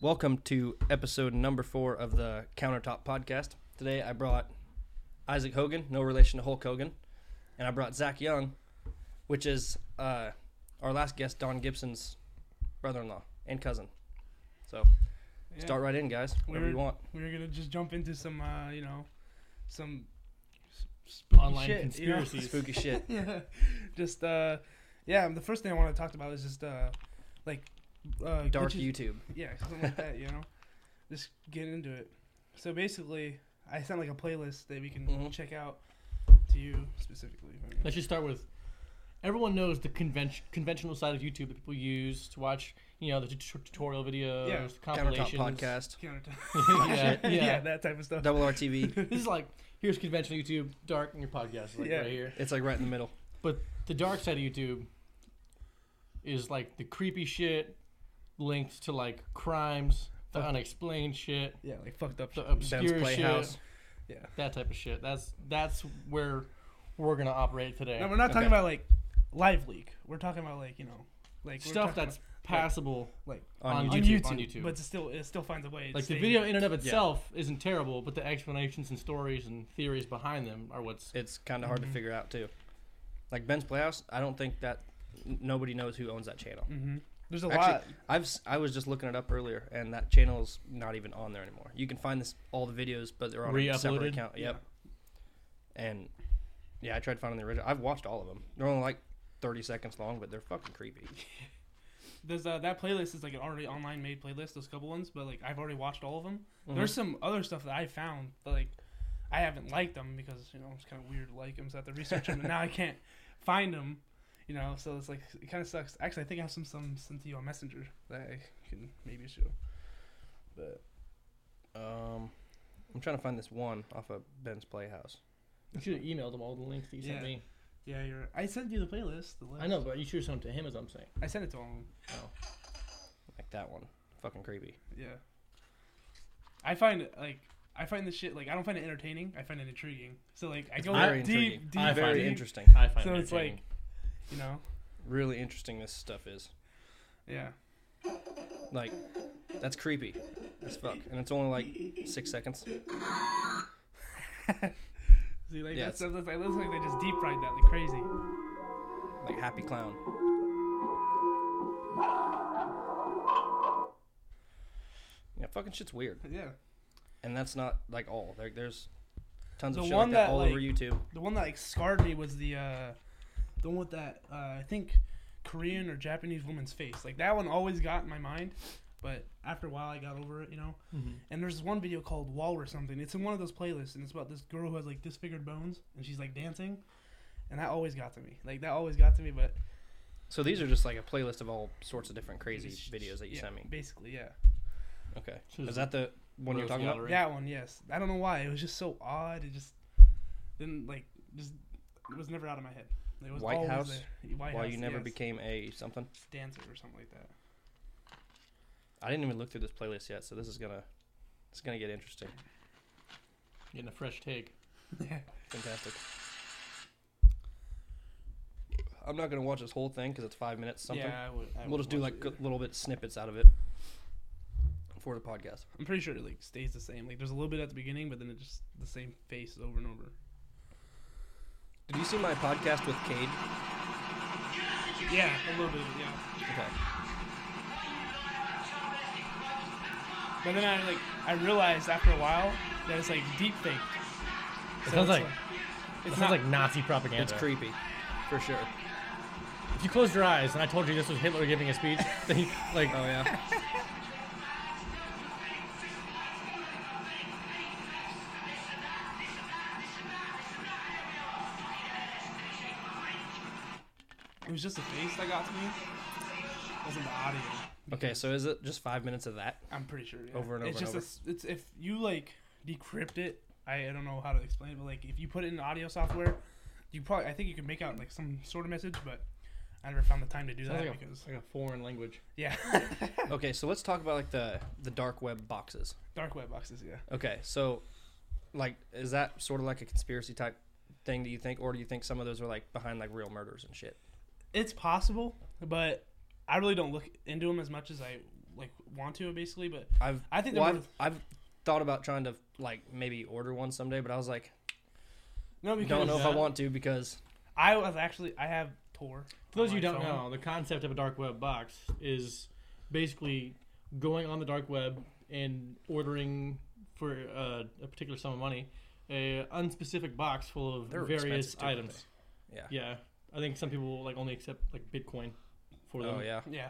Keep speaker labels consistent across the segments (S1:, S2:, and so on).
S1: Welcome to episode number four of the Countertop Podcast. Today I brought Isaac Hogan, no relation to Hulk Hogan, and I brought Zach Young, which is uh, our last guest, Don Gibson's brother-in-law and cousin. So
S2: Yeah.
S1: start right in, guys. Whatever you want.
S2: We were gonna just jump into some, uh, you know, some s- spooky
S3: Online
S2: shit,
S3: conspiracies.
S1: Spooky shit.
S2: You know? yeah, just uh, yeah. The first thing I want to talk about is just uh, like uh,
S1: Dark
S2: glitches-
S1: YouTube.
S2: Yeah, something like that. You know, just get into it. So basically, I sent like a playlist that we can
S1: Mhm.
S2: check out to you specifically.
S3: Let's just start with everyone knows the convention, conventional side of YouTube that people use to watch, you know, the tut- tutorial videos,
S2: Yeah.
S1: Countertop
S3: compilations.
S1: Podcast.
S2: Countertop.
S3: yeah, yeah.
S2: yeah, that type of stuff.
S1: Double RTV.
S3: This is like here's conventional YouTube, dark, and your podcast is like
S2: Yeah.
S3: right here.
S1: It's like right in the middle.
S3: But the dark side of YouTube is like the creepy shit linked to like crimes, the
S2: Fuck.
S3: unexplained shit,
S2: Yeah, like fucked up.
S3: the
S2: shit.
S1: Ben's
S3: obscure shit,
S1: Playhouse.
S2: Yeah.
S3: that type of shit. That's that's where we're gonna operate today.
S2: No, we're not
S1: Okay.
S2: talking about like live leak. We're talking about like you know, like we're
S3: Stuff
S2: talking
S3: that's passable
S1: On,
S3: on,
S1: YouTube.
S2: YouTube.
S3: On YouTube.
S2: about- but it still it still finds a way. to
S3: like the
S2: stay-
S3: video in and of
S1: Yeah.
S3: itself isn't terrible, but the explanations and stories and theories behind them are what's
S1: It's kind of hard
S2: Mhm.
S1: to figure out too. Like Ben's Playhouse, I don't think that n- nobody knows who owns that channel.
S3: Mm-hmm.
S2: Mhm. There's a
S1: Actually,
S2: lot.
S1: I've s- I was just looking it up earlier, and that channel's not even on there anymore. You can find this all the videos, but they're on a separate
S3: Re-uploaded?
S1: account. Yep. And yeah, I tried finding the original. I've watched all of them. They're only like thirty seconds long, but they're fucking creepy.
S2: There's uh, that playlist is like an already online made playlist. Those couple ones, but like I've already watched all of them.
S3: Mm-hmm.
S2: There's some other stuff that I found that like I haven't liked them because you know it's kind of weird to like them, so I have to research them. and now I can't find them. You know, so it's like it kind of sucks. Actually, I think I have some some sent to you on Messenger that I can maybe show. But
S1: Um, I'm trying to find this one off of Ben's Playhouse.
S3: you should have emailed him all the links that you
S2: Yeah.
S3: sent me.
S2: yeah, you're. I sent you the playlist. The list.
S3: I know, but you should have sent them to him as I'm saying.
S2: I sent it to him.
S1: Like that one, fucking creepy.
S2: Yeah. I find it like I find this shit like I don't find it entertaining. I find it intriguing. So like I
S1: It's
S2: go
S1: very
S2: deep,
S1: intriguing.
S2: deep,
S3: I find
S1: Very
S2: deep,
S1: interesting.
S3: I find
S2: So
S3: it
S2: it's like-
S3: entertaining.
S2: You know,
S1: Really interesting. This stuff is
S2: yeah,
S1: like that's creepy as fuck, and it's only like six seconds.
S2: see like
S1: Yeah,
S2: that's,
S1: it's-
S2: that's, like, looks like they just deep fried that like crazy.
S1: Like happy clown. Yeah, fucking shit's weird.
S2: Yeah,
S1: And that's not like all. There, there's tons of
S2: The
S1: shit
S2: one
S1: like that,
S2: that,
S1: all
S2: like-
S1: over YouTube.
S2: the one that like scarred me was the uh the one with that uh I think Korean or Japanese woman's face. Like that one always got in my mind, but after a while I got over it. You know,
S3: mm-hmm.
S2: And there's one video called Wall or something. It's in one of those playlists, and it's about this girl who has like disfigured bones, and she's like dancing, and that always got to me. Like that always got to me. But
S1: So these are just like a playlist of all sorts of different crazy
S2: Sh- sh-
S1: videos that you
S2: yeah,
S1: sent me.
S2: Basically, yeah.
S1: Okay,
S3: So
S1: is
S3: it's
S1: that the one you're
S3: Rose
S1: talking about?
S3: Gallery.
S2: That one, yes. I don't know why. It was just so odd. It just didn't like just. It was never out of my head. It was
S1: White
S2: always
S1: House?
S2: there. White
S1: Why
S2: House,
S1: you never
S2: yes.
S1: became a something?
S2: dancer or something like that.
S1: I didn't even look through this playlist yet, so this is gonna, it's gonna get interesting.
S3: Getting a fresh take.
S1: Fantastic. I'm not gonna watch this whole thing because it's five minutes something.
S2: Yeah, I would, I
S1: we'll just do
S2: wouldn't
S1: like
S2: watch it
S1: good
S2: either.
S1: little bit snippets out of it for the podcast.
S2: I'm pretty sure it like stays the same. Like there's a little bit at the beginning, but then it just the same face over and over.
S1: Did you see my podcast with Cade?
S2: Yeah, a little bit. Yeah.
S1: Okay.
S2: But then I like I realized after a while that it's like deep fake.
S3: It sounds like it
S2: it's
S3: sounds
S2: not-
S3: like Nazi propaganda.
S1: It's creepy, for sure.
S3: If you closed your eyes and I told you this was Hitler giving a speech, then you, like
S1: Oh yeah.
S2: it was just the face that got to me. It wasn't the audio.
S1: Okay, so is it just five minutes of that?
S2: I'm pretty sure. yeah.
S1: Over and over
S2: It's
S1: and
S2: just a s it's if you like decrypt it. I, I don't know how to explain it, but like if you put it in audio software, you probably I think you can make out like some sort of message, but I never found the time to do
S3: sounds
S2: that
S3: like a,
S2: because
S3: like a foreign language.
S2: yeah,
S1: Okay, so let's talk about like the the dark web boxes.
S2: dark web boxes. Yeah.
S1: Okay, so like is that sort of like a conspiracy type thing that you think, or do you think some of those are like behind like real murders and shit?
S2: It's possible, but I really don't look into them as much as I like want to basically, but
S1: I've
S2: I think
S1: well,
S2: they're
S1: I've, I've thought about trying to like maybe order one someday, but I was like,
S2: no, because
S1: don't know if I
S2: uh,
S1: want to because
S2: I was actually I have Tor.
S3: For those
S2: on
S3: of you who
S2: my
S3: don't
S2: phone.
S3: know, the concept of a dark web box is basically going on the dark web and ordering for uh, a particular sum of money a unspecific box full of
S1: They're
S3: various
S1: expensive too, aren't
S3: items.
S1: Yeah.
S3: Yeah. I think some people like only accept like Bitcoin for them.
S1: oh yeah,
S2: Yeah,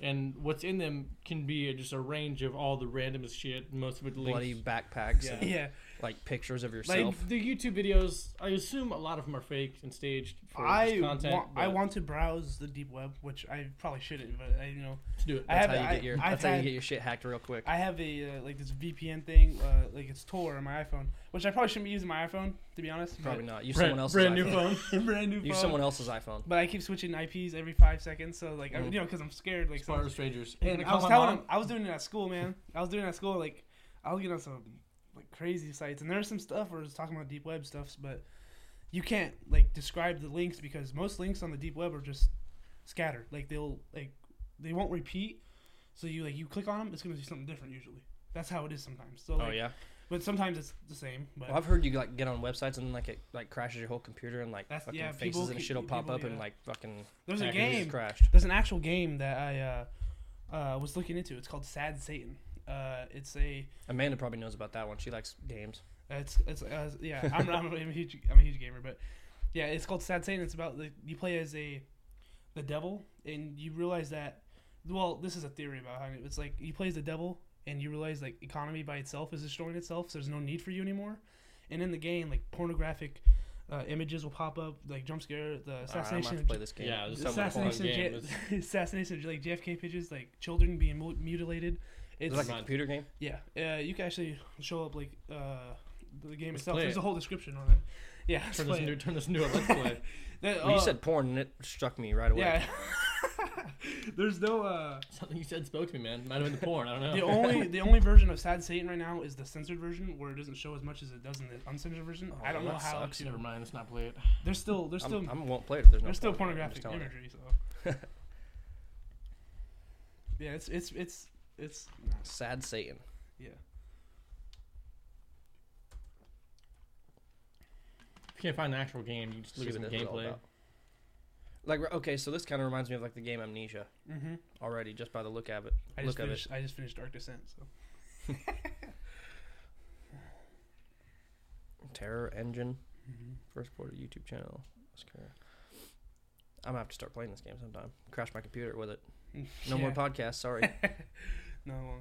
S3: And what's in them can be just a range of all the randomest shit. Most of it links.
S1: bloody backpacks,
S3: Yeah.
S1: and,
S2: yeah.
S1: like pictures of yourself.
S3: like the YouTube videos, I assume a lot of them are faked and staged for
S2: I
S3: just content.
S2: want, I
S3: but
S2: want to browse the deep web, which I probably shouldn't, but I you know
S3: to do it.
S2: I
S1: that's
S2: have-
S1: how you
S2: I-
S1: get your
S2: I've
S1: that's how you
S2: had-
S1: get your shit hacked real quick.
S2: I have a uh, like this VPN thing, uh, like it's Tor on my iPhone, which I probably shouldn't be using my iPhone to be honest. but-
S1: Probably not. Use
S3: Brand-
S1: someone else's
S3: brand
S1: iPhone.
S3: new phone.
S2: brand new
S1: Use
S2: phone.
S1: someone else's iPhone.
S2: But I keep switching IPs every five seconds, so like I,
S1: Mhm.
S2: you know, because I'm scared. Like,
S3: Smart
S2: so,
S3: strangers.
S2: and I was telling him I was doing it at school, man. I was doing it at school. Like I was getting on some like crazy sites, and there's some stuff where it's talking about deep web stuffs, but you can't like describe the links because most links on the deep web are just scattered. Like they'll like they won't repeat. So you like you click on them, it's gonna do something different usually. That's how it is sometimes. So like,
S1: Oh yeah.
S2: but sometimes it's the same. But
S1: Well, I've heard you like get on websites and like it like crashes your whole computer and like
S2: That's-
S1: fucking
S2: yeah,
S1: faces
S2: people
S1: and
S2: keep-
S1: shit will pop
S2: people,
S1: up and
S2: yeah.
S1: like fucking
S2: there's a
S3: packages
S2: game.
S1: just crashed.
S2: There's an actual game that I uh, uh, was looking into. It's called Sad Satan. Uh, it's a
S1: Amanda probably knows about that one. She likes games.
S2: it's it's uh, yeah. I'm, I'm, a huge I'm a huge gamer, but yeah, it's called Sad Satan. It's about the, you play as a the devil, and you realize that. Well, this is a theory about how it- it's like you play as the devil, and you realize like economy by itself is destroying itself. So there's no need for you anymore. And in the game, like pornographic uh, images will pop up, like jump scare, the
S1: All right, I'm
S2: assassination.
S1: gonna have
S2: of
S1: to play this game.
S3: Yeah, this is someone playing
S2: assassination,
S3: game.
S2: of
S3: It's-
S2: J- assassination of like JFK pictures, like children being mu- mutilated. It's
S1: It's like a
S3: Mine.
S1: computer game.
S2: yeah, uh, you can actually show up like uh, the game
S3: Let's
S2: itself.
S3: play
S2: There's
S3: it.
S2: a whole description on it. Yeah, let's
S3: Turn
S2: play
S3: this, into,
S2: it.
S3: turn this into a let's play.
S2: That-
S1: Well, you
S2: uh,
S1: said porn and it struck me right away.
S2: yeah. There's no uh,
S3: Something you said spoke to me, man. Might have been the porn. I
S1: Oh.
S3: don't know.
S2: the only the only version of Sad Satan right now is the censored version where it doesn't show as much as it does in the uncensored version.
S1: Oh,
S2: I don't know
S1: that
S2: how.
S1: sucks.
S2: you
S3: Never
S2: know,
S3: mind. Let's not play it.
S2: There's still there's
S1: I'm,
S2: still
S1: I'm won't play it. If there's no.
S2: there's still
S1: porn. I'm just
S2: pornographic
S1: telling you.
S2: imagery. So yeah, it's it's it's it's
S1: Sad Satan.
S2: yeah.
S3: If you can't find an actual game, you just look
S1: See
S3: at some
S1: what this is all
S3: gameplay.
S1: about. Like re- okay, so this kind of reminds me of like the game Amnesia
S2: Mm-hmm.
S1: already, just by the look of it.
S2: I
S1: look
S2: just
S1: of it.
S2: finished, I just finished Dark Descent. So
S1: Terror Engine, first reported YouTube channel. Oscar. I'm gonna have to start playing this game sometime. Crash my computer with it. No more
S2: Mm-hmm. Yeah.
S1: podcasts. Sorry,
S2: no. uh,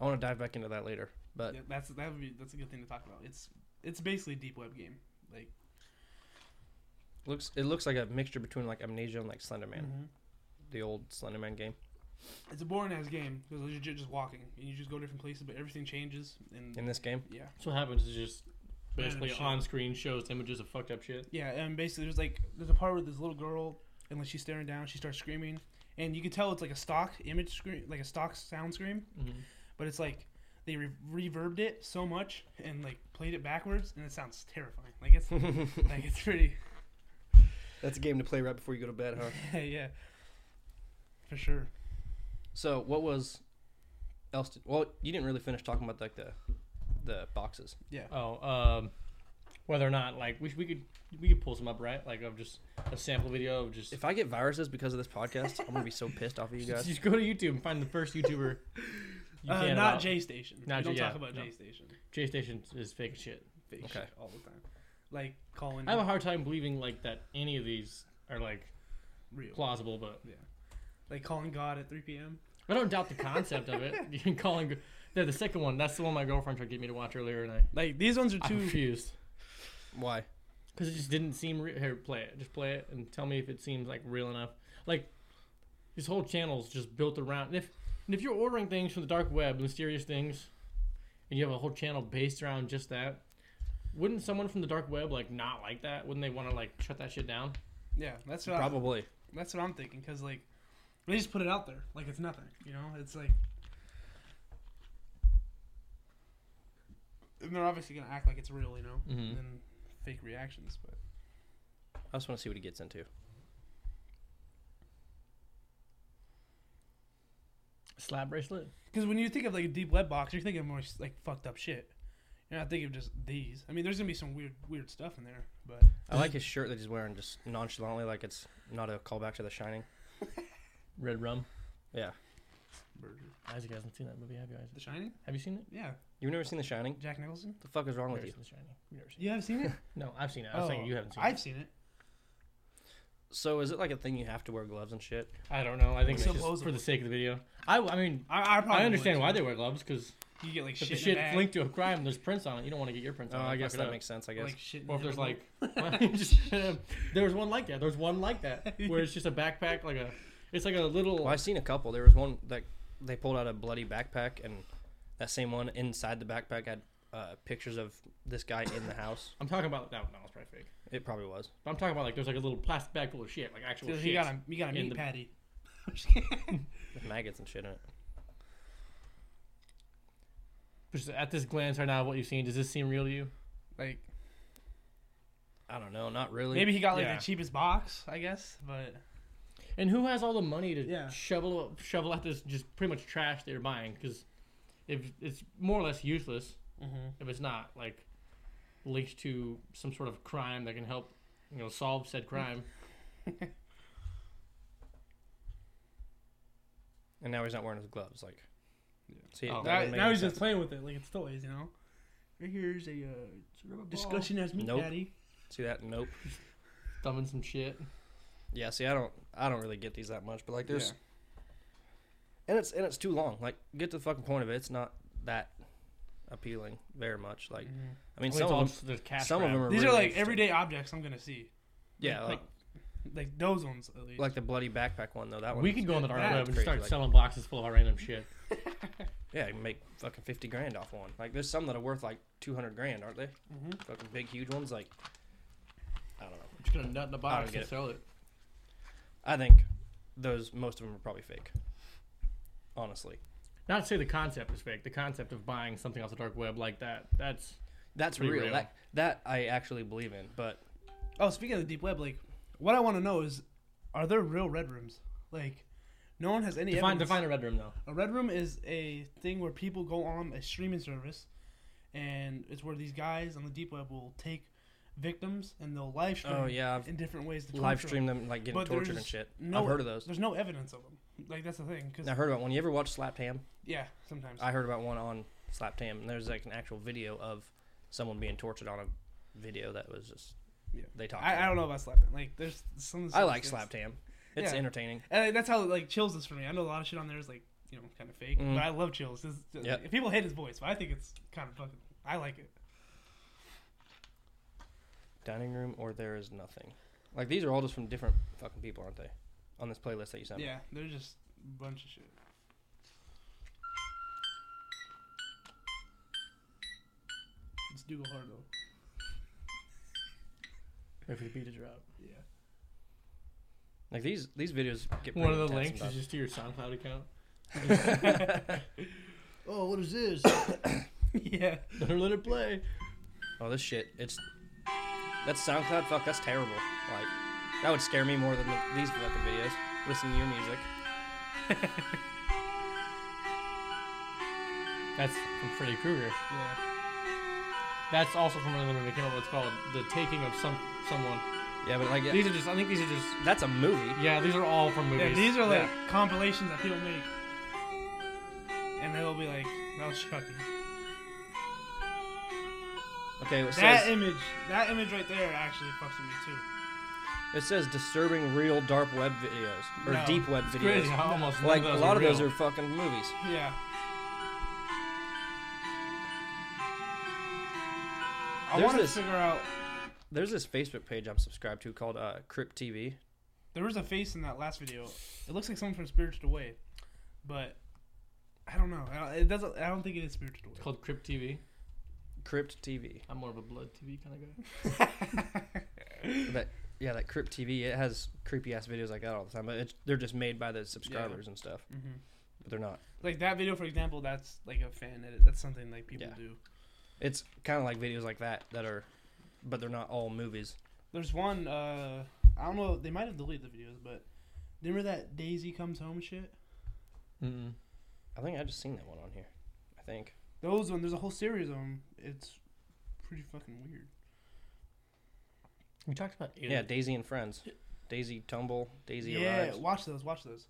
S1: I want to dive back into that later. But
S2: Yeah, that's that would be that's a good thing to talk about. It's it's basically a deep web game. Like
S1: looks it looks like a mixture between like Amnesia and like Slender Man,
S3: Mm-hmm.
S2: Mhm.
S1: the old Slender Man game.
S2: it's a boring ass game because you're ju- just walking and you just go different places, but everything changes and
S1: In this game,
S2: yeah,
S3: So what happens is just basically
S2: Random shit.
S3: on screen shows images of fucked up shit.
S2: yeah. And basically, there's like there's a part where this little girl and like she's staring down, she starts screaming, and you can tell it's like a stock image scream, like a stock sound scream,
S3: Mm-hmm.
S2: but it's like they re- reverbed it so much and like played it backwards, and it sounds terrifying. Like it's like it's pretty
S1: that's a game to play right before you go to bed, huh?
S2: yeah, for sure.
S1: So what was else? Did, well, you didn't really finish talking about like the the boxes.
S2: Yeah.
S3: Oh, um, whether or not like we, we could we could pull some up, right? Like of just a sample video of just
S1: If I get viruses because of this podcast, I'm gonna be so pissed off at you guys.
S3: just go to YouTube and find the first YouTuber. you
S2: Uh,
S3: can
S2: not
S3: about.
S2: J Station.
S3: Not
S2: we don't
S3: J-
S2: talk
S3: yeah,
S2: about
S3: no.
S2: J Station.
S3: J Station is fake as shit.
S2: Fake
S1: Okay.
S2: shit all the time. Like calling
S3: I have a hard time believing like that any of these are like
S2: real.
S3: plausible, but
S2: Like calling God at 3 p.m.
S3: I don't doubt the concept of it. You can call and no, the second one. That's the one my girlfriend tried to get me to watch earlier, and I,
S2: Like these ones are
S3: I
S2: too.
S3: refused
S1: Why?
S3: because it just didn't seem real. Here, play it. Just play it and tell me if it seems like real enough. Like this whole channel's just built around. And if and if you're ordering things from the dark web, mysterious things, and you have a whole channel based around just that, wouldn't someone from the dark web like not like that? Wouldn't they want to like shut that shit down?
S2: Yeah, that's what I,
S1: Probably.
S2: that's what I'm thinking. Cause like they just put it out there like it's nothing. You know, it's like. And they're obviously gonna act like it's real, you know,
S3: Mhm.
S2: and then fake reactions. But
S1: I just want to see what he gets into.
S3: Slap bracelet.
S2: Because when you think of like a deep web box, you're thinking more s- like fucked up shit. You're not thinking of just these. I mean, there's gonna be some weird, weird stuff in there, but
S1: I like his shirt that he's wearing just nonchalantly, like it's not a callback to The Shining.
S3: Red rum.
S1: Yeah.
S3: Isaac hasn't seen that movie, have you, Isaac?
S2: The Shining.
S3: Have you seen it?
S2: Yeah,
S1: You've never seen The Shining?
S2: Jack Nicholson.
S1: The fuck is wrong with
S3: Never
S1: you?
S3: seen The Shining. You never seen
S2: You have seen it?
S3: it. No, I've seen it. I was saying you haven't seen
S2: I've
S3: it.
S2: seen it.
S1: So is it like a thing you have to wear gloves and shit?
S3: I don't know. I think it's just for
S2: Supposedly.
S3: the sake of the video. I, I mean,
S2: I, I probably
S3: I understand
S2: would,
S3: why
S2: too.
S3: they wear gloves because
S2: You get like
S3: if
S2: shit.
S3: the
S2: in the
S3: shit
S2: bag,
S3: linked to a crime, there's prints on it. You don't want to get your prints
S1: Oh,
S3: on it.
S1: I
S3: and
S1: guess
S3: fuck it
S1: that
S3: up.
S1: makes sense. I guess.
S2: like shit. in
S3: Or if there's like,
S2: envelope.
S3: there was one like that. There's one like that where it's just a backpack, like a, it's like a little.
S1: well, I've seen a couple. There was one that they pulled out a bloody backpack, and that same one inside the backpack had uh, pictures of this guy in the house.
S3: I'm talking about that. No, it's probably fake.
S1: It probably was.
S3: But I'm talking about like there's like a little plastic bag full of shit, like actual
S2: Dude,
S3: shit.
S2: he got a he got a meat
S3: In the-
S2: patty.
S1: With maggots and shit in it.
S3: Just at this glance right now, what you've seen, does this seem real to you?
S2: like
S1: I don't know. Not really.
S2: maybe he got like
S3: Yeah.
S2: the cheapest box, I guess. But
S3: And who has all the money to
S2: Yeah.
S3: shovel shovel out this just pretty much trash they're buying? Because if it's more or less useless, if it's not like linked to some sort of crime that can help, you know, solve said crime.
S1: And now he's not wearing his gloves. Like. See,
S3: Oh.
S1: that
S2: now,
S1: doesn't make
S2: now
S1: any
S2: he's just
S1: sense.
S2: playing with it like it's toys, you know. Right here's a uh, discussion as meat
S1: Nope.
S2: patty.
S1: See that? Nope.
S3: Dumbing some shit.
S1: Yeah. See, I don't. I don't really get these that much. But like, there's.
S2: Yeah.
S1: And it's and it's too long. Like, get to the fucking point of it. It's not that appealing very much. Like,
S2: Mhm.
S1: I mean,
S3: I mean,
S1: some
S3: Mm-hmm. it's
S1: of
S3: all
S1: them.
S3: just- there's cash
S1: Some
S3: grab.
S1: of them are.
S2: These are
S1: really
S2: like
S1: interesting.
S2: everyday objects I'm gonna see.
S1: Yeah, like
S2: Like those ones at least.
S1: like the bloody backpack one though. That one.
S3: we could go on the dark
S2: That
S3: web
S1: is
S3: and
S1: crazy,
S3: start
S1: like-
S3: selling boxes full of our random shit.
S1: Yeah, you can make fucking fifty grand off one. Like there's some that are worth like two hundred grand, aren't they?
S3: Mm-hmm.
S2: Mhm.
S1: Fucking big, huge ones. Like I don't know.
S3: I'm just gonna nut in a
S1: box
S3: box
S1: and
S3: and sell it.
S1: I think those most of them are probably fake. Honestly,
S3: Not to say the concept is fake. The concept of buying something off the dark web like that, that's
S1: that's
S3: Pretty
S1: real.
S3: real.
S1: That that I actually believe in. But
S2: Oh, speaking of the deep web, like what I want to know is, are there real red rooms? Like, no one has any.
S3: define
S2: evidence.
S3: define a red room though.
S2: A red room is a thing where people go on a streaming service, and it's where these guys on the deep web will take victims and they'll live stream
S3: Hmm.
S1: oh yeah, I've
S2: in different ways. To
S1: live
S2: torture
S1: streamed them like getting
S2: But
S1: tortured
S2: there's
S1: and shit.
S2: no-
S1: I've heard of
S2: them.
S1: those.
S2: There's no evidence of them. Like that's the thing, 'cause-
S1: I heard about one. You ever watch Slapped Ham?
S2: yeah, sometimes.
S1: I heard about one on Slapped Ham, and there's like an actual video of someone being tortured on a video that was just.
S2: Yeah.
S1: They talked.
S2: I, I
S1: about
S2: don't know about slap. Ham. Like there's some.
S1: it. I like
S2: slap.
S1: Slapped Ham. It's
S2: Yeah.
S1: entertaining.
S2: And like, that's how like chills is for me. I know a lot of shit on there is like you know kind of fake,
S1: Mm.
S2: but I love chills. This, this-
S1: Yep.
S2: people hate his voice, but I think it's kind of fucking. I like it.
S1: dining room or there is nothing. Like these are all just from different fucking people, aren't they? On this playlist that you sent. me.
S2: Yeah, they're just a bunch of shit. Let's do go hard though.
S3: If we beat a drop.
S2: Yeah.
S1: Like these these videos get
S3: One of
S1: pretty
S3: the
S1: intense
S3: links is
S1: sometimes.
S3: just to your SoundCloud account.
S2: Oh, what is this? yeah.
S3: Don't let it play.
S1: Oh this shit. It's that's SoundCloud. Fuck, that's terrible. Like that would scare me more than the, these fucking videos. Listen to your music.
S3: That's from Freddy Krueger.
S2: Yeah.
S3: That's also from another movie that came out. What's called the taking of some someone.
S1: Yeah, but like
S3: These are just. I think these are just.
S1: that's a movie.
S3: Yeah, these are all from
S2: Yeah,
S3: movies.
S2: these are like compilations that people make. And they'll be like, that was shocking.
S1: Okay, it
S2: that
S1: says
S2: image, that image right there actually fucks with me too.
S1: it says disturbing real dark web videos or
S2: No,
S1: deep web
S3: It's crazy
S1: videos.
S3: how almost none
S1: Like a
S3: those
S1: lot of
S3: real.
S1: those are fucking movies.
S2: Yeah. I
S1: There's
S2: want to
S1: this-
S2: figure out.
S1: There's this Facebook page I'm subscribed to called uh, Crypt TV.
S2: There was a face in that last video. It looks like someone from Spirited Away, but I don't know. I don't, it doesn't. I don't think it is Spirited
S3: It's called Crypt TV.
S1: Crypt TV.
S3: I'm more of a blood TV kind of guy.
S2: Away.
S1: that yeah that crypt tv it has creepy ass videos like that all the time but it's, they're just made by the subscribers and stuff
S2: hmm
S1: but they're not
S2: Like that video, for example, that's like a fan edit. That's something like people
S1: Yeah.
S2: do.
S1: it's kind of like videos like that that are but they're not all movies
S2: There's one. Uh, I don't know. They might have deleted the videos, but remember that Daisy comes home shit.
S3: Mm-mm.
S1: I think I just seen that one on here. I think.
S2: Those one, there's a whole series of them. It's pretty fucking weird.
S3: We talked about
S1: Yeah, Daisy and Friends. Daisy Tumble, Daisy
S2: yeah,
S1: Arrives.
S2: watch those. Watch those.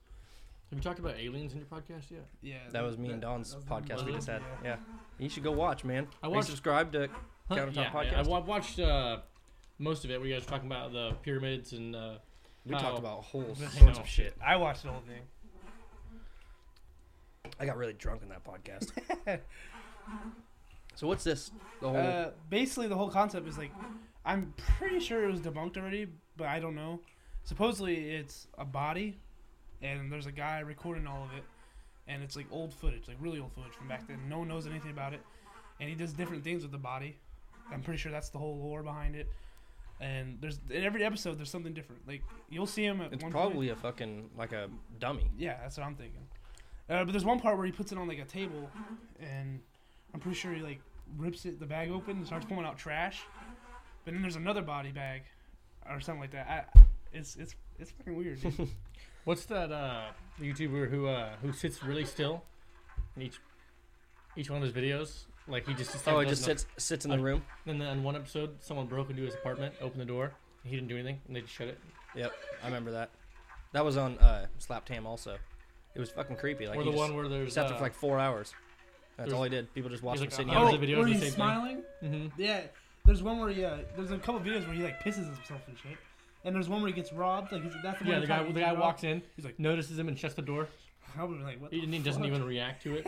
S3: Have you talked about aliens in your podcast yet?
S2: Yeah.
S1: That was me and
S2: that-
S1: Don's
S2: that was-
S1: podcast we
S3: Was
S1: just
S2: it?
S1: had. Yeah. You should go watch, man.
S3: I
S1: I Are you
S3: watched-
S1: subscribed to
S3: Huh?
S1: Countertop
S3: yeah,
S1: Podcast?
S3: yeah. I wa- watched uh, most of it. Where you guys were talking about the pyramids and uh,
S1: We
S3: Oh.
S1: talked about whole
S3: I
S1: sorts
S3: know.
S1: of shit.
S2: I watched the whole thing.
S1: I got really drunk in that podcast. so what's this? The whole
S2: Uh, basically, the whole concept is like, I'm pretty sure it was debunked already, but I don't know. Supposedly, it's a body, and there's a guy recording all of it, and it's like old footage, like really old footage from back then. No one knows anything about it, and he does different things with the body. I'm pretty sure that's the whole lore behind it. And there's in every episode, there's something different. Like you'll see him at
S1: it's
S2: one point.
S1: probably a fucking like a dummy.
S2: Yeah, that's what I'm thinking. Uh, but there's one part where he puts it on like a table, and I'm pretty sure he like rips it the bag open and starts pulling out trash. But then there's another body bag, or something like that. I, it's it's it's fucking weird. dude.
S3: what's that uh, YouTuber who uh, who sits really still in each each one of his videos? Like he just
S1: Oh, it just
S3: doesn't-
S1: sits sits in the room.
S3: And then in one episode, someone broke into his apartment, opened the door, and he didn't do anything, and they just shut it.
S1: Yep, I remember that. That was on uh, Slap Tam also. It was fucking creepy. Like
S3: or
S1: he
S3: the
S1: just
S3: one where there's
S1: sat there
S3: uh,
S1: for like four hours. That's
S3: there's-
S1: all he did. People just watched him
S3: there's
S1: sitting
S3: like a
S1: down.
S3: hundred Oh, videos where the he's same thing.
S2: smiling?
S3: mhm.
S2: Yeah, there's one where he uh, there's a couple videos where he like pisses himself and shit. And there's one where he gets robbed. Like he's, that's the
S3: yeah,
S2: one
S3: the guy the guy walks in,
S2: He's like,
S3: notices him, and shuts the door.
S2: I would've been like, what?
S3: He,
S2: The
S3: he doesn't
S2: fuck?
S3: even react to it.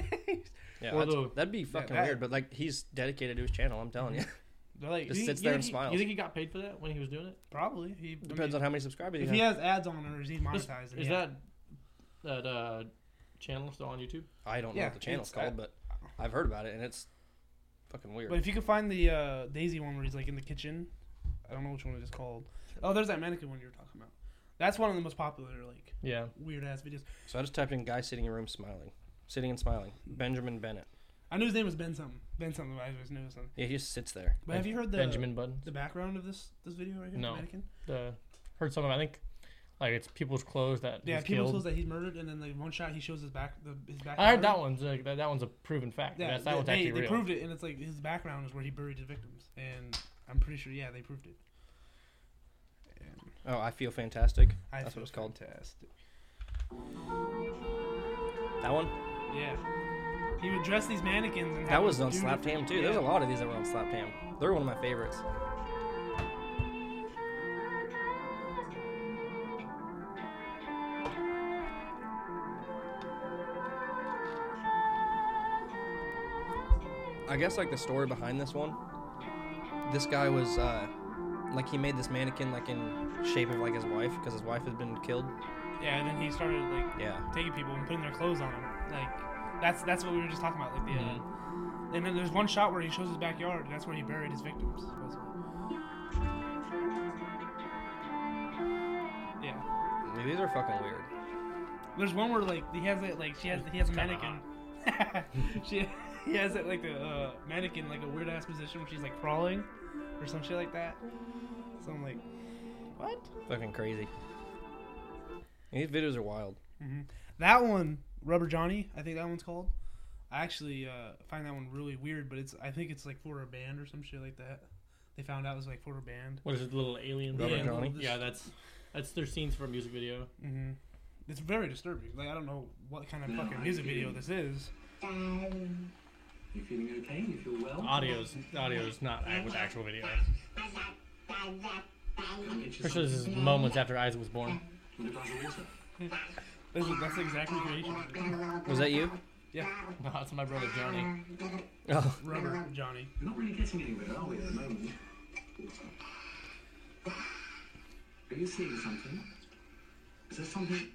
S1: Yeah,
S3: Or
S1: that's-
S3: the-
S1: that'd be fucking
S2: that-
S1: weird. But like, he's dedicated to his channel. I'm telling you.
S2: They're like,
S3: You
S1: Just
S3: think-
S1: sits
S3: you
S1: there
S3: think
S1: and
S3: he-
S1: smiles.
S3: You think he got paid for that when he was doing it?
S2: probably. He
S1: Depends on how many subscribers
S2: if
S1: you
S2: he
S1: have.
S2: has ads on or is he monetized?
S3: Is
S2: yeah.
S3: that that uh, channel still on YouTube?
S1: I don't know
S2: Yeah,
S1: what the channel's
S2: it's- I-
S1: called, but I've heard about it and it's fucking weird.
S2: But if you could find the uh, Daisy one where he's like in the kitchen, I don't know which one it is called. Oh, there's that mannequin one you were talking about. That's one of the most popular like
S3: Yeah.
S2: weird ass videos.
S1: So I just typed in guy sitting in room smiling. Sitting and smiling. Benjamin Bennett.
S2: I knew his name was Ben something. Ben something. but I always knew his name.
S1: Yeah, he just sits there.
S2: But have you heard the
S3: Benjamin Button.
S2: the background of this this video right here?
S3: No.
S2: The mannequin.
S3: The, heard some of I think like it's people's clothes that
S2: Yeah,
S3: he's
S2: people
S3: killed.
S2: tells that he's murdered, and then like one shot he shows his back the, his back.
S3: I heard that one's like that, that one's a proven fact.
S2: Yeah,
S3: That's- that
S2: they,
S3: one's
S2: they-
S3: actually
S2: they
S3: real.
S2: proved it, and it's like his background is where he buried his victims, and I'm pretty sure yeah they proved it. And
S1: Oh, I feel fantastic.
S2: I
S1: That's what
S2: feel
S1: it's called.
S2: Fantastic.
S1: That one?
S2: Yeah. He would dress these mannequins and
S1: That was on
S2: Slap
S1: Slap Ham too. There's a lot of these that were on Slap Ham. They're one of my favorites. I guess like the story behind this one. This guy was uh, like he made this mannequin like in shape of like his wife because his wife had been killed.
S2: Yeah, and then he started like
S1: Yeah.
S2: taking people and putting their clothes on them. Like that's that's what we were just talking about. Like the
S1: Mm-hmm.
S2: uh, and then there's one shot where he shows his backyard. And that's where he buried his victims. supposedly. Yeah.
S1: These are fucking weird.
S2: There's one where like he has it like she has he has a mannequin. she he has it like the uh, mannequin like a weird ass position where she's like crawling or some shit like that. So I'm like, what?
S1: Fucking crazy. These videos are wild.
S2: Mm-hmm. That one, Rubber Johnny, I think that one's called. I actually uh, find that one really weird, but it's I think it's like for a band or some shit like that. They found out it was like for a band.
S3: What is it, the little alien?
S1: Rubber
S3: yeah,
S2: and
S1: Johnny?
S2: this-
S3: Yeah, that's that's their scenes from a music video.
S2: hmm It's very disturbing. Like I don't know what kind of fucking music video this is.
S4: Darling,
S5: You feeling okay? You feel well?
S3: The audio's the audio's not act- with actual video.
S5: I'll get you
S3: Especially
S5: some.
S3: this is moments after Isaac was born.
S5: Want a glass of water?
S2: This is that's the exact recreation. of it.
S1: Was that you?
S2: Yeah,
S3: No, that's my brother Johnny.
S1: Oh,
S2: Rubber Johnny.
S5: We're not really getting anywhere, are we, at the moment? Are you seeing something? Is there something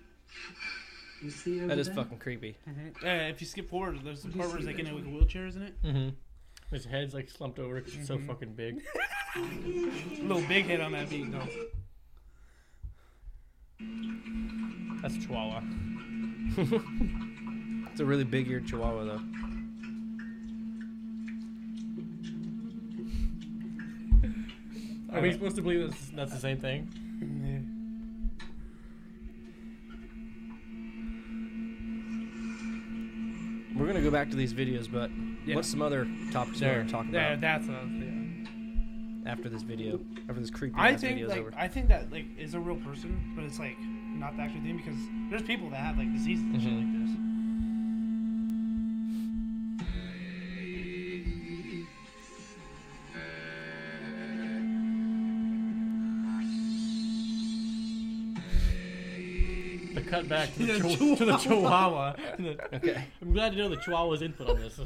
S5: you see over
S1: that is
S5: there?
S1: fucking creepy.
S2: Uh, if you skip forward, there's the part where it's like in a wheelchair, isn't it?
S3: Mm-hmm. His head's like slumped over because it's so fucking big.
S2: Little big head on that beat though.
S3: That's a Chihuahua.
S1: It's a really big eared chihuahua though.
S3: Are we supposed to believe that's, that's the same thing?
S1: gonna go back to these videos, but
S2: Yeah.
S1: what's some other topics we
S3: There.
S1: want to talk
S2: Yeah,
S1: about
S2: that's a. Yeah.
S1: after this video, after this creepy
S2: I
S1: ass
S2: think
S1: video's
S2: like
S1: over?
S2: I think that like is a real person, but it's like not the actual thing because there's people that have like diseases and shit like this.
S3: The cut back to the,
S2: The
S3: chihu- to Mm-hmm. the chihuahua.
S1: Okay.
S3: I'm glad to know the chihuahua's input on this.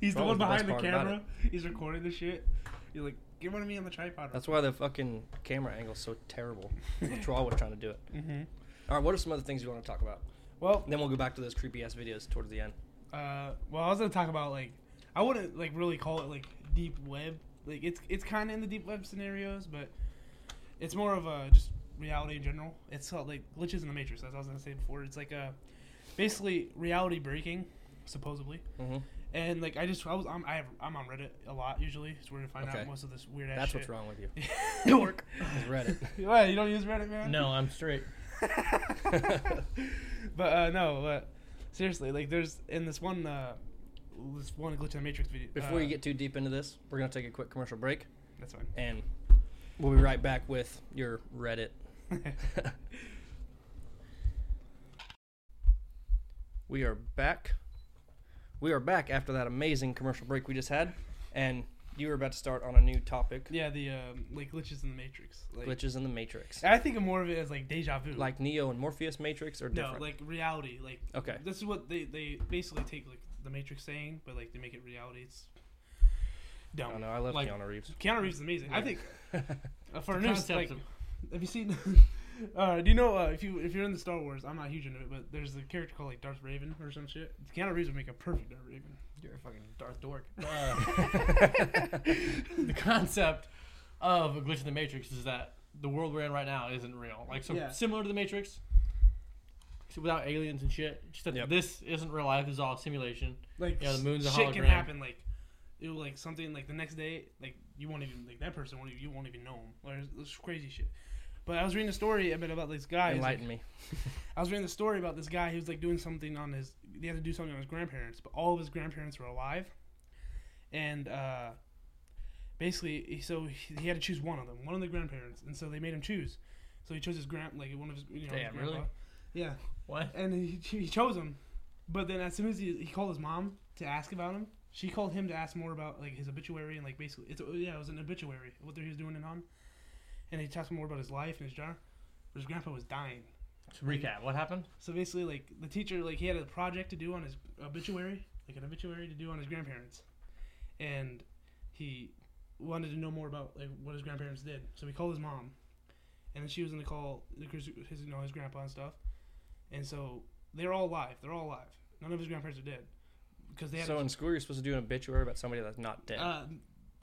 S2: He's the
S1: That was
S2: one
S1: the best
S2: behind the,
S1: part about
S2: camera. He's recording the shit. You're like, get rid of me on the tripod.
S1: That's why the fucking camera angle's so terrible. The chihuahua's trying to do it.
S2: Mhm.
S1: All right, what are some other things you want to talk about?
S2: well,
S1: Then we'll go back to those creepy ass videos towards the end.
S2: uh, well, I was gonna talk about like, I wouldn't like really call it like deep web. Like it's it's kind of in the deep web scenarios, but it's more of a just reality in general. It's called like glitches in the matrix. That's what I was gonna say before. It's like a basically reality breaking, supposedly.
S1: Mm-hmm.
S2: And like I just I was I'm I have, I'm on Reddit a lot usually. It's where you find
S1: Okay.
S2: out most of this weird ass.
S1: That's
S2: shit.
S1: what's wrong with you.
S2: Dork.
S1: Is Reddit.
S2: Why you don't use Reddit, man?
S3: No, I'm straight.
S2: but uh, no, but seriously, like there's in this one uh, this one glitch in the Matrix video.
S1: Before
S2: uh,
S1: you get too deep into this, we're gonna take a quick commercial break,
S2: that's
S1: and we'll be right back with your Reddit.
S2: fine.
S1: we are back. We are back after that amazing commercial break we just had, and you were about to start on a new topic:
S2: yeah, the um, like glitches in the Matrix. Like,
S1: glitches in the Matrix,
S2: I think of more of it as like deja vu.
S1: like Neo and Morpheus Matrix, or
S2: no,
S1: different.
S2: like reality. Like
S1: okay,
S2: this is what they they basically take like the Matrix saying, but like they make it reality. It's
S1: I don't
S2: dumb.
S1: know. I love
S3: Like-
S1: Keanu Reeves.
S2: Keanu Reeves is amazing. I think uh, for a
S3: The
S2: new
S3: concept
S2: like,
S3: of-
S2: have you seen? uh, do you know uh, if you if you're in the Star Wars? I'm not huge into it, but there's a character called like Darth Raven or some shit. Keanu Reeves would make a perfect Darth Raven.
S3: You're a fucking Darth Dork. Uh, the concept of a glitch in the Matrix is that the world we're in right now isn't real. Like so
S2: Yeah.
S3: similar to the Matrix, except without aliens and shit. Just that
S1: Yep.
S3: this isn't real life. This is all a simulation.
S2: Like
S3: Yeah, the moon's a
S2: shit can
S3: hologram.
S2: happen. Like it will, like something like the next day, like you won't even like that person won't even, you won't even know him. Like it's, it's crazy shit. But I was reading a story a bit about this guy. He's, like,
S1: Enlighten me.
S2: I was reading the story about this guy who was like doing something on his. He had to do something on his grandparents, but all of his grandparents were alive, and uh, basically, he- so he, he had to choose one of them, one of the grandparents, and so they made him choose. So he chose his grand, like one of his, you know, his
S3: Damn, really?
S2: grandpa. Yeah,
S3: What?
S2: and he, he chose him, but then as soon as he, he called his mom to ask about him, she called him to ask more about like his obituary and like basically, it's oh, yeah, it was an obituary what he was doing it on, and he talked more about his life and his jar. His grandpa was dying.
S3: To recap, what happened?
S2: So basically, like the teacher, like he had a project to do on his obituary, like an obituary to do on his grandparents, and he wanted to know more about like what his grandparents did. So he called his mom, and then she was gonna call like, his, his you know his grandpa and stuff, and so they're all alive. They're all alive. None of his grandparents are dead because they had.
S1: So in school, you're supposed to do an obituary about somebody that's not dead.
S2: uh,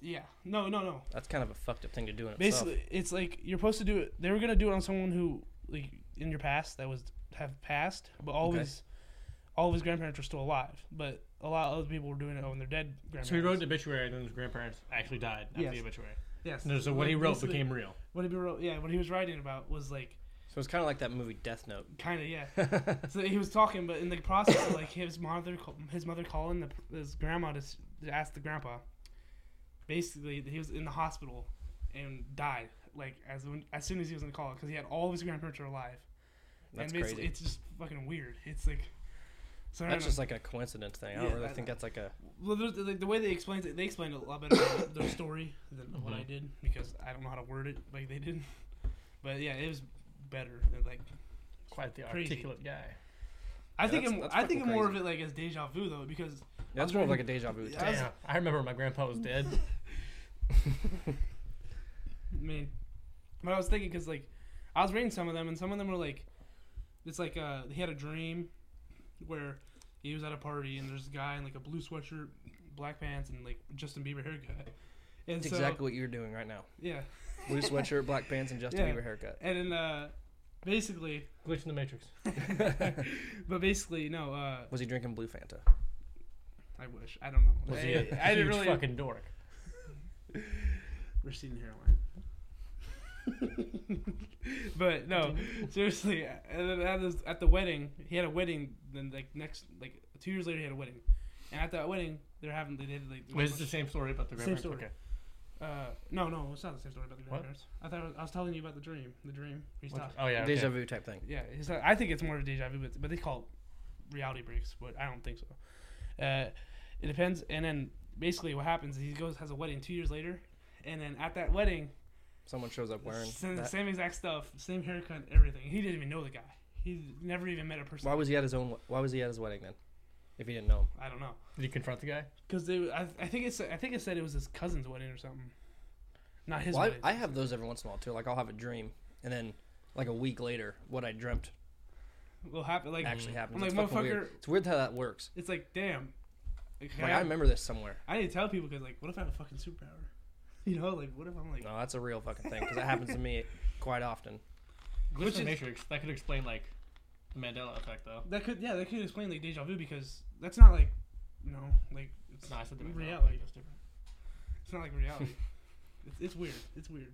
S2: yeah. No. No. No.
S1: that's kind of a fucked up thing to do in itself.
S2: Basically, it's like you're supposed to do it. They were gonna do it on someone who, like, in your past that was have passed, but all
S1: Okay.
S2: of his, all of his grandparents were still alive. But a lot of other people were doing it on their dead grandparents.
S3: So he wrote an obituary, and then his grandparents actually died after
S2: Yes.
S3: the obituary.
S2: Yes.
S3: And so what he wrote
S2: Basically,
S3: became real.
S2: What he wrote, yeah, what he was writing about was like
S1: So it's kind of like that movie Death Note.
S2: kind of yeah. so he was talking, but in the process, of, like his mother, ca- his mother calling the, his grandma to, s- to ask the grandpa. Basically, he was in the hospital and died. Like as when, as soon as he was in the call, because he had all of his grandparents are alive.
S1: That's
S2: and
S1: crazy.
S2: basically, it's just fucking weird. It's like, so I
S1: That's
S2: don't
S1: just like a coincidence thing. I
S2: Yeah,
S1: don't really
S2: that-
S1: think that's like a.
S2: know. well, there's- like the way they explained it, they explained it a lot better than their story than what I
S1: Mm-hmm.
S3: Mhm.
S2: did because I don't know how to word it like they did. But yeah, it was better. and, Like
S3: Quite the
S2: Crazy.
S3: articulate guy.
S2: I
S1: Yeah,
S2: think
S1: that's-
S2: I'm-
S1: that's
S2: I think
S1: fucking
S2: more of
S1: crazy.
S2: it like as deja vu though because
S1: That's more of like a deja vu.
S2: Yeah,
S1: thing.
S2: I was-
S3: Damn, I remember my grandpa was dead.
S2: I mean, but I was thinking because like I was reading some of them, and some of them were like, it's like uh, he had a dream where he was at a party, and there's a guy in like a blue sweatshirt, black pants, and like Justin Bieber haircut. And
S1: It's
S2: so,
S1: exactly what you're doing right now.
S2: Yeah,
S1: Blue sweatshirt, black pants, and Justin
S2: Yeah.
S1: Bieber haircut.
S2: and then uh, basically,
S3: Glitch in the Matrix.
S2: but basically, no, uh,
S1: Was he drinking Blue Fanta?
S2: I wish I don't know.
S3: Was
S2: I,
S3: he a
S2: I
S3: huge
S2: didn't really
S3: fucking dork?
S2: receding hairline. but no, seriously. And then at, his, at the wedding, he had a wedding. Then like next, like two years later, he had a wedding. And at that wedding, they're having they did like.
S3: Wait, it's the same story about the
S2: Same
S3: grandparents.
S2: story.
S3: Okay.
S2: Uh, no, no, it's not the same story about the
S3: What?
S2: grandparents. I thought I was, I was telling you about the dream. The dream. He's
S3: What's-
S2: talking.
S3: Oh yeah.
S1: Deja
S3: okay.
S1: vu type thing.
S2: Yeah, it's not, I think it's more of a deja vu, but, but they call it reality breaks, but I don't think so. Uh, it depends. And then basically what happens is he goes has a wedding two years later, and then at that wedding,
S1: Someone shows up wearing.
S2: s- the
S1: that.
S2: same exact stuff, same haircut, everything. He didn't even know the guy. He never even met a person.
S1: Why was he at his own? Why was he at his wedding then? If he didn't know him,
S2: I don't know.
S3: Did you confront the guy?
S2: Cause they, I, I think it's, I think it said it was his cousin's wedding or something. Not his.
S1: well, I-
S2: wedding.
S1: I, have those every once in a while too. Like I'll have a dream, and then like a week later, what I dreamt
S2: will happen. Like
S1: actually happens.
S2: I'm like
S1: it's fucking weird.
S2: motherfucker.
S1: It's weird how that works.
S2: It's like damn. Like,
S1: Like I remember this somewhere.
S2: I need to tell people because like, what if I have a fucking superpower? You know, like what if I'm like.
S1: No, that's a real fucking thing because that happens to me quite often.
S3: Which
S2: is-
S3: Matrix. That could explain like the Mandela effect though.
S2: That could yeah, that could explain like deja vu because that's not like no, like it's
S3: No, I said the Mandela
S2: reality.
S3: effect, That's different.
S2: It's not like reality. it's, it's weird. It's weird.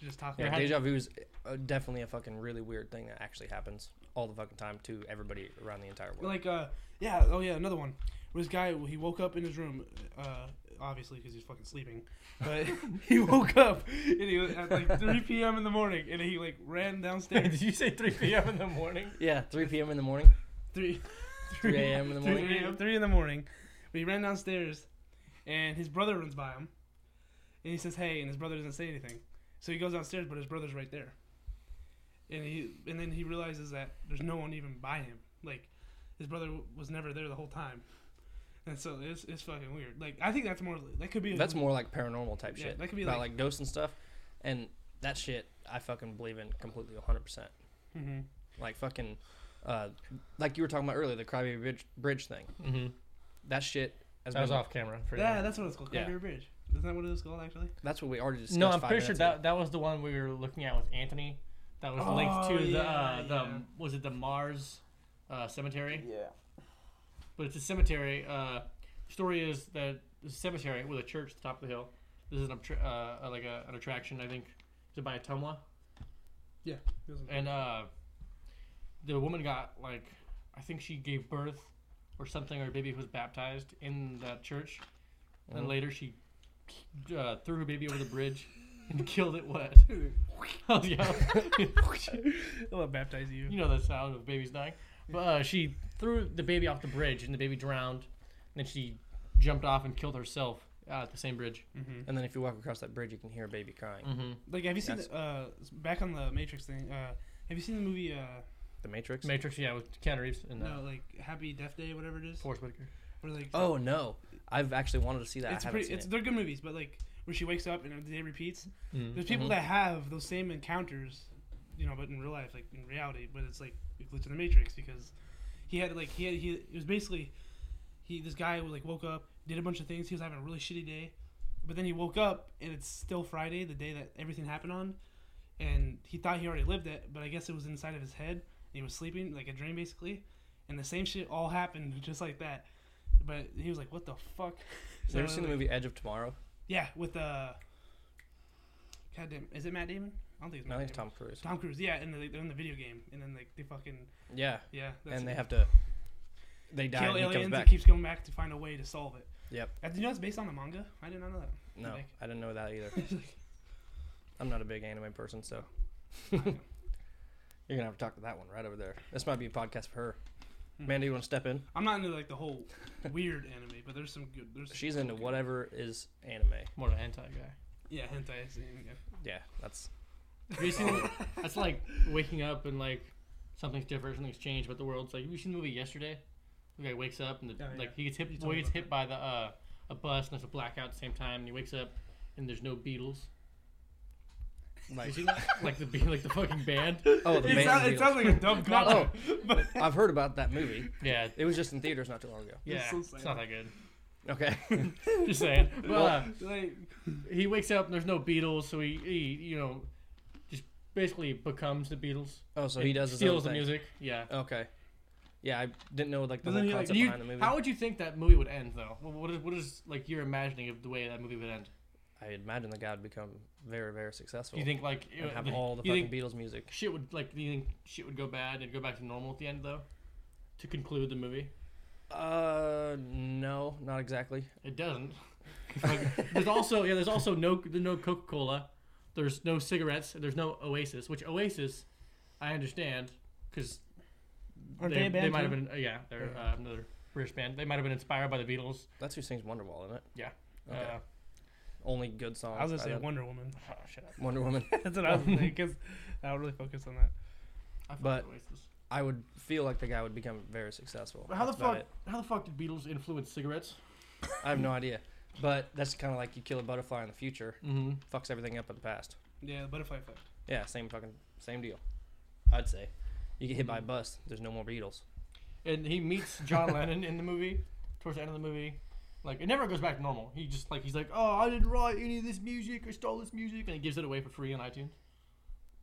S2: To just talk
S1: Yeah,
S2: about
S1: deja vu is uh, definitely a fucking really weird thing that actually happens all the fucking time to everybody around the entire world.
S2: like uh yeah, oh yeah, another one. Where this guy he woke up in his room uh obviously cuz he's fucking sleeping. But he woke up and he was at like 3 p.m. in the morning and he like ran downstairs.
S3: Did you say 3 p.m. in the morning?
S1: yeah, 3 p.m. in the morning,
S2: 3
S1: 3 a.m. in the
S2: 3
S1: morning.
S2: a.m. 3 in the morning. But he ran downstairs, and his brother runs by him, and he says, "Hey!" And his brother doesn't say anything. So he goes downstairs, but his brother's right there. And he and then he realizes that there's no one even by him. Like his brother w- was never there the whole time. And so it's, it's fucking weird. Like I think that's more that could be
S1: That's more like paranormal type
S2: Yeah,
S1: shit.
S2: that could be
S1: about
S2: like-
S1: like ghosts and stuff, and that shit I fucking believe in completely 100. percent
S2: hmm
S1: Like fucking, uh, like you were talking about earlier, the Crybaby Bridge, bridge thing.
S3: Mm-hmm.
S1: That shit has
S3: That was
S1: been-
S3: off camera. for
S2: Yeah,
S3: you.
S2: that's what it's called.
S1: Yeah.
S2: Cranberry Bridge. Isn't that what it was called actually?
S1: That's what we already discussed.
S3: No, I'm
S1: five
S3: pretty sure
S1: minutes ago.
S3: that that was the one we were looking at with Anthony. That was linked
S2: Oh,
S3: to the
S2: yeah,
S3: uh, the
S2: yeah.
S3: was it the Mars uh, cemetery?
S2: Yeah.
S3: But it's a cemetery. Uh, the story is that it's a cemetery with a church at the top of the hill. This is an abtra- uh, uh, like a, an attraction I think to buy a Tumla.
S2: Yeah. It was-
S3: And uh, the woman got like I think she gave birth or something, or her baby was baptized in that church. And
S1: Mhm.
S3: later she uh, threw her baby over the bridge and killed it wet. Oh, yeah.
S2: I'll baptize you.
S3: you know the sound of babies dying. But uh, she threw the baby off the bridge, and the baby drowned. And then she jumped off and killed herself uh, at the same bridge.
S2: Mm-hmm.
S1: And then if you walk across that bridge, you can hear a baby crying.
S2: Mm.
S3: Mm-hmm.
S2: Like, have you seen
S1: That's-
S2: the, uh s- back on the Matrix thing? Uh, have you seen the movie? Uh,
S1: The Matrix.
S3: Matrix, yeah, with Keanu Reeves and uh,
S2: no, like Happy Death Day, whatever it is.
S3: Forrest Whitaker.
S2: Where like
S1: Oh no, I've actually wanted to see that.
S2: it's
S1: I haven't
S2: pretty.
S1: seen
S2: It's
S1: it.
S2: they're good movies, but like where she wakes up and the day repeats.
S3: Mm.
S2: There's people
S1: Mhm.
S2: that have those same encounters, you know, but in real life, like in reality, but it's like a glitch in the Matrix because he had like he had he it was basically he this guy like woke up, did a bunch of things. He was having a really shitty day, but then he woke up and it's still Friday, the day that everything happened on, and he thought he already lived it, but I guess it was inside of his head. And he was sleeping like a dream basically, and the same shit all happened just like that. But he was like, "What the fuck?"
S1: Have you ever
S2: So,
S1: seen the
S2: like-
S1: movie Edge of Tomorrow?
S2: yeah, with uh, God damn, is it Matt Damon? I don't think it's
S1: No,
S2: Matt
S1: it's
S2: Damon.
S1: Tom Cruise.
S2: Tom Cruise, yeah, and they- they're in the video game, and then like they fucking
S1: Yeah,
S2: yeah,
S1: and they
S2: it.
S1: have to. They die.
S2: kill
S1: and he
S2: aliens.
S1: comes
S2: and
S1: back.
S2: keeps going back to find a way to solve it.
S1: Yep.
S2: Uh, Did you know it's based on the manga? I did not know that.
S1: No,
S2: Like-
S1: I didn't know that either.
S2: It's like,
S1: I'm not a big anime person, so
S2: I-
S1: you're gonna have to talk to that one right over there. This might be a podcast for her.
S3: Hmm.
S1: Amanda, you want to step in?
S2: I'm not into like the whole weird anime, but there's some good. There's
S1: She's
S2: some
S1: into
S2: good-
S1: whatever is anime.
S3: More of an anti guy.
S2: Yeah, hentai. Is, yeah.
S1: Yeah, that's
S3: Have you seen? that's like waking up and like something's different, something's changed, but the world's like. Have you seen the movie yesterday? The guy wakes up and the,
S2: Oh, yeah.
S3: like he gets hit.
S2: You told
S3: Boy
S2: me
S3: gets
S2: about
S3: hit by the uh, a bus and there's a blackout at the same time, and he wakes up and there's no Beatles.
S1: like
S3: You seen that? like the be- like the fucking band.
S1: oh the Oh.
S2: It, sound,
S1: band.
S2: it sounds like a dumb concept. but
S1: I've heard about that movie.
S3: Yeah,
S1: It was just in theaters not too long ago.
S3: yeah.
S2: so
S3: it's not that good.
S1: Okay.
S3: Just saying. Well, uh,
S2: like,
S3: he wakes up and there's no Beatles, so he, he you know just basically becomes the Beatles.
S1: Oh, so he does his own
S3: steals
S1: thing.
S3: the music. Yeah.
S1: Okay. Yeah, I didn't know like the
S2: Doesn't
S1: whole
S2: he, like,
S1: concept
S3: You-
S1: behind the movie.
S3: how would you think that movie would end though? What what is what is like your imagining of the way that movie would end?
S1: I imagine the guy would become very, very successful.
S3: Do you think like it
S1: and
S3: would-
S1: have all the
S3: you
S1: fucking
S3: think
S1: Beatles music?
S3: shit would like? Do you think shit would go bad and go back to normal at the end though? To conclude the movie,
S1: Uh, no, not exactly.
S3: it doesn't. Like, there's also yeah. There's also no there's no Coca Cola. There's no cigarettes. There's no Oasis. Which Oasis, I understand because
S2: Aren't they a band,
S3: might have
S2: too?
S3: been uh, yeah. They're uh, another British band. They might have been inspired by the Beatles.
S1: That's who sings Wonderwall, isn't it?
S3: Yeah.
S1: Okay.
S3: Uh,
S1: Only good songs.
S2: I was gonna
S1: by
S2: say
S1: them.
S2: Wonder Woman. Oh, shut up.
S1: Wonder Woman.
S2: That's what I was thinking. Cause I don't really focus on that.
S3: I fuck
S1: But-
S3: with Oasis.
S1: I would feel like the guy would become very successful.
S3: How the
S1: That's about
S3: fuck? How the fuck did Beatles influence cigarettes?
S1: it. I have no idea. But that's kind of like you kill a butterfly in the future,
S3: Mm-hmm.
S1: fucks everything up in the past.
S2: Yeah, the butterfly effect.
S1: Yeah, same fucking same deal. I'd say. You get hit by a bus, there's no more Beatles.
S3: and he meets John Lennon in the movie towards the end of the movie. Like it never goes back to normal. He just like he's like, oh, I didn't write any of this music. I stole this music, and he gives it away for free on iTunes.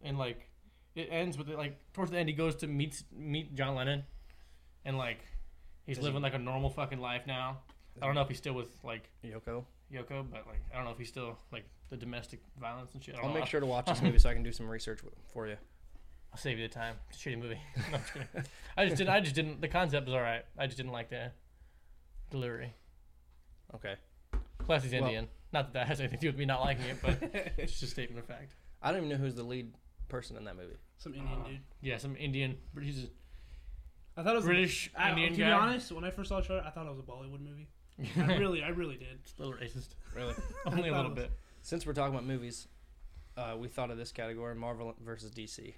S3: And like it ends with it, like towards the end, he goes to meets meet John Lennon, and like he's
S1: Does he-
S3: living like a normal fucking life now. I don't know if he's still with like
S1: Yoko.
S3: Yoko, but like I don't know if he's still like the domestic violence and shit. I don't
S1: I'll
S3: know.
S1: make sure to watch this movie so I can do some research w- for you.
S3: I'll save you the time. It's a shitty movie. No, I'm just kidding. I just did. I just didn't. The concept was all right. I just didn't like the delivery.
S1: Okay.
S3: Plus, he's
S1: Well-
S3: Indian. Not that that has anything to do with me not liking it, but it's just a statement of fact.
S1: I don't even know who's the lead person in that movie.
S2: Some Indian dude.
S3: Yeah, some Indian, but he's just-
S2: I thought it was
S3: British
S2: I,
S3: Indian
S2: to
S3: guy.
S2: be honest, when I first saw the trailer, I thought it was a Bollywood movie. I really, I really did.
S3: It's a little racist.
S1: Really?
S3: Only a
S2: thought
S3: little
S2: it was-
S3: bit.
S1: Since we're talking about movies, uh, we thought of this category Marvel versus DC.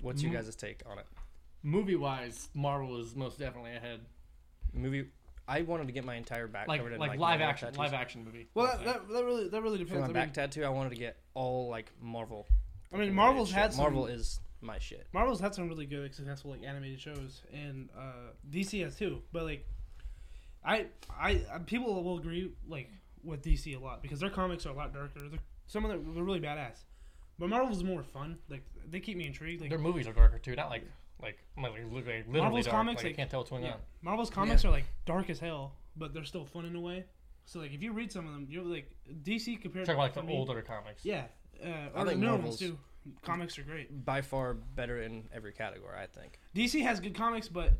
S1: What's your
S3: Mm.
S1: guys' take on it?
S3: Movie wise, Marvel is most definitely ahead.
S1: Movie. I wanted to get my entire back
S3: Like
S1: covered in
S3: like,
S1: like,
S3: live
S1: Marvel
S3: action,
S1: tattoos.
S3: live action movie.
S2: Well,
S3: Like,
S2: that, that, that really, that really
S1: For my
S2: depends. I mean,
S1: back tattoo, I wanted to get all like Marvel.
S2: I mean,
S1: animated
S2: Marvel's
S1: shit.
S2: had some,
S1: Marvel is my shit.
S2: Marvel's had some really good, like, successful like animated shows, and uh, DC has too. But like, I, I, I- people will agree like with DC a lot because their comics are a lot darker. They're, some of them they're really badass, but Marvel's more fun. Like they keep me intrigued. Like
S3: their movies are darker too. Not like like I'm like, like, literally
S2: Marvel's
S3: dark,
S2: comics,
S3: Like, I
S2: like-
S3: can't tell what's going
S2: yeah,
S3: on.
S2: Marvel's comics are like dark as hell, but they're still fun in a way. So like, if you read some of them, you're like DC compared
S3: Talking
S2: to
S3: about like the
S2: for me-
S3: older comics.
S2: Yeah, uh, or
S1: think
S2: the newer
S1: Marvel's-
S2: ones too. Comics are great.
S1: By far better in every category, I think.
S2: DC has good comics, but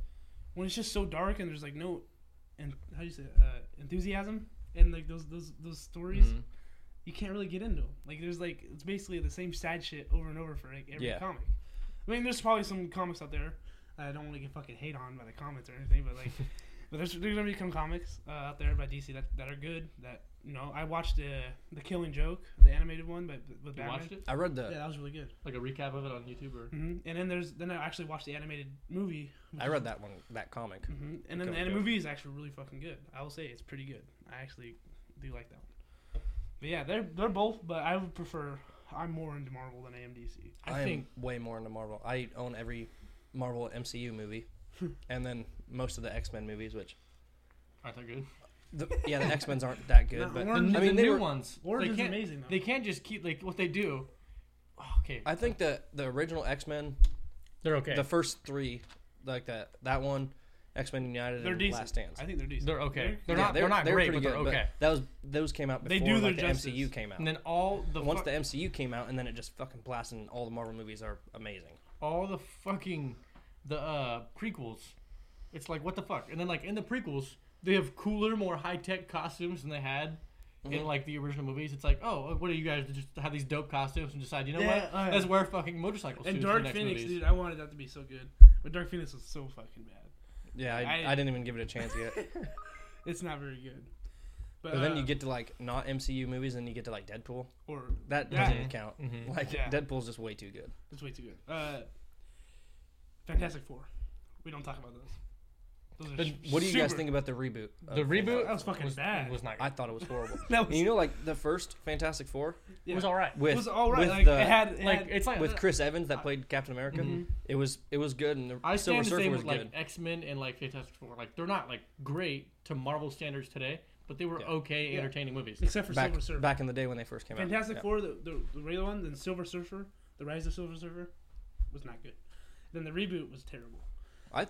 S2: when it's just so dark and there's like no, and how do you say it, uh, enthusiasm and like those those those
S3: Mm-hmm.
S2: stories,
S1: Mhm.
S2: you can't really get into 'em. Like there's like it's basically the same sad shit over and over for like every
S1: Yeah.
S2: comic. I mean, there's probably some comics out there. that I don't want to get fucking hate on by the comments or anything, but like, but there's there's gonna be some comics uh, out there by DC that, that are good. That you know, I watched the the Killing Joke, the animated one, but with
S3: You
S2: Batman.
S3: watched it?
S1: I read
S2: Yeah,
S1: the
S2: that was really good.
S3: Like a recap of it on YouTube or
S2: hmm And then there's then I actually watched the animated movie. which
S1: I
S2: is-
S1: read that one that comic.
S2: hmm And
S1: Go
S2: then the
S1: with
S2: anime
S1: Joe.
S2: movie is actually really fucking good. I will say it's pretty good. I actually do like that one. But yeah, they're they're both. But I would prefer. I'm more into Marvel than I am DC.
S1: I,
S3: I
S1: am
S3: think
S1: way more into Marvel. I own every Marvel MCU movie, and then most of the X Men movies. Which,
S3: aren't they good?
S1: the, yeah, the X Men's aren't that good.
S2: No,
S1: but
S2: Orange
S1: I
S3: I
S1: mean,
S3: the
S1: they
S3: new
S1: were.
S3: ones.
S2: Orange
S3: they
S2: is
S3: can't-
S2: amazing though.
S3: They can't just keep like what they do. Oh, Okay,
S1: I think the the original X Men,
S3: they're okay.
S1: the first three, like that that one, X Men United,
S2: They're
S1: and
S2: decent.
S1: Last Stand.
S2: I think they're decent.
S3: They're okay. They're
S1: Yeah,
S3: not. They're, not great, but they're okay.
S1: That was those came out
S2: They
S1: before
S2: do their
S1: like, the
S2: justice.
S1: MCU came out.
S3: And then all the
S1: Once
S3: fuck-
S1: the MCU came out, and then it just fucking blasted, and all the Marvel movies are amazing.
S3: all the fucking the uh, prequels. It's like what the fuck. And then like in the prequels, they have cooler, more high tech costumes than they had. In
S2: Mm-hmm.
S1: Mhm.
S3: like the original movies, it's like, oh, what are you guys just have these dope costumes and decide, you know
S2: Yeah,
S3: what,
S2: oh, yeah.
S3: let's wear fucking motorcycle suits
S2: and
S3: for the
S2: Dark
S3: next
S2: Phoenix,
S3: movies.
S2: dude. I wanted that to be so good, but Dark Phoenix was so fucking bad.
S1: Yeah, I, I,
S2: I-
S1: didn't even give it a chance yet.
S2: It's not very good. But,
S1: But then
S2: uh,
S1: you get to like not MCU movies, and you get to like Deadpool.
S2: or
S1: That
S2: Yeah.
S1: doesn't count.
S3: Mhm.
S1: Like
S2: Yeah.
S1: Deadpool's just way too good.
S2: it's way too good. Uh, Fantastic Four. We don't talk about those. Those
S1: But
S2: are
S1: what do you guys
S2: super-
S1: think about the reboot? of
S3: The reboot
S1: Fantastic
S2: That was fucking
S3: was,
S2: bad.
S3: Was not.
S1: Four? I thought it was horrible.
S2: That
S1: and
S2: was,
S1: you know, like the first Fantastic Four
S3: It
S2: yeah.
S3: was all right.
S1: with
S2: It was all right.
S1: with
S2: Like
S1: the-
S2: it had it
S3: Like
S2: had-
S3: it's like
S1: with Chris Evans that played Captain America.
S2: Mm-hmm.
S3: Mhm.
S1: It was it was good, and the
S3: I
S1: Silver
S3: stand the
S1: Surfer
S3: same
S1: was
S3: with like
S1: good.
S3: X Men and like Fantastic Four. Like they're not like great to Marvel standards today, but they were
S1: Yeah.
S3: okay,
S2: Yeah.
S3: entertaining movies.
S2: except for
S1: Back,
S2: Silver Surfer.
S1: back in the day when they first came
S2: Fantastic
S1: out.
S2: Four, the, the, the regular one, then Silver Surfer, The Rise of Silver Surfer was not good. Then the reboot was terrible.
S1: Yeah. I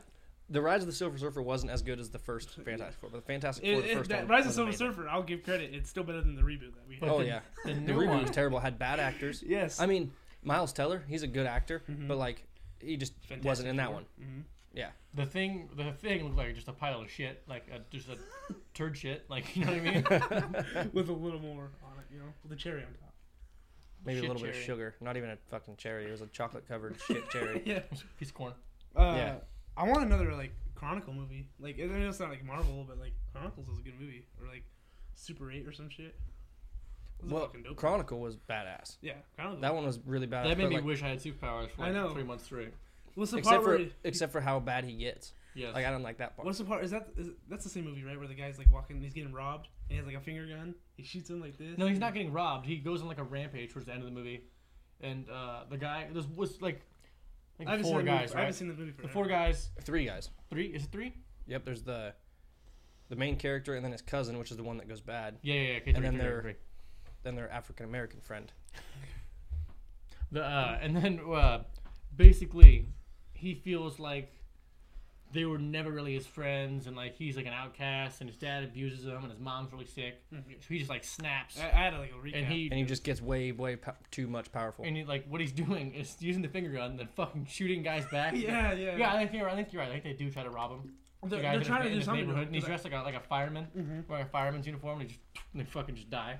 S1: the Rise of the Silver Surfer wasn't as good as the first Fantastic Four, but the Fantastic Four
S2: It,
S1: the
S2: it,
S1: first
S2: that
S1: one
S2: Rise of
S1: was
S2: Silver
S1: amazing.
S2: Surfer, I'll give credit. It's still better than the reboot that we had.
S1: Oh
S3: the-
S1: yeah,
S3: the
S1: the
S3: new
S1: reboot
S3: one.
S1: was terrible. Had bad actors.
S2: yes.
S1: I mean, Miles Teller, he's a good actor, but like he just
S2: Mm-hmm. Fantastic
S1: wasn't in that
S2: Four.
S1: one.
S2: Mhm.
S1: Yeah,
S3: The thing, the thing looked like just a pile of shit, like a, just a turd shit, like you know what I mean?
S2: With a little more on it, you know, with the cherry on top.
S1: maybe
S3: Shit
S1: a little bit
S3: cherry.
S1: of sugar. Not even a fucking cherry. It was a chocolate covered shit cherry.
S2: Yeah.
S3: Piece of corn.
S2: Uh,
S1: Yeah.
S2: I want another like Chronicle movie. Like I know it's not like Marvel, but like Chronicles is a good movie, or like Super Eight or some shit. Those are
S1: Well,
S2: fucking dope.
S1: Chronicle was badass.
S2: yeah, Chronicles.
S1: That one was really badass.
S3: that made
S1: Uh, but,
S3: me
S1: like,
S3: wish I had superpowers for
S2: I
S3: like
S2: know.
S3: three months straight.
S2: What's the part
S1: except for
S2: where?
S1: except for how bad he gets.
S3: Yes.
S1: Like I don't like that part.
S2: What's the part? Is that is, that's the same movie, right? Where the guy's like walking, he's getting robbed, and he has like a finger gun. He shoots him like this.
S3: No, he's not getting robbed. He goes on like a rampage towards the end of the movie, and uh, the guy there's was like,
S2: I
S3: like
S2: haven't seen
S3: four
S2: that movie
S3: guys,
S2: for- I haven't
S3: right?
S2: seen the movie for
S3: The four guys,
S1: Three guys.
S3: three is it three?
S1: Yep. There's the the main character and then his cousin, which is the one that goes bad.
S3: Yeah, yeah, yeah. Okay,
S1: And
S3: three,
S1: then
S3: three,
S1: they're-
S3: three.
S1: Then their African American friend.
S3: The uh, and then uh, basically, he feels like they were never really his friends, and like he's like an outcast, and his dad abuses him, and his mom's really sick,
S2: Mhm.
S3: so he just like snaps,
S2: I, I had like a recap.
S3: and he
S1: And he just gets way, way po- too much powerful.
S3: and he, like what he's doing is using the finger gun, and then fucking shooting guys back.
S2: yeah, yeah.
S3: Yeah, I think you're. I think you're right. I think they do try to rob him.
S2: They're,
S3: The
S2: they're
S3: guy's in
S2: trying
S3: his,
S2: to
S3: in
S2: do
S3: his
S2: something. to
S3: neighborhood,
S2: him,
S3: and he's
S2: 'cause
S3: dressed like a like a fireman,
S2: Mhm.
S3: wearing a fireman's uniform, and he just and they fucking just die.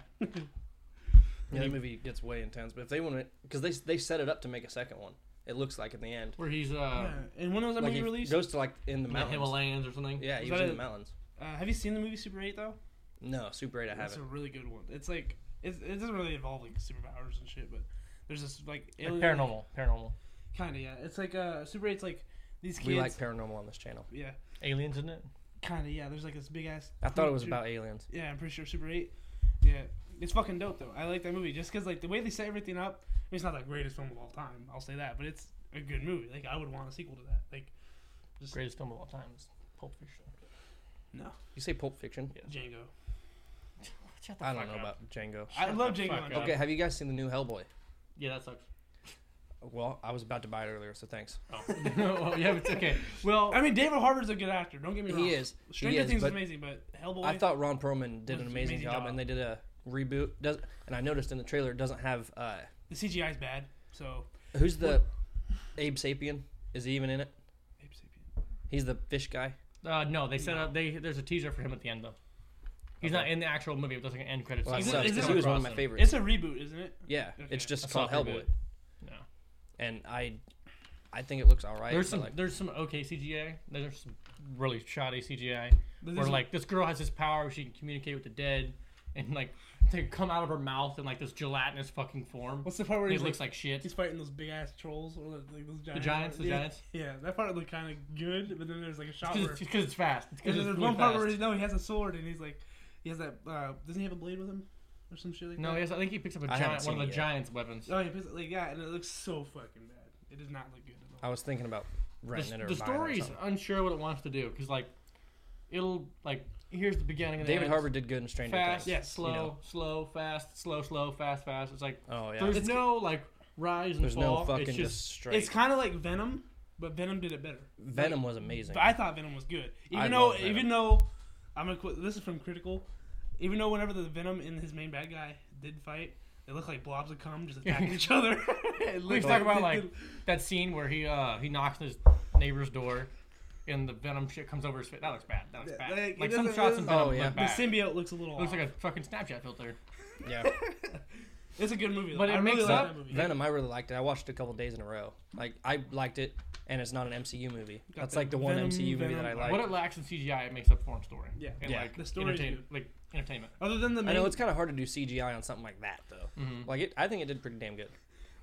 S1: Yeah, that movie gets way intense. But if they want to, because they they set it up to make a second one. It looks like in the end,
S3: Where he's uh,
S2: I- yeah. And when was that
S1: like
S2: movie
S1: he
S2: released?
S1: goes to like in the
S3: in the
S1: mountains.
S3: Himalayas or something.
S1: Yeah,
S2: Is
S1: he was
S2: that
S1: in the
S2: a-
S1: mountains.
S2: Uh, have you seen the movie Super Eight though?
S1: No, Super Eight, I
S2: That's a
S1: haven't.
S2: really good one. It's like it's, it doesn't really involve like superpowers and shit, but there's this like,
S3: Like paranormal, paranormal,
S2: Kind of yeah. It's like uh Super 8's like these kids.
S1: We like paranormal on this channel.
S2: yeah,
S3: aliens, isn't it?
S2: kind of yeah. There's like this big ass.
S1: I thought it was
S2: creature-
S1: about aliens.
S2: Yeah, I'm pretty sure Super Eight. Yeah, it's fucking dope though. I like that movie just because like the way they set everything up. I mean, it's not the greatest film of all time. I'll say that, but it's a good movie. Like I would want a sequel to that. Like
S3: Greatest film of all time is Pulp Fiction.
S2: no
S1: You say Pulp Fiction?
S3: Yeah.
S2: Django. Oh,
S3: Shut the
S1: I
S3: fuck
S1: don't know
S3: up.
S1: about Django.
S2: I
S3: Shut
S2: love
S3: the
S2: Django.
S3: fuck
S2: Unchained.
S3: up.
S1: Okay, have you guys seen the new Hellboy?
S3: Yeah, that sucks.
S1: Well, I was about to buy it earlier, so thanks.
S3: Oh, well, yeah, but it's okay. Well,
S2: I mean, David Harbour's a good actor. Don't get me wrong.
S1: He is.
S2: Stranger
S1: he is,
S2: Things is
S1: but
S2: amazing, but Hellboy.
S1: I thought Ron Perlman did
S2: Was
S1: an
S2: an
S1: amazing,
S2: amazing
S1: job,
S2: job.
S1: and they did a reboot. Does and I noticed in the trailer it doesn't have uh,
S2: the CGI is bad. So
S1: who's the Abe Sapien? Is he even in it?
S2: Ape Sapien.
S1: He's the fish guy.
S3: uh, no, they set up. They there's a teaser for him at the end though. He's
S1: Okay.
S3: not in the actual movie. But there's like an end credits.
S1: Well, that
S2: Is it-
S1: sucks,
S2: is it
S1: 'cause
S2: a
S1: he was one of
S3: crossing?
S1: my favorites.
S2: It's a reboot, isn't it?
S1: yeah,
S2: okay.
S1: it's just
S3: That's
S1: called
S3: not
S1: Hellboy,
S3: reboot. No.
S1: and I, I think it looks all right.
S3: There's
S1: but,
S3: some
S1: like,
S3: there's some okay CGI. There's some really shoddy CGI.
S2: This
S3: Where
S2: is-
S3: like this girl has this power where she can communicate with the dead, and like they come out of her mouth in like this gelatinous fucking form.
S2: what's the part where
S3: It
S2: he's
S3: looks
S2: like,
S3: like, shit.
S2: he's fighting those big ass trolls or the- like those
S3: The
S2: giants?
S3: giants, the
S2: yeah.
S3: giants.
S2: Yeah, that part looked kind of good, but then there's like a shot
S3: Because
S2: where
S3: it's, 'cause it's fast. It's 'cause
S2: there's
S3: it's
S2: there's
S3: really
S2: one part
S3: fast.
S2: where he, no, he has a sword and he's like, he has that. Uh, doesn't he have a blade with him or some shit like
S3: No,
S2: that?
S3: yes, I think he picks up a
S1: I haven't
S3: giant, one
S1: seen
S3: of the
S1: it yet.
S3: giants' weapons.
S2: Oh, he puts it like yeah, and it looks so fucking bad. It does not look good at
S1: I
S2: all.
S1: was thinking about renting
S3: The,
S1: it or
S3: the
S1: buying it or
S3: story's
S1: something.
S3: unsure what it wants to do because like it'll like here's the beginning and the
S1: David
S3: end.
S1: Harbour did good in Stranger
S3: fast,
S1: Things.
S2: yeah. Yes,
S3: slow,
S1: you know.
S3: slow, fast, slow, slow, fast, fast. It's like
S1: Oh yeah.
S3: there's
S1: There's,
S3: no like rise and fall.
S1: no fucking
S3: it's
S1: just,
S3: just
S1: straight.
S2: It's kind of like Venom, but Venom did it better.
S1: Venom was amazing.
S2: But I thought Venom was good, even
S1: I
S2: though
S1: love Venom.
S2: even though I'm gonna quit. This is from Critical. Even though whenever the Venom and his main bad guy did fight, they look like blobs of cum just attacking each other. It
S3: We
S2: looked
S3: can talk about
S2: they
S3: like
S2: did-
S3: that scene where he uh he knocks on his neighbor's door, and the venom shit comes over his face. That looks bad. That looks
S2: Yeah,
S3: bad.
S2: like,
S3: Like,
S2: it
S3: some
S2: doesn't-
S3: shots
S2: it
S1: doesn't-
S3: of venom
S1: Oh, yeah.
S3: look
S2: the
S3: bad.
S2: symbiote looks a little.
S3: It looks like
S2: off.
S3: a fucking Snapchat filter.
S1: yeah.
S2: it's a good movie,
S3: But
S2: though.
S3: it
S2: I really
S3: makes
S2: like
S3: up-
S2: that movie.
S1: Venom, I really liked it. I watched it a couple days in a row. Like I liked it, and it's not an MCU movie.
S2: Got
S1: That's
S2: the
S1: like the one
S2: Venom,
S1: MCU movie that I
S2: Venom.
S1: like.
S3: What it lacks in CGI, it makes up for in story.
S2: Yeah.
S3: and
S1: Yeah.
S3: like
S2: The story's
S3: entertain-
S2: good.
S3: like entertainment.
S2: Other than the
S1: I
S2: main,
S1: know it's kind of hard to do CGI on something like that though.
S2: Mm.
S3: Mhm.
S1: Like it, I think it did pretty damn good.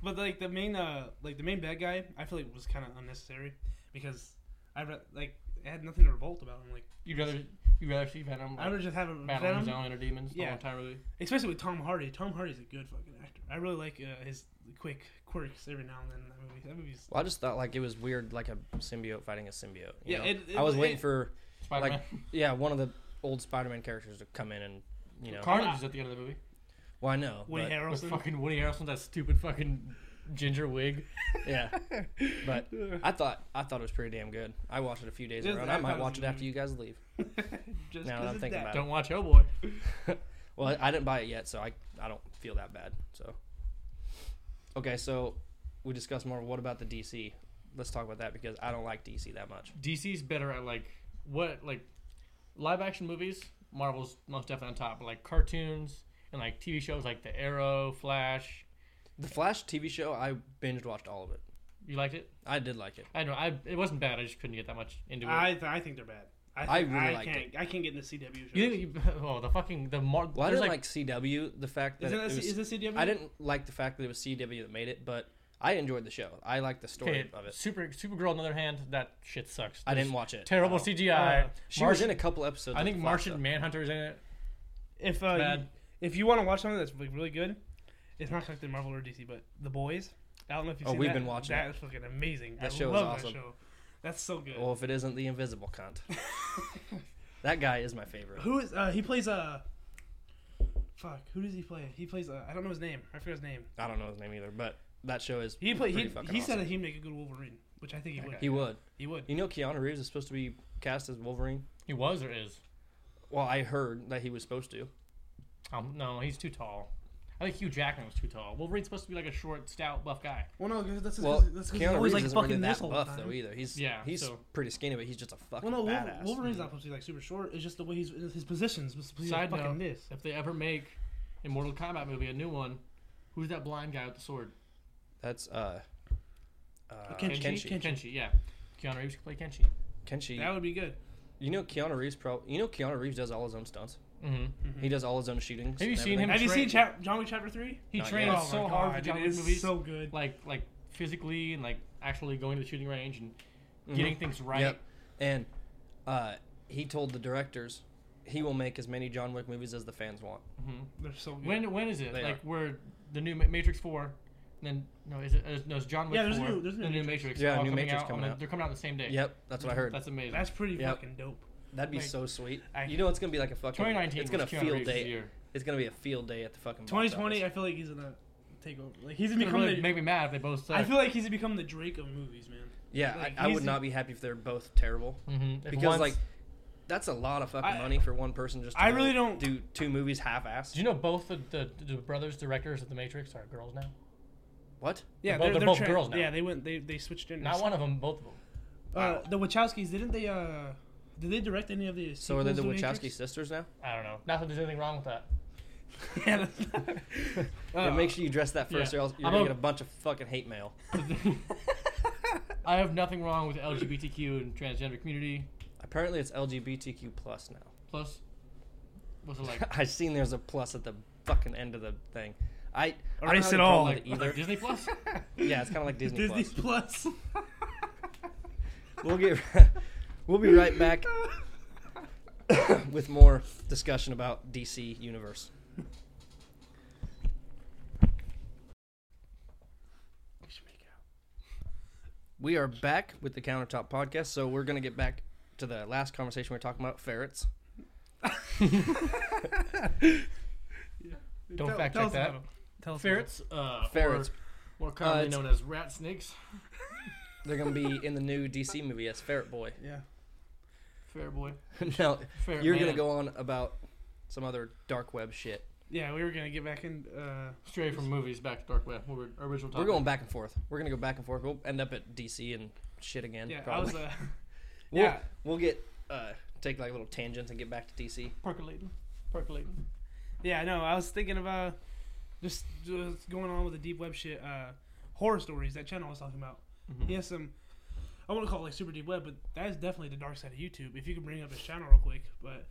S2: but like the main, uh, like the main bad guy, I feel like was kind of unnecessary because I re- like I had nothing to revolt about him. Like
S3: You'd rather you'd rather see Venom
S2: I
S3: like,
S2: would just have a
S3: battling his
S2: Venom,
S3: own inner demons the
S2: Yeah.
S3: whole entire movie.
S2: especially with Tom Hardy. Tom Hardy's a good fucking actor. I really like uh, his quick quirks every now and then. in That movie, that movie's
S1: Well, I just thought like it was weird, like a symbiote fighting a symbiote. you
S2: Yeah,
S1: know?
S2: it- it-
S1: I was waiting
S2: it-
S1: for
S3: Spider Man.
S1: yeah one of the old Spider-Man characters to come in and you know.
S2: Uh,
S3: Carnage is at the end of the movie.
S1: well, I know.
S2: Woody
S1: but-
S2: Harrelson.
S3: With fucking Woody Harrelson, that stupid fucking ginger wig.
S1: Yeah, but I thought I thought it was pretty damn good. I watched it a few days
S2: Just-
S1: ago, and
S2: I
S1: I
S2: thought
S1: might
S2: it
S1: watch
S2: was
S1: it after
S2: good.
S1: you guys leave.
S2: Just
S1: Now
S2: 'cause
S1: I'm
S2: of
S1: thinking
S2: that.
S1: about
S3: Don't watch Hellboy.
S1: Well, I didn't buy it yet, so I I don't feel that bad. So, okay, so we discussed more. What about the DC? Let's talk about that because I don't like DC that much.
S3: DC's better at like what like live action movies. Marvel's most definitely on top, but like cartoons and like TV shows like The Arrow, Flash.
S1: The Flash TV show, I binge watched all of it.
S3: You liked it?
S1: I did like it.
S3: I don't know. I it wasn't bad. I just couldn't get that much into it.
S2: I th- I think they're bad. I,
S1: I
S2: think-
S1: really
S2: I
S1: liked
S2: can't I can't get in the CW shows.
S3: you think you, oh the fucking the Mar-
S1: Well, I
S3: there's
S1: didn't like,
S3: like
S1: CW. The fact that
S2: Isn't
S1: it
S2: that,
S1: was,
S2: C- is it CW?
S1: I didn't like the fact that it was CW that made it, but I enjoyed the show. I liked the story
S3: okay,
S1: of it.
S3: Super Supergirl on the other hand, that shit sucks.
S1: I
S3: There's
S1: didn't watch it.
S3: terrible
S1: Uh,
S3: CGI.
S2: Uh,
S1: She was in a couple episodes.
S3: I
S1: of
S3: think
S1: The Flash,
S3: Martian Manhunter's in it.
S2: If uh,
S3: Bad.
S2: You, if you want to watch something that's like really good, it's not connected to Marvel or DC, but The Boys. I don't know if you've
S1: Oh,
S2: seen
S1: we've
S2: that.
S1: been watching
S2: That is fucking amazing.
S1: That
S2: I
S1: show is
S2: love
S1: awesome. Oh.
S2: that show. That's so good.
S1: though. Well, if it isn't the Invisible cunt, that guy is my favorite.
S2: Who is uh, he plays uh fuck, who does he play? He plays uh, I don't know his name. I forget his name.
S1: I don't know his name either, but that show is
S2: He play he,
S1: Pretty
S2: he
S1: fucking
S2: said
S1: awesome.
S2: that he'd make a good Wolverine, which I think he would.
S1: he would.
S2: He would.
S1: You know, Keanu Reeves is supposed to be cast as Wolverine.
S3: He was or is.
S1: Well, I heard that he was supposed to.
S3: Um, no, he's too tall. I think Hugh Jackman was too tall. Wolverine's supposed to be like a short, stout, buff guy.
S2: Well, no, 'cause that's
S1: Well,
S2: that's
S1: Keanu Reeves isn't really that buff though either. He's
S3: Yeah,
S1: he's
S3: so-
S1: pretty skinny, but he's just a fucking
S2: Well, no, Wolver-
S1: badass.
S2: Wolverine's not supposed to be like super short. It's just the way he's his positions. He's
S3: Side
S2: fucking
S3: note,
S2: this.
S3: if they ever make a Mortal Kombat movie, a new one, who's that blind guy with the sword?
S1: That's uh, uh
S2: Kenshi?
S1: Kenshi.
S3: Kenshi,
S1: Kenshi.
S3: yeah. Keanu Reeves could play Kenshi.
S2: That would be good.
S1: You know Keanu Reeves pro. You know Keanu Reeves does all his own stunts.
S3: Mm-hmm.
S1: He does all his own shootings.
S3: Have you
S1: and
S3: seen
S1: everything.
S3: him?
S2: Have you
S3: train-
S2: seen chap- John Wick Chapter Three?
S3: He
S1: Not
S3: trained
S1: yet.
S2: Oh my
S3: so hard for
S2: God,
S3: John
S2: it
S3: Wick
S2: is
S3: movies,
S2: so good.
S3: like like physically and like actually going to the shooting range and getting things right.
S1: Yep. And uh, he told the directors he will make as many John Wick movies as the fans want.
S2: They're so good.
S3: Mm-hmm. When when is it?
S1: They
S3: like where the new Ma- Matrix Four? Then no, is it? Uh, no, it's John Wick.
S2: Yeah, there's a
S3: 4,
S2: new- there's a new
S3: the new
S2: Matrix.
S3: Matrix.
S1: Yeah,
S3: all
S1: new
S3: coming
S1: Matrix
S3: out
S1: coming
S3: on the-
S1: out.
S3: They're coming out the same day.
S1: Yep, that's what I heard.
S3: Mm-hmm. That's amazing.
S2: that's pretty
S1: Yep.
S2: fucking dope.
S1: That'd be
S3: like-
S1: so sweet.
S2: I-
S1: you know it's gonna be like a fucking.
S3: 2019.
S1: It's gonna
S3: was Keanu
S1: field
S3: Reeves'
S1: day.
S3: year.
S1: It's gonna be a field day at the fucking. box
S2: 2020,
S1: office.
S2: I feel like he's gonna take over. Like he's
S3: It's gonna
S2: become
S3: really
S2: the.
S3: make me mad if they both suck.
S2: I feel like he's become the Drake of movies, man.
S1: Yeah,
S2: like,
S1: I, I would
S2: he's-
S1: not be happy if they're both terrible.
S3: Mhm. If
S1: because
S3: once-
S1: like that's a lot of fucking
S2: I-
S1: money for one person just to
S2: I
S1: go
S2: really don't-
S1: do two movies half assed.
S3: Do you know both the, the, the brothers directors of The Matrix are girls now?
S1: what?
S2: Yeah,
S3: both-
S2: they're,
S3: they're
S2: they're
S3: both
S2: tra-
S3: girls now.
S2: Yeah, they went. They they switched in.
S3: Not one of them, both of them.
S2: Uh, the Wachowskis didn't they? uh Did they direct any of the?
S1: So are they the
S2: sequels to
S1: Wachowski
S2: Matrix?
S1: sisters now?
S3: I don't know. Not that there's anything wrong with that.
S2: yeah, that's not... Uh,
S1: Yeah, make sure you dress that first,
S3: yeah.
S1: or else you're
S3: I'm
S1: gonna
S3: o-
S1: get a bunch of fucking hate mail.
S3: I have nothing wrong with the LGBTQ and transgender community.
S1: Apparently, it's LGBTQ plus now.
S3: Plus, was it like?
S1: I seen there's a plus at the fucking end of the thing. I I don't
S2: Erase
S1: have
S2: it
S1: any
S2: all.
S1: problem with it
S3: like, was it
S1: either.
S3: like Disney Plus?
S1: Yeah, it's kind of like Disney,
S2: Oh, Disney
S1: Plus.
S2: Plus.
S1: We'll get we'll be right back with more discussion about DC universe. We are back with the countertop podcast, so we're gonna get back to the last conversation we were talking about ferrets.
S3: Don't
S2: Tell-
S3: fact
S2: tell
S3: check
S2: us
S3: that.
S2: about 'em. Tell us about 'em.
S3: Ferrets. Uh,
S1: Ferrets.
S3: Or, more commonly
S1: it's-
S3: known as rat snakes.
S1: They're gonna be in the new DC movie as Ferret Boy.
S2: Yeah.
S3: Fair boy.
S1: now
S3: Ferret
S1: you're gonna
S3: man.
S1: go on about some other dark web shit.
S2: Yeah, we were gonna get back in. Uh,
S3: Straight from movies back to dark web. What were our original topic?
S1: We're going back and forth. We're gonna go back and forth. We'll end up at DC and shit again.
S2: yeah, I
S1: probably.
S2: was. Uh,
S1: We'll,
S2: yeah,
S1: we'll get uh, take like little tangents and get back to DC.
S3: percolating, percolating.
S2: yeah, no, I was thinking about just, just going on with the deep web shit. Uh, horror stories that channel was talking about.
S3: Mm-hmm.
S2: He has some. I want to call it like super deep web, but that is definitely the dark side of YouTube. If you could bring up his channel real quick, but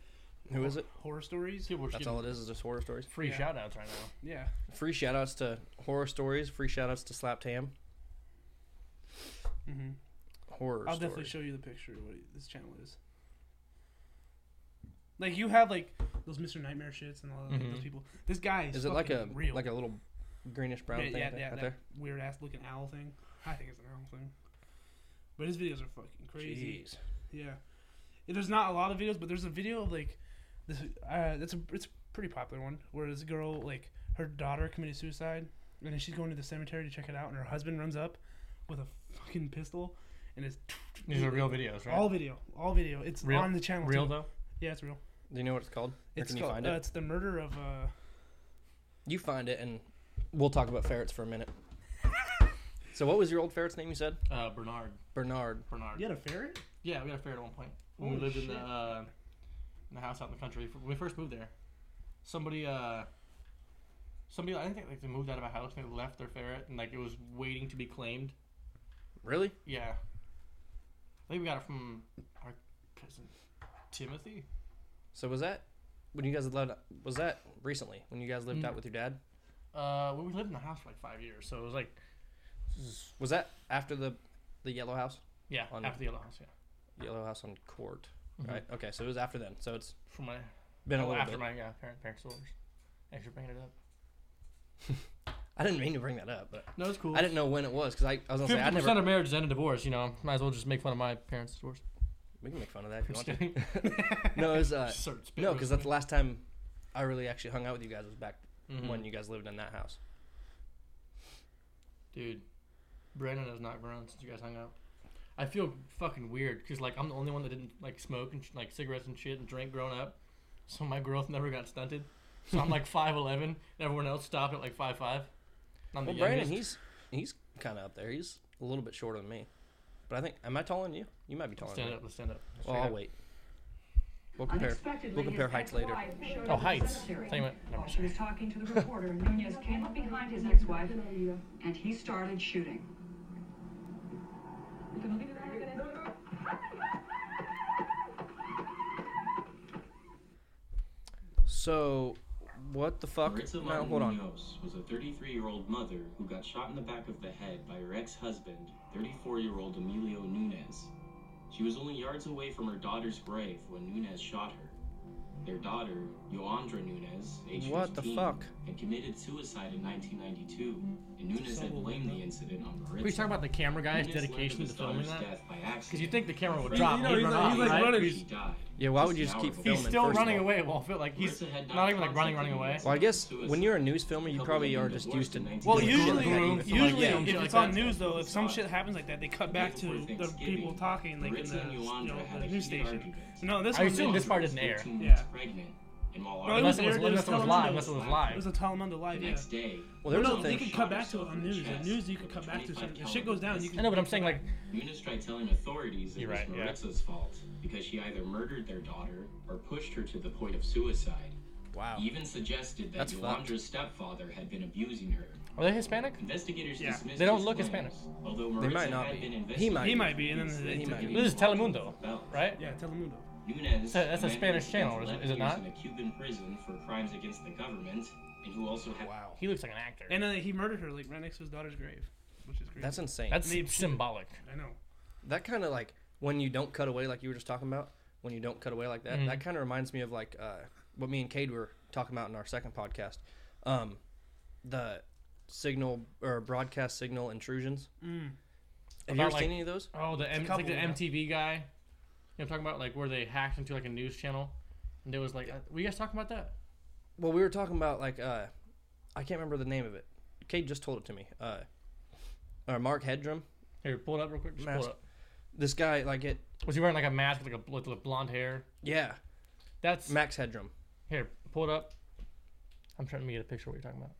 S1: Who is it?
S2: horror stories.
S3: People were just
S1: That's
S3: getting
S1: all it is. Is just horror stories.
S3: free
S2: Yeah.
S3: shout outs right now.
S2: Yeah,
S1: Free shout outs to horror stories. Free shout outs to Slapped Ham.
S2: mm-hmm.
S1: Horror
S2: I'll definitely
S1: stories.
S2: show you the picture of what this channel is. Like you have like those Mr. Nightmare shits and all that, like,
S3: Mhm.
S2: those people. This guy is,
S1: Mm-hmm. is it like a
S2: fucking real.
S1: like a little greenish brown
S2: yeah,
S1: thing
S2: yeah,
S1: right
S2: yeah, that
S1: there?
S2: weird ass looking owl thing. I think it's an owl thing. But his videos are fucking crazy.
S1: Jeez.
S2: Yeah, Yeah, there's not a lot of videos, but there's a video of like this. Uh, that's a it's a pretty popular one where this girl like her daughter committed suicide And then she's going to the cemetery to check it out, and her husband runs up with a fucking pistol, and it's
S3: These are real videos, right?
S2: all video, all video. It's
S3: Real-
S2: on the channel.
S3: real
S2: too.
S3: though.
S2: Yeah, it's real.
S1: Do you know what it's called? Or
S2: It's
S1: can
S2: called-
S1: you find
S2: uh,
S1: it?
S2: It's the murder of. Uh,
S1: You find it, and we'll talk about ferrets for a minute. so, what was your old ferret's name? You said
S3: Uh, Bernard.
S1: Bernard.
S3: Bernard.
S2: you had a ferret?
S3: Yeah, we got a ferret at one point when we
S2: Holy
S3: lived in the
S2: shit.
S3: uh, in the house out in the country. When we first moved there, somebody uh, somebody I think like they moved out of a house and they left their ferret and like it was waiting to be claimed.
S1: Really?
S3: Yeah, I think we got it from our cousin Timothy.
S1: So was that when you guys lived? Was that recently when you guys lived out with your dad?
S3: Uh, well, we lived in the house for like five years, so it was like
S1: Was that after the the yellow house?
S3: yeah
S1: On-
S3: after the other house. Yeah,
S1: Yellow house on court,
S3: Mm-hmm.
S1: right? Okay, so it was after then. So it's
S3: from my
S1: been a
S3: oh,
S1: little
S3: after
S1: bit.
S3: my yeah, parent parents' orders. Thanks for bringing it up.
S1: I didn't mean to bring that up, but
S3: No, it's cool.
S1: I didn't know when it was because I, I was gonna say I
S3: Fifty percent
S1: never.
S3: of marriages end in divorce. You know, might as well just make fun of my parents' divorce.
S1: We can make fun of that if you
S3: Just
S1: want to.
S3: kidding.
S1: No, it was uh,
S3: Sir, spit
S1: no,
S3: roast
S1: because that's
S3: me.
S1: the last time I really actually hung out with you guys was back
S3: Mhm.
S1: when you guys lived in that house.
S3: Dude, Brandon has not grown since you guys hung out. I feel fucking weird because like I'm the only one that didn't like smoke and sh- like cigarettes and shit and drink growing up, so my growth never got stunted. So I'm like five eleven, and everyone else stopped at like five five. I'm
S1: Well,
S3: the
S1: Brandon,
S3: youngest.
S1: he's he's kind of up there. He's a little bit shorter than me, but I think am I taller than you? You might be taller. Than
S3: stand
S1: me.
S3: up, let's stand up. Let's
S1: Well,
S3: straight
S1: I'll
S3: up.
S1: wait. We'll compare. We'll compare heights later.
S3: Oh, heights. Tell you what, never
S4: While
S3: mind.
S4: she was talking to the reporter, Nunez came up behind his ex-wife, and he started shooting.
S1: So, what the fuck?
S6: Maritza
S1: Now
S6: Martin
S1: hold on.
S6: Munoz was a 33-year-old mother who got shot in the back of the head by her ex-husband, 34-year-old Emilio Nunez. She was only yards away from her daughter's grave when Nunez shot her. Their daughter, Yoandra Nunez, aged
S1: What the
S6: 15,
S1: fuck?
S6: had committed suicide in 1992, and Nunez had blamed the incident on Maritza.
S3: We was talking about the camera guy's
S6: Nunez learned of
S3: dedication
S6: his
S3: to filming
S6: daughter's
S3: that
S6: death by accident.
S3: because you think the camera would
S6: He's-
S3: drop.
S2: you know,
S3: he'd
S2: he's
S3: run
S2: like-
S3: off,
S2: he's like
S3: right?
S2: running.
S6: She died.
S1: Yeah, why
S6: just
S1: would you
S6: an
S1: just
S6: hour
S1: keep
S6: before
S3: He's
S1: filming?
S6: the
S3: still
S1: first of
S3: running
S1: all.
S3: away. Well, I feel like he's
S6: Marissa had
S3: not even like running,
S6: contacted
S3: running away.
S6: Nunez
S1: Well, I guess
S6: suicide.
S1: when you're a news filmer, you probably are just used to.
S2: Well,
S1: doing shit
S2: usually,
S1: like that.
S3: room,
S1: You-
S2: usually
S3: Yeah,
S2: if
S3: shit
S2: it's
S3: like
S2: on
S3: that.
S2: news though, if some shit happens like that, they cut back to the people talking, like in the, you know, the news station. No, this
S3: I
S2: one
S3: assume
S2: didn't.
S3: this part didn't air.
S2: Yeah.
S6: Pregnant, and while
S2: No, it
S6: arguing,
S3: Unless it was,
S2: aired, it was
S3: unless it was
S2: telemundo.
S3: live. Unless it was
S2: It
S3: live.
S2: was a Telemundo
S6: the
S2: live. Yeah.
S6: next day,
S1: Well, there's
S2: no,
S1: a
S2: they
S1: thing.
S2: can cut back to it on news. On news, you can cut back to shit. If shit goes down, you
S3: I
S2: can.
S3: know, but I'm saying like
S6: Eunice tried telling authorities it
S3: You're
S6: was
S3: right, yeah.
S6: Maritza's fault because she either murdered their daughter or pushed her to the point of suicide.
S1: Wow.
S6: Even suggested that
S1: That's fucked.
S6: Yolandra's stepfather had been abusing her.
S3: Are they Hispanic?
S6: Investigators
S2: Yeah.
S6: dismissed
S3: They don't
S6: his
S3: look
S6: claims,
S3: Hispanic.
S6: Although
S1: They
S6: Maritza
S1: might not
S6: had
S1: be.
S6: been
S1: He
S6: investigated.
S1: might.
S2: He
S1: be.
S2: might be, and then they
S1: He
S2: took
S1: might
S2: him.
S1: be.
S3: This is Telemundo, right?
S2: Yeah, Telemundo.
S6: Nunez,
S3: So that's a
S6: a man who
S3: Spanish
S6: spent
S3: channel, is it-
S6: 11
S3: is it
S6: years
S3: not?
S6: In a Cuban prison for crimes against the government, and who also had
S1: Wow.
S3: He looks like an actor.
S2: And then he murdered her like right next to his daughter's grave, which is crazy.
S1: That's insane.
S3: That's
S2: Maybe-
S3: symbolic.
S2: I know.
S1: that kind of like when you don't cut away like you were just talking about when you don't cut away like that
S3: Mm-hmm.
S1: that kind of reminds me of like uh, what me and cade were talking about in our second podcast um, the signal or broadcast signal intrusions have you
S3: Mm. About,
S1: ever
S3: like-
S1: seen any of those
S3: Oh, the M- it's like
S2: couple,
S3: the
S2: yeah.
S3: MTV guy. You know, what I'm talking about like where they hacked into like a news channel, and there was like, uh, were you guys talking about that?
S1: well we were talking about like uh, i can't remember the name of it cade just told it to me uh, or mark hedrum
S3: Here, pull it up real quick. Just pull
S1: Mask.
S3: it up.
S1: this guy like it
S3: Was he wearing like a mask with like a with, like, blonde hair?
S1: yeah
S3: That's
S1: max hedrum
S3: here. Pull it up. I'm trying to get a picture of what you're talking about.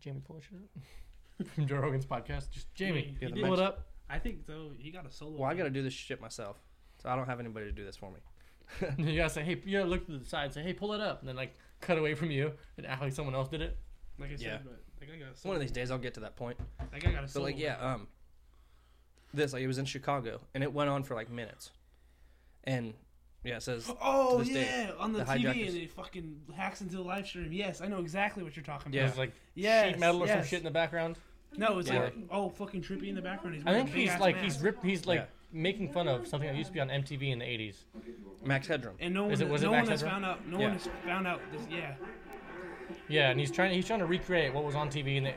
S3: Jamie, pull it up. From Joe Rogan's podcast, just Jamie,
S2: Yeah,
S3: you
S1: the
S3: pull it
S1: mask.
S3: up.
S2: I think though he got a solo.
S1: well i gotta do this shit myself so i don't have anybody to do this for me
S3: You gotta say, hey, you gotta look to the side, and say, hey, pull it up, and then like cut away from you and act like someone else did it.
S2: like I said,
S1: Yeah.
S2: but like I got a solo.
S1: one of these days i'll get to that point
S2: Like I got a
S1: But
S2: solo.
S1: like yeah, um this like it was in Chicago and it went on for like minutes. And yeah, it says
S2: Oh
S1: this day,
S2: yeah, on the,
S1: the
S2: TV
S1: hijackers-
S2: and it fucking hacks into the live stream. Yes, I know exactly what you're talking
S1: Yeah.
S3: There's
S2: about.
S3: like
S2: Yes,
S3: sheet metal or some
S2: yes.
S3: shit in the background.
S2: No, it's
S1: Yeah.
S2: like oh fucking trippy in the background. He's
S3: I
S2: wearing
S3: think
S2: a big
S3: he's
S2: ass
S3: like
S2: mask.
S3: he's ripped. He's like
S1: Yeah.
S3: making fun of something that used to be on MTV in the '80s.
S1: Max Headroom.
S2: And no one,
S3: Is it- was it
S2: no
S3: Max
S2: one has
S3: Headroom?
S2: found out. No
S1: Yeah.
S2: one has found out. This, yeah,
S3: Yeah, and he's trying. He's trying to recreate what was on TV in the,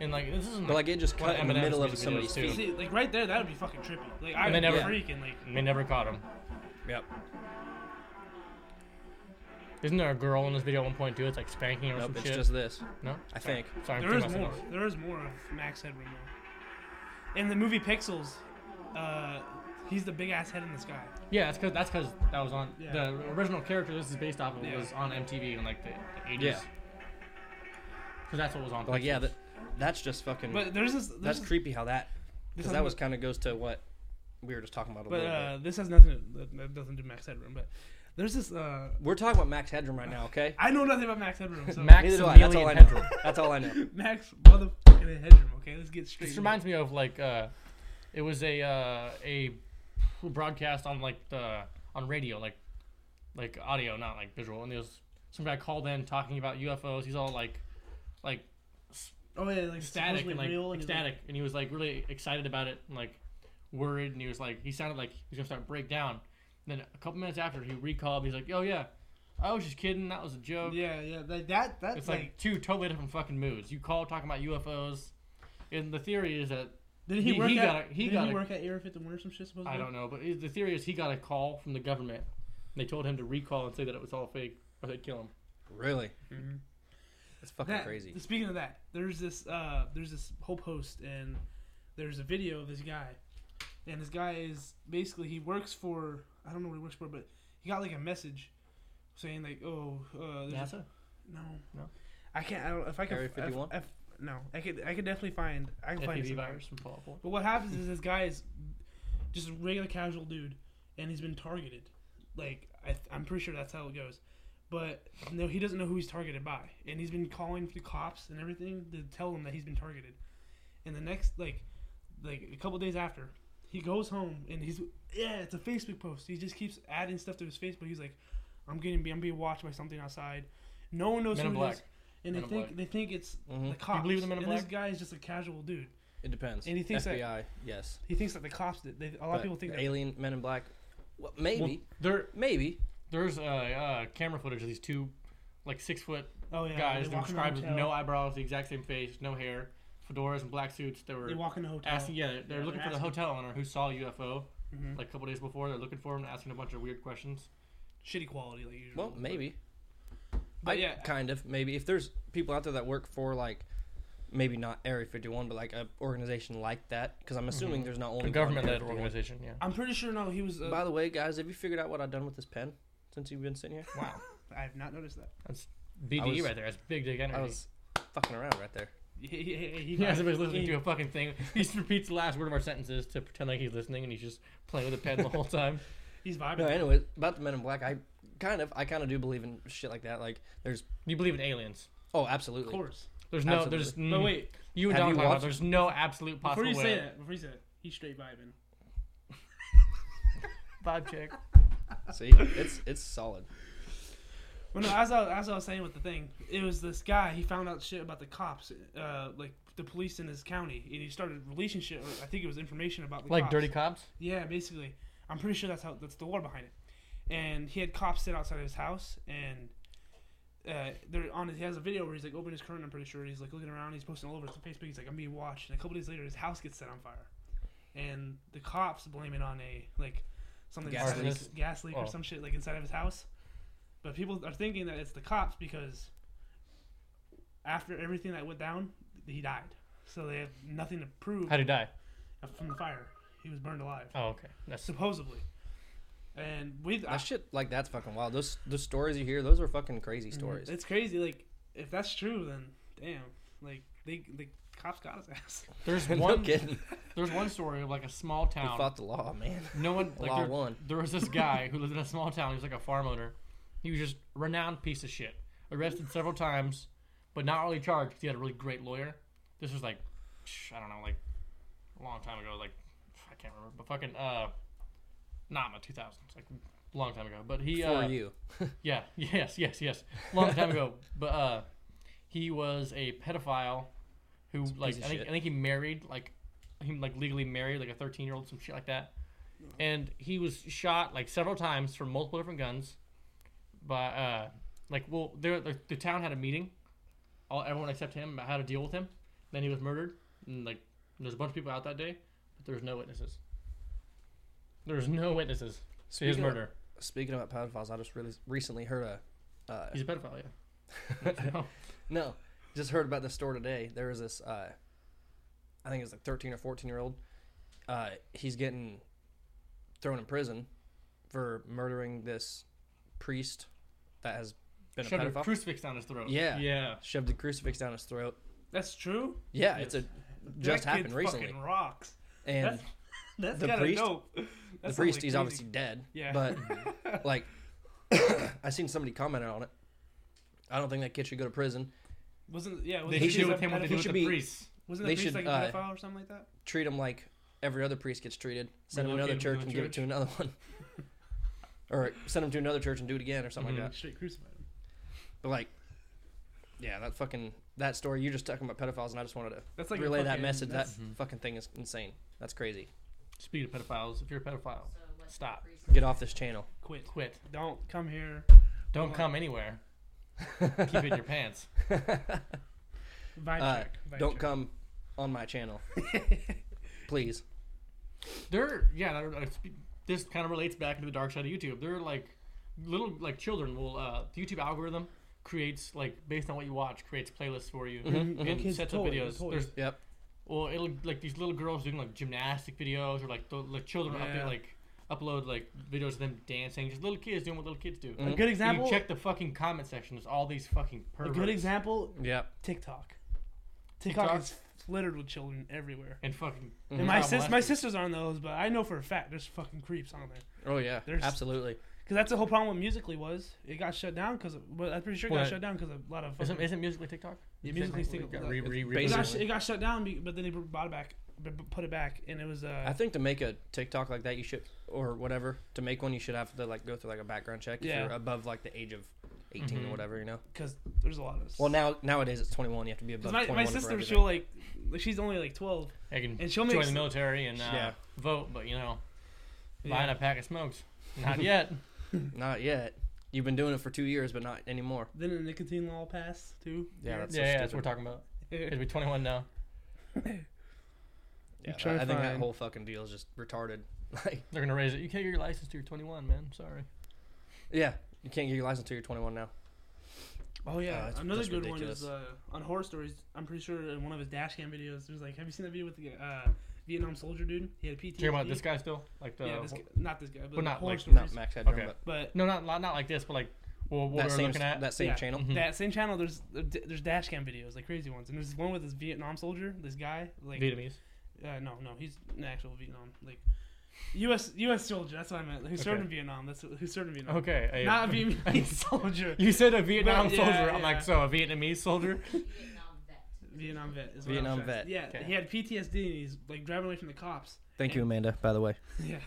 S3: and like this isn't.
S1: But like it just
S3: one of
S1: cut in the
S3: Eminem's
S1: middle of
S3: music
S1: somebody's
S3: videos, too.
S1: feet.
S2: See, like right there, that would be fucking trippy. Like I
S3: And they
S2: would
S3: never-
S2: freaking like.
S3: and they never caught him.
S1: Yep.
S3: Isn't there a girl in this video at one point too? It's like spanking or
S1: Nope,
S3: some
S1: it's
S3: shit.
S1: just this.
S3: no,
S1: I think.
S3: sorry. I'm
S2: There
S3: thinking
S2: is
S3: about
S2: more.
S3: something
S2: There is more of Max Headroom though. In the movie Pixels, uh, he's the big ass head in the sky.
S3: else. Yeah, that's because that's because that was on
S2: Yeah.
S3: the original character. This is based off of
S2: Yeah.
S3: was on MTV in like the eighties.
S1: Yeah.
S3: Because that's what was on.
S1: Like yeah,
S3: Pixels.
S1: that that's just fucking.
S2: But there's this. There's
S1: that's
S2: this,
S1: creepy how that
S2: this
S1: because
S2: has
S1: that
S2: no-
S1: was kind of goes to what we were just talking about a
S2: But
S1: little
S2: uh,
S1: bit.
S2: this has nothing. That, that doesn't do Max Headroom. But there's this. Uh,
S1: We're talking about Max Headroom right now, okay?
S2: I know nothing about Max Headroom. So
S3: Max-
S1: Neither do I. That's all I
S3: Maximilian
S1: know. That's all I know.
S2: Max motherfucking Headroom. Okay, let's get straight.
S3: This
S2: to
S3: reminds me of like uh, it was a uh, a broadcast on like the on radio, like like audio, not like visual. And there was some guy called in talking about UFOs. He's all like like
S2: it. Oh yeah, like
S3: ecstatic and like
S2: real and
S3: ecstatic, and he was like really excited about it and like worried, and he was like he sounded like he was gonna start to break down. And then a couple minutes after, he recalled. He's like, "Oh yeah, I was just kidding. That was a joke."
S2: Yeah, yeah, like that. That's
S3: It's
S2: like,
S3: like two totally different fucking moods. You call talking about UFOs, and the theory is that
S2: Did he,
S3: he-
S2: work
S3: he
S2: at?
S3: got a- he
S2: did
S3: got
S2: he
S3: a-
S2: work at Area 51 or some shit? Supposedly.
S3: I don't know, but it- the theory is he got a call from the government. And they told him to recall and say that it was all fake, or they'd kill him.
S1: Really, that's fucking
S2: Mm-hmm. That-
S1: crazy.
S2: Speaking of that, there's this uh, there's this whole post and there's a video of this guy, and this guy is basically he works for I don't know what he works for, but he got like a message saying like oh uh, there's a- no
S3: No?
S2: I can't I don't if I can
S1: Area
S2: if-
S1: 51?
S2: if- no I could I could definitely find I can find
S3: FEV
S2: it somewhere.
S3: E virus from Fallout 4.
S2: But what happens is this guy is just a regular casual dude, and he's been targeted. Like I, th- I'm pretty sure that's how it goes. But no, he doesn't know who he's targeted by, and he's been calling the cops and everything to tell him that he's been targeted. And the next, like, like a couple days after, he goes home and he's yeah, it's a Facebook post. He just keeps adding stuff to his Facebook. He's like, I'm getting, I'm being watched by something outside. No one knows
S3: Men in
S2: who it
S3: Black.
S2: is, and
S3: Men
S2: they
S3: in
S2: think
S3: Black. Mm-hmm.
S2: they think it's the
S1: Mhm.
S2: cops.
S3: believe in the Men in
S2: and This
S3: Black?
S2: guy is just a casual dude.
S1: It depends.
S2: And he thinks that-
S1: FBI, yes.
S2: He thinks that the cops did. They, a lot
S1: But
S2: of people think that.
S1: Alien Men in Black. Well, maybe,
S3: Well, there,
S1: maybe.
S3: there's uh, uh, camera footage of these two, like six foot
S2: Oh yeah,
S3: guys.
S2: they
S3: They're
S2: walk in the
S3: described with
S2: hotel.
S3: no eyebrows, the exact same face, no hair, fedoras and black suits. They were
S2: They walk in the hotel.
S3: asking, yeah, they're
S2: Yeah,
S3: looking
S2: they're
S3: for the
S2: asking-
S3: hotel owner who saw a UFO
S2: Mhm.
S3: like a couple days before. They're looking for him, asking a bunch of weird questions.
S2: Shitty quality, like usual.
S1: Well, maybe.
S2: But
S1: I,
S2: yeah.
S1: kind of maybe if there's people out there that work for like maybe not Area 51 but like an organization like that because I'm assuming
S2: Mm-hmm.
S1: there's not only
S3: A
S1: one
S3: government
S1: Area
S3: led
S1: 51.
S3: organization, yeah.
S2: I'm pretty sure. No, he was. Uh,
S1: By the way, guys, have you figured out what I've done with this pen since you've been sitting here?
S3: Wow.
S2: I have not noticed that.
S3: That's
S1: I
S3: BDE
S1: was-
S3: E right there. That's big dick energy.
S1: I was fucking around right there.
S2: Yeah, yeah, yeah, he
S3: Yeah,
S2: got-
S3: somebody's listening
S2: he-
S3: to a fucking thing. He just repeats the last word of our sentences to pretend like he's listening, and he's just playing with a pen the whole time.
S2: He's vibing.
S1: No, anyway, about the Men in Black, I kind of I kind of do believe in shit like that. Like there's
S3: You believe in aliens?
S1: oh
S2: Of
S1: absolutely.
S2: course.
S3: There's no,
S1: Absolutely.
S3: there's.
S2: But
S3: mm,
S2: wait,
S3: you and
S1: Have
S3: Don
S1: you
S3: talk about
S1: watched-
S3: there's no absolute possible
S2: before you
S3: way.
S2: say that, before you say that, he's straight vibing.
S3: vibe check.
S1: See, it's it's solid.
S2: Well, no, as I, as I was saying with the thing, it was this guy. He found out shit about the cops, uh, like the police in his county, and he started a relationship. Or I think it was information about the
S3: Like
S2: cops.
S3: dirty cops.
S2: Yeah, basically. I'm pretty sure that's how that's the lore behind it. And he had cops sit outside of his house, and uh, they're on. His, he has a video where he's like opening his curtain. I'm pretty sure he's like looking around. He's posting all over his Facebook. He's like, I'm being watched. And a couple days later, his house gets set on fire, and the cops blame it on a like something
S1: Gas
S2: inside of his-
S3: leak.
S2: gas leak
S3: Oh.
S2: or some shit like inside of his house. But people are thinking that it's the cops because after everything that went down, he died. So they have nothing to prove
S3: How'd he die?
S2: from the fire. He was burned alive
S3: Oh, okay. That's
S2: supposedly. And we, I,
S1: That shit like that's fucking wild. Those those stories you hear, those are fucking crazy stories.
S2: it's crazy. Like if that's true, then damn, like they the cops got his ass.
S3: there's
S1: no
S3: one.
S1: kidding.
S3: There's one story of like a small
S1: We
S3: town.
S1: fought the law, man.
S3: No one like
S1: Law
S3: there,
S1: one.
S3: there was this guy who lived in a small town. He was like a farm owner. He was just a renowned piece of shit. Arrested several times, but not really charged because he had a really great lawyer. This was like, psh, I don't know, like a long time ago. Like I can't remember, but fucking uh, not in the two thousands, like a long time ago. But he
S1: For
S3: uh,
S1: you.
S3: yeah, yes, yes, yes, long time ago. But uh, he was a pedophile who
S1: a
S3: like
S1: piece of
S3: I think, I
S1: shit.
S3: think he married like him like legally married like a 13 year old some shit like that and he was shot like several times from multiple different guns by uh like well there the, the town had a meeting all everyone except him about how to deal with him then he was murdered and like there's a bunch of people out that day but there was no witnesses there's no witnesses to his
S1: Speaking of-
S3: murder
S1: Speaking about pedophiles, I just really recently heard a Uh,
S3: He's a pedophile, yeah. No.
S1: no, just heard about this store today. There was this, uh, I think it was like 13 or 14 year old. Uh, he's getting thrown in prison for murdering this priest that has been
S3: Shoved
S1: a
S3: a
S1: pedophile.
S3: crucifix down his throat.
S1: Yeah.
S3: Yeah.
S1: shoved the crucifix down his throat.
S2: That's true.
S1: Yeah, it's a just
S2: That kid
S1: happened recently.
S2: Fucking rocks.
S1: And
S2: That's, that's
S1: the
S2: the gotta
S1: priest-
S2: dope.
S1: the
S2: That sounds
S1: priest,
S2: like
S1: he's
S2: crazy.
S1: obviously dead.
S2: Yeah.
S1: But like, I seen somebody comment on it. I don't think that kid should go to prison.
S2: wasn't yeah.
S3: They
S2: Wasn't
S1: He
S3: should
S2: the
S3: do
S1: should-
S2: priest a
S3: with him what they
S2: pedophile?
S3: do
S1: he
S3: with
S1: should
S3: the
S1: be-
S3: priest.
S2: Wasn't
S1: they
S2: the priest
S1: should,
S2: like a
S1: uh,
S2: pedophile or something like that?
S1: Treat him like every other priest gets treated. Send him to another
S3: Relocate him
S1: church
S3: to
S1: and
S3: another
S1: give it to
S3: church?
S1: another one. or send him to another church and do it again or something like that.
S2: Straight crucified him.
S1: But like, yeah, that fucking that story. You're just talking about pedophiles, and I just wanted to
S2: That's like a
S1: relay that
S2: fucking-
S1: message. That
S2: that's-
S1: fucking thing is insane. That's crazy.
S3: Speaking of pedophiles, if you're a pedophile, stop.
S1: Get off this channel.
S2: Quit.
S3: Quit.
S2: Don't come here.
S3: Don't come anywhere. Keep it in your pants.
S2: Vibe
S1: Uh,
S2: check. Vibe
S1: Don't
S2: check.
S1: come on my channel, please.
S3: There, yeah, I- I spe- this kind of relates back to the dark side of YouTube. They're like little like children will uh, the YouTube algorithm creates like based on what you watch creates playlists for you and
S2: Kids'
S3: sets up
S2: toy-
S3: videos.
S2: toys.
S3: There's
S1: Yep.
S3: well, it'll like these little girls doing like gymnastic videos or like the, like children up there
S2: Yeah.
S3: like upload like videos of them dancing. Just little kids doing what little kids do.
S2: A good
S3: And
S2: example.
S3: you check the fucking comment section. There's all these fucking
S2: a
S3: perverts
S2: good example.
S1: Yep.
S2: TikTok. TikTok
S3: TikTok?
S2: is littered with children everywhere.
S3: and fucking.
S1: Mm-hmm.
S2: And my
S3: child
S2: sis, my
S3: molesters.
S2: sister's on those, but I know for a fact there's fucking creeps on there.
S1: Oh yeah.
S2: There's-
S1: Absolutely.
S2: Because that's the whole problem with Musically was it got shut down because well, I'm pretty sure it
S3: What?
S2: got shut down because a lot of fucking,
S3: Isn't, isn't musically TikTok?
S2: Yeah, Musical.ly's
S3: Technically,
S2: TikTok.
S3: got re- re-
S1: It's
S2: it, got,
S1: basically-
S2: sh- it got shut down, be- but then they brought it back, b- b- put it back, and it was uh
S1: I think to make a TikTok like that, you should or whatever to make one, you should have to like go through like a background check
S2: Yeah. Mm-hmm.
S1: if you're above like the age of 18 or whatever, you know.
S2: because there's a lot of
S1: Well, now nowadays it's 21. You have to be above
S2: Cause my,
S1: 21
S2: my
S1: for
S2: sister
S1: everything.
S2: she'll like like, she's only like 12
S3: I can
S2: And she'll
S3: join
S2: make
S3: the
S2: s-
S3: military and uh,
S1: Yeah.
S3: vote, but you know,
S2: Yeah.
S3: buying a pack of smokes. Not yet.
S1: Not yet. You've been doing it for two years, but not anymore.
S2: then a nicotine law passed too
S1: Yeah, that's-
S3: yeah, yeah, that's
S1: stupid.
S3: what we're talking about. It'll
S2: yeah.
S3: be 21 now.
S1: Yeah,
S2: trying
S1: I
S2: to
S1: think that
S2: find-
S1: whole fucking deal is just retarded. Like,
S3: They're gonna raise it. You can't get your license till you're 21, man. Sorry.
S1: yeah, you can't get your license until you're 21 now.
S2: oh yeah
S1: Uh, that's-
S2: another
S1: that's
S2: good
S1: ridiculous.
S2: one is uh, on horror stories i'm pretty sure in one of his dash cam videos he was like have you seen that video with the uh, vietnam soldier dude he had PTSD
S3: Talking about this guy still, like the
S2: yeah this guy, not this guy but,
S3: Uh, Well, not
S2: horror
S3: like-
S2: stories
S1: Not Max Headroom,
S3: Okay.
S1: but
S2: but
S3: no, not, not not like this, but like well, what
S1: that
S3: we're
S1: same
S3: looking at.
S1: that same
S2: Yeah. Mm-hmm.
S1: channel.
S3: Mhm.
S2: that same channel there's there's dash cam videos like crazy ones and there's one with this vietnam soldier this guy like
S3: Vietnamese.
S2: Uh, no, no, he's an actual Vietnam, like U.S. U.S. soldier. That's what I meant. Who served
S3: Okay.
S2: in Vietnam? That's who served in Vietnam.
S3: Okay. I-
S2: Not a Vietnamese soldier.
S3: You said a Vietnam
S2: But, yeah,
S3: soldier. I'm
S2: yeah.
S3: like, so a Vietnamese soldier?
S2: Vietnam vet. Is what
S1: Vietnam
S2: I'm trying to-
S1: vet.
S2: Yeah,
S3: Okay.
S2: he had PTSD and he's like driving away from the cops.
S1: Thank you, Amanda. By the way,
S2: yeah,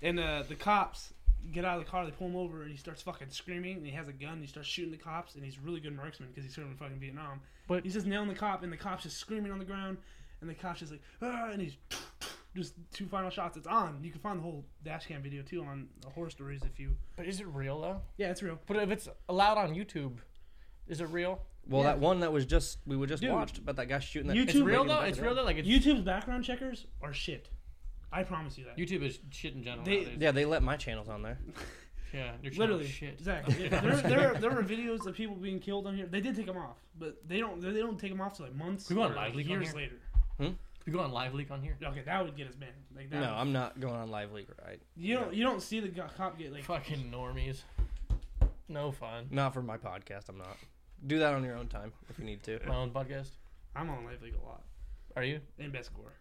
S2: and uh, the cops get out of the car. They pull him over and he starts fucking screaming. And he has a gun. And he starts shooting the cops. And he's a really good marksman because he served in fucking Vietnam.
S3: But-
S2: he's just nailing the cop, and the cops just screaming on the ground. And the cops just like, ah, and he's just two final shots. It's on. You can find the whole dash cam video too on the horror stories if you.
S3: But is it real though?
S2: Yeah, it's real.
S3: But if it's allowed on YouTube, is it real?
S1: well,
S2: Yeah.
S1: that one that was just we were just
S2: Dude.
S1: watched, but that guy shooting that
S2: YouTube-
S3: It's real
S1: breaking
S3: though.
S1: back
S3: It's
S1: the
S3: real
S1: door.
S3: though. Like it's,
S2: YouTube's background checkers are shit. I promise you that.
S3: YouTube is shit in general.
S2: They-
S3: nowadays.
S1: Yeah, they let my channels on there.
S3: yeah, they're
S2: Literally,
S3: shit.
S2: Exactly. If there, there, there were videos of people being killed on here. They did take them off, but they don't. They don't take them off till like months.
S3: We want
S2: or, like,
S3: Live Leak on
S2: years
S3: here?
S2: later.
S3: We go on live leak on here.
S2: Okay, that would get us banned. Like that.
S1: No,
S2: would-
S1: I'm not going on live leak. Right?
S2: you don't. You don't see the go- cop get like.
S3: Fucking normies. No fun.
S1: Not for my podcast. I'm not. Do that on your own time if you need to.
S3: My own podcast.
S2: I'm on Live Leak a lot.
S3: Are you?
S2: And best score.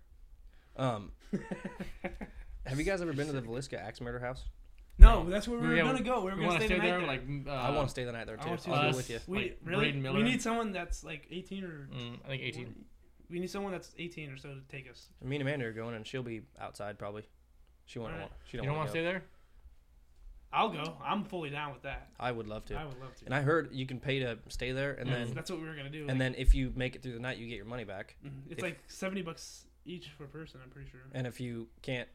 S1: Um, have you guys ever been to the Velisca Axe Murder House?
S2: No, that's where we were
S3: Yeah,
S2: gonna go. We were
S3: we
S2: gonna
S3: wanna
S2: stay, the
S3: stay
S2: night
S3: there,
S2: there.
S3: like m- uh,
S1: I want to stay the night there
S2: I
S1: too.
S2: want to
S1: I'll
S3: us.
S1: go with you.
S2: we
S3: like
S2: really.
S3: Braden
S2: We
S3: Miller.
S2: need someone that's like 18 or.
S3: Mm, I think 18.
S2: We need someone that's 18 or so to take us.
S1: Me and Amanda are going, and she'll be outside probably. She won't.
S2: Alright.
S1: want. She
S3: You
S1: don't,
S3: don't want
S1: want
S3: to stay there?
S2: I'll go. I'm fully down with that.
S1: I would love to.
S2: I would love to.
S1: And I heard you can pay to stay there, and
S3: Yeah.
S1: then
S2: that's what we were gonna do.
S1: and then if you make it through the night, you get your money back.
S2: Mhm. It's
S1: If-
S2: like seventy bucks each per person. I'm pretty sure.
S1: And if you can't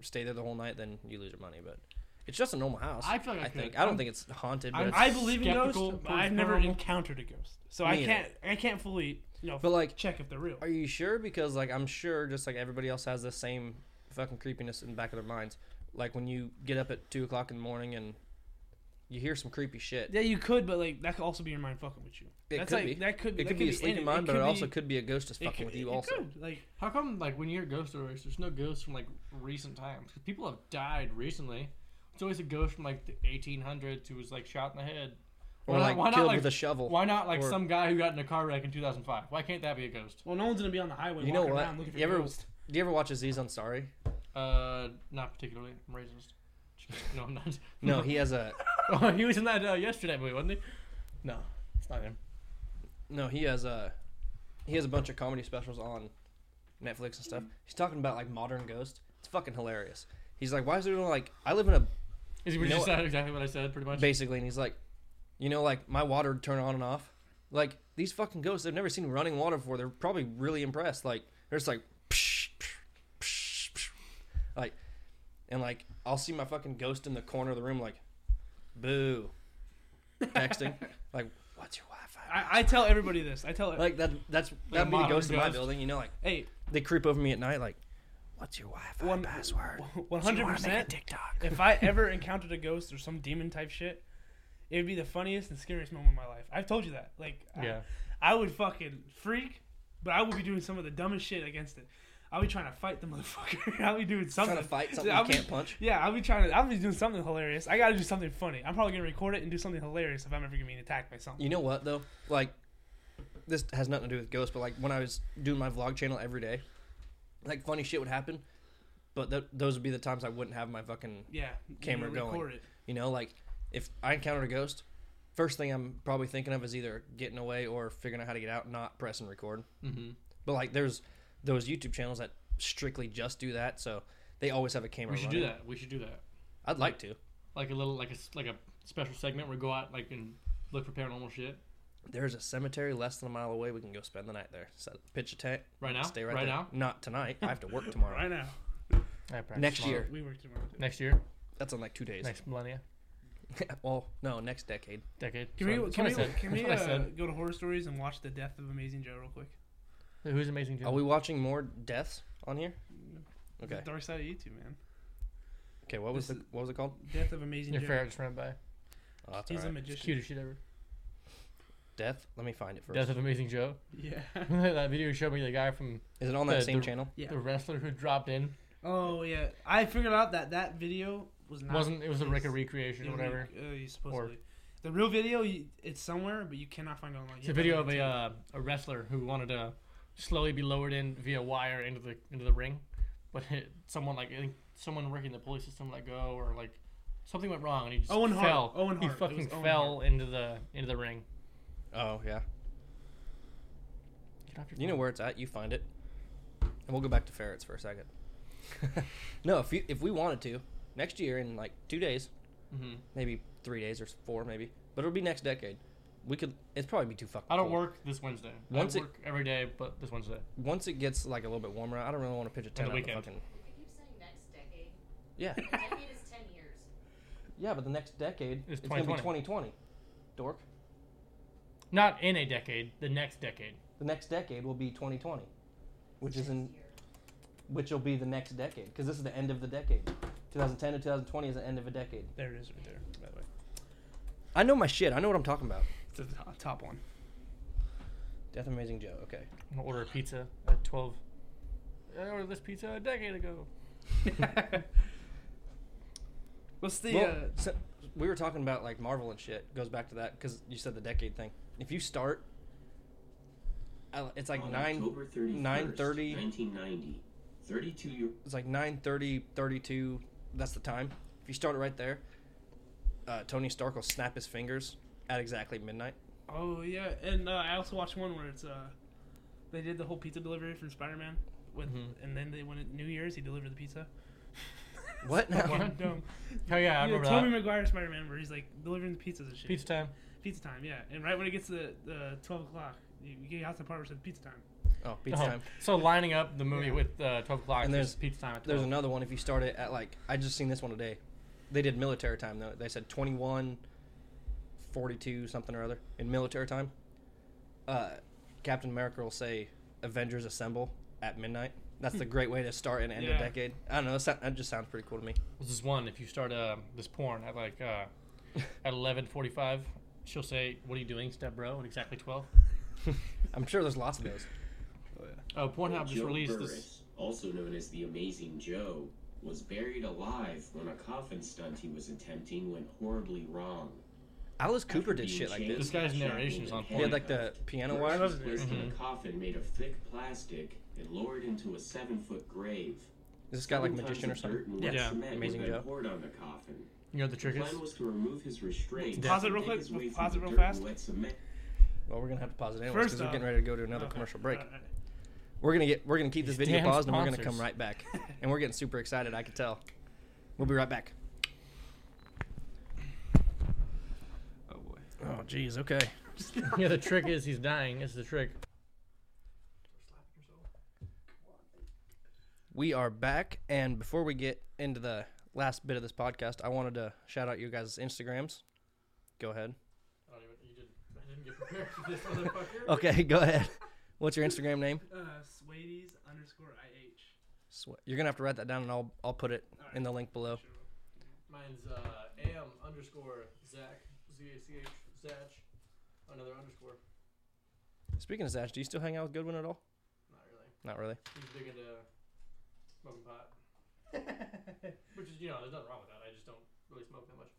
S1: stay there the whole night, then you lose your money. But it's just a normal house.
S3: I feel like I could.
S1: think. I don't
S3: I'm-
S1: think it's haunted, but
S3: I'm-
S1: it's-
S2: I believe in ghosts.
S3: skeptical
S2: but I've never
S3: paranormal.
S2: encountered a ghost, so
S1: Me
S2: I
S1: either.
S2: can't. I can't fully, you know,
S1: but like,
S2: check if they're real.
S1: are you sure? Because like, I'm sure, just like everybody else has the same fucking creepiness in the back of their minds. Like when you get up at two o'clock in the morning and you hear some creepy shit.
S2: Yeah, you could, but like that could also be your mind fucking with you.
S1: It
S2: That's
S1: could
S2: like
S1: be.
S2: That could.
S1: It
S2: that
S1: could be a
S2: in
S1: sleeping mind, but it
S2: could
S1: also
S2: be-
S1: could be a ghost that's
S2: it
S1: fucking
S2: could-
S1: with you
S2: it
S1: also.
S2: could, Like
S3: How come, like, when you're ghost stories, there's no ghosts from, like, recent times? 'Cause people have died recently. It's always a ghost from, like, the 1800s who was, like, shot in the head.
S1: Or
S3: Why not-
S1: like
S3: why not,
S1: killed
S3: like-
S1: with a shovel.
S3: Why not, like,
S1: Or-
S3: some guy who got in a car wreck in 2005? Why can't that be a ghost?
S2: well, no one's gonna be on the highway
S1: You know
S2: walking
S1: what?
S2: around looking for
S1: You ever-
S2: ghosts.
S1: Do you ever watch Aziz Ansari?
S3: Uh, not particularly. I'm racist. Just kidding. No, I'm not.
S1: No, he has a
S3: oh, he was in that uh, yesterday movie, wasn't he? No, it's not him.
S1: no. He has a he has a bunch of comedy specials on Netflix and stuff. He's talking about like modern ghosts. It's fucking hilarious. He's like, why is there no like I live in a
S3: Is he
S1: You
S3: you
S1: know
S3: just
S1: what-
S3: said exactly what I said, pretty much?
S1: basically, and he's like, you know, like my water would turn on and off. Like these fucking ghosts, they've never seen running water before. They're probably really impressed. Like they're just like, psh, psh, psh, psh. like, and like I'll see my fucking ghost in the corner of the room, like, boo, texting, like, what's your Wi-Fi?
S2: I, I tell everybody this. I tell it.
S1: Like that. That's that'd be the
S3: modern
S1: ghost in my
S3: ghost.
S1: building. You know, like
S2: hey,
S1: they creep over me at night, like, what's your Wi-Fi
S2: One-
S1: password?
S2: one
S1: Do you
S2: hundred
S1: wanna make a
S2: percent.
S1: TikTok?
S2: If I ever encountered a ghost or some demon type shit, it would be the funniest and scariest moment of my life. I've told you that. Like, I-
S3: Yeah.
S2: I, would fucking freak, but I would be doing some of the dumbest shit against it. I'll be trying to fight the motherfucker. I'll be doing something.
S1: Trying to fight something
S2: I'll
S1: you
S2: be-
S1: can't punch.
S2: Yeah, I'll be trying to. I'll be doing something hilarious. I gotta do something funny. I'm probably gonna record it and do something hilarious if I'm ever getting attacked by something.
S1: You know what though? Like this has nothing to do with ghosts, but like when I was doing my vlog channel every day, like funny shit would happen, but th- those would be the times I wouldn't have my fucking
S2: Yeah,
S1: Camera
S2: you know,
S1: going.
S2: record it.
S1: you know, like if I encountered a ghost, first thing I'm probably thinking of is either getting away or figuring out how to get out, not press and record.
S3: Mm-hmm.
S1: But like there's those YouTube channels that strictly just do that, so they always have a camera.
S3: We should do
S1: running.
S3: that. We should do that.
S1: I'd like to.
S3: Like a little, like a s- like a special segment where we go out like and look for paranormal shit.
S1: There's a cemetery less than a mile away. We can go spend the night there. Set, pitch a tent.
S3: Right now?
S1: Stay right,
S3: Right
S1: there.
S3: now?
S1: Not tonight. I have to work tomorrow.
S2: Right now,
S1: Next year.
S2: we work tomorrow. Too.
S3: Next year.
S1: That's in like two days.
S3: Next millennia.
S1: well, no, next decade.
S3: Decade.
S2: Can we,
S3: That's
S2: can we,
S3: what I said.
S2: can we
S3: That's what I
S2: uh,
S3: said.
S2: go to horror stories and watch the death of Amazing Joe real quick?
S3: Who's amazing?
S1: Are we watching more deaths on here? Okay.
S2: The dark side of YouTube, man.
S1: Okay. What was
S2: This
S1: the what was it called?
S2: Death of Amazing Joe.
S3: just ran by.
S1: Oh, that's
S2: He's
S1: all
S2: a
S1: right.
S2: magician.
S3: Cutest shit ever.
S1: Death. Let me find it first.
S3: Death of Amazing Joe.
S2: Yeah.
S3: that video showed me the guy from
S1: Is it on that
S3: the-
S1: same
S3: the-
S1: channel?
S2: Yeah.
S3: the wrestler who dropped in.
S2: Oh yeah. I figured out that that video was not.
S3: Wasn't it was a like a
S2: his-
S3: recreation
S2: it
S3: or
S2: was
S3: whatever?
S2: like, Uh, you supposedly. The real video, you, it's somewhere, but you cannot find it online.
S3: It's
S2: You
S3: a
S2: have to
S3: video of
S2: wait
S3: a
S2: till-
S3: uh, a wrestler who wanted to slowly be lowered in via wire into the into the ring, but hit someone like I think someone working the police system let go or like something went wrong and he just
S2: Owen Hart.
S3: fell.
S2: Owen
S3: he
S2: Hart. It was
S3: fucking
S2: Owen
S3: fell into the into the ring.
S1: Oh yeah.
S3: Get off your
S1: You know
S3: phone.
S1: where it's at. You find it. And we'll go back to ferrets for a second. no, if you if we wanted to, next year in like two days,
S3: Mhm.
S1: maybe three days or four, maybe, but it'll be next decade. We could. It's probably be too fucking.
S3: I don't
S1: cold.
S3: work this Wednesday.
S1: Once
S3: I
S1: it-
S3: work every day, but this Wednesday.
S1: Once it gets like a little bit warmer, I don't really want to pitch a tent. out in the
S3: weekend.
S1: fucking-
S7: You keep saying next decade.
S1: Yeah.
S7: A decade is 10 years.
S1: Yeah, but the next decade
S3: It's
S1: it's going to be
S3: 2020.
S1: 2020. Dork.
S3: Not in a decade, the next decade.
S1: The next decade will be 2020, which is in which will be the next decade because this is the end of the decade. 2010 to 2020 is the end of a decade.
S2: There it is right there, by the way.
S1: I know my shit. I know what I'm talking about.
S2: It's the to- top one.
S1: Death of Amazing Joe. Okay.
S3: I'm gonna order a pizza at twelve. I ordered this pizza a decade ago.
S2: What's the.
S1: Well,
S2: uh,
S1: so- we were talking about like Marvel and shit. Goes back to that because you said the decade thing. If you start, I- it's like
S6: On
S1: nine.
S6: October 31st,
S1: 9:30.
S6: 1990, 32 year
S1: It's like 9:30, 32. That's the time. If you start it right there, uh, Tony Stark will snap his fingers at exactly midnight.
S2: oh, yeah. And uh, I also watched one where it's. uh, They did the whole pizza delivery from Spider Man. with,
S3: Mhm.
S2: And then they went at New Year's, he delivered the pizza.
S1: What? now?
S2: Fucking dumb.
S3: Hell Oh, yeah,
S2: Yeah,
S3: I remember
S2: Tobey
S3: that.
S2: Maguire Spider Man, where he's like delivering the pizzas and shit.
S3: Pizza time.
S2: Pizza time, yeah. And right when it gets to the, the 12 o'clock, you, you get out to the part where it says pizza time.
S1: Oh, pizza
S3: Uh-huh.
S1: time.
S3: So lining up the movie
S2: Yeah.
S3: with uh, twelve o'clock
S1: And
S3: and
S1: there's-
S3: there's pizza time at
S1: There's
S3: twelve.
S2: Oh.
S1: another one if you start it at like I just seen this one today. They did military time though. They said 21 42 something or other in military time. Uh, Captain America will say Avengers assemble at midnight. That's the great way to start and end a
S2: Hmm. Yeah.
S1: decade. I don't know. That, sou- that just sounds pretty cool to me.
S3: This is one. If you start uh, this porn at like uh, at 11:45, she'll say, "What are you doing, step bro?" At exactly 12.
S1: I'm sure there's lots of those.
S3: Oh, Pornhub just
S6: Joe
S3: released this.
S6: Burris, also known as the Amazing Joe, was buried alive when a coffin stunt he was attempting went horribly wrong.
S1: Alice Cooper
S6: After
S1: did
S6: being
S1: shit like
S6: chained,
S1: this.
S3: This guy's
S6: shackled,
S3: narration's
S6: and
S3: on Mm-hmm.
S1: He had like the
S6: handcuffed,
S1: piano
S6: Burris
S1: wire.
S6: was placed in a coffin made of thick plastic and lowered into a seven-foot grave.
S1: Is this guy like a
S6: Seven tons
S1: magician or
S6: of
S1: something?
S6: dirt and
S3: Yeah.
S6: wet
S3: Yeah.
S6: cement were
S1: Amazing
S6: then
S1: Joe.
S6: poured on the coffin.
S3: You know what the
S6: The
S3: trick is?
S6: plan was to remove his restraints.
S2: Pause it
S6: and
S2: real
S6: make
S2: quick,
S6: his way
S2: pause
S6: through
S2: it real
S6: the dirt
S2: fast.
S6: and Wet cement.
S1: Well, we're gonna have to pause it anyways
S2: First
S1: because we're
S2: off-
S1: getting ready to go to another
S2: Okay.
S1: commercial break.
S2: Alright.
S1: We're gonna get we're gonna keep this
S3: These
S1: video
S3: damn
S1: paused and we're gonna
S3: sponsors.
S1: come right back. And we're getting super excited. I can tell. We'll be right back.
S8: Oh boy.
S1: Oh, jeez. Okay.
S3: yeah, the trick is he's dying. That's the trick.
S1: We are back, and before we get into the last bit of this podcast, I wanted to shout out you guys' Instagrams. Go ahead.
S3: I didn't get prepared for this motherfucker.
S1: Okay, go ahead. What's your Instagram name?
S2: Uh, Swades underscore IH.
S1: Sw- You're gonna have to write that down, and I'll I'll put it in the link below.
S2: Sure.
S3: Mine's uh, am underscore Zach Z A C H Zach. Another underscore.
S1: Speaking of Zach, do you still hang out with Goodwin at all?
S3: Not really.
S1: Not really.
S3: He's big into smoking pot. Which is, you know, there's nothing wrong with that. I just don't really smoke that much.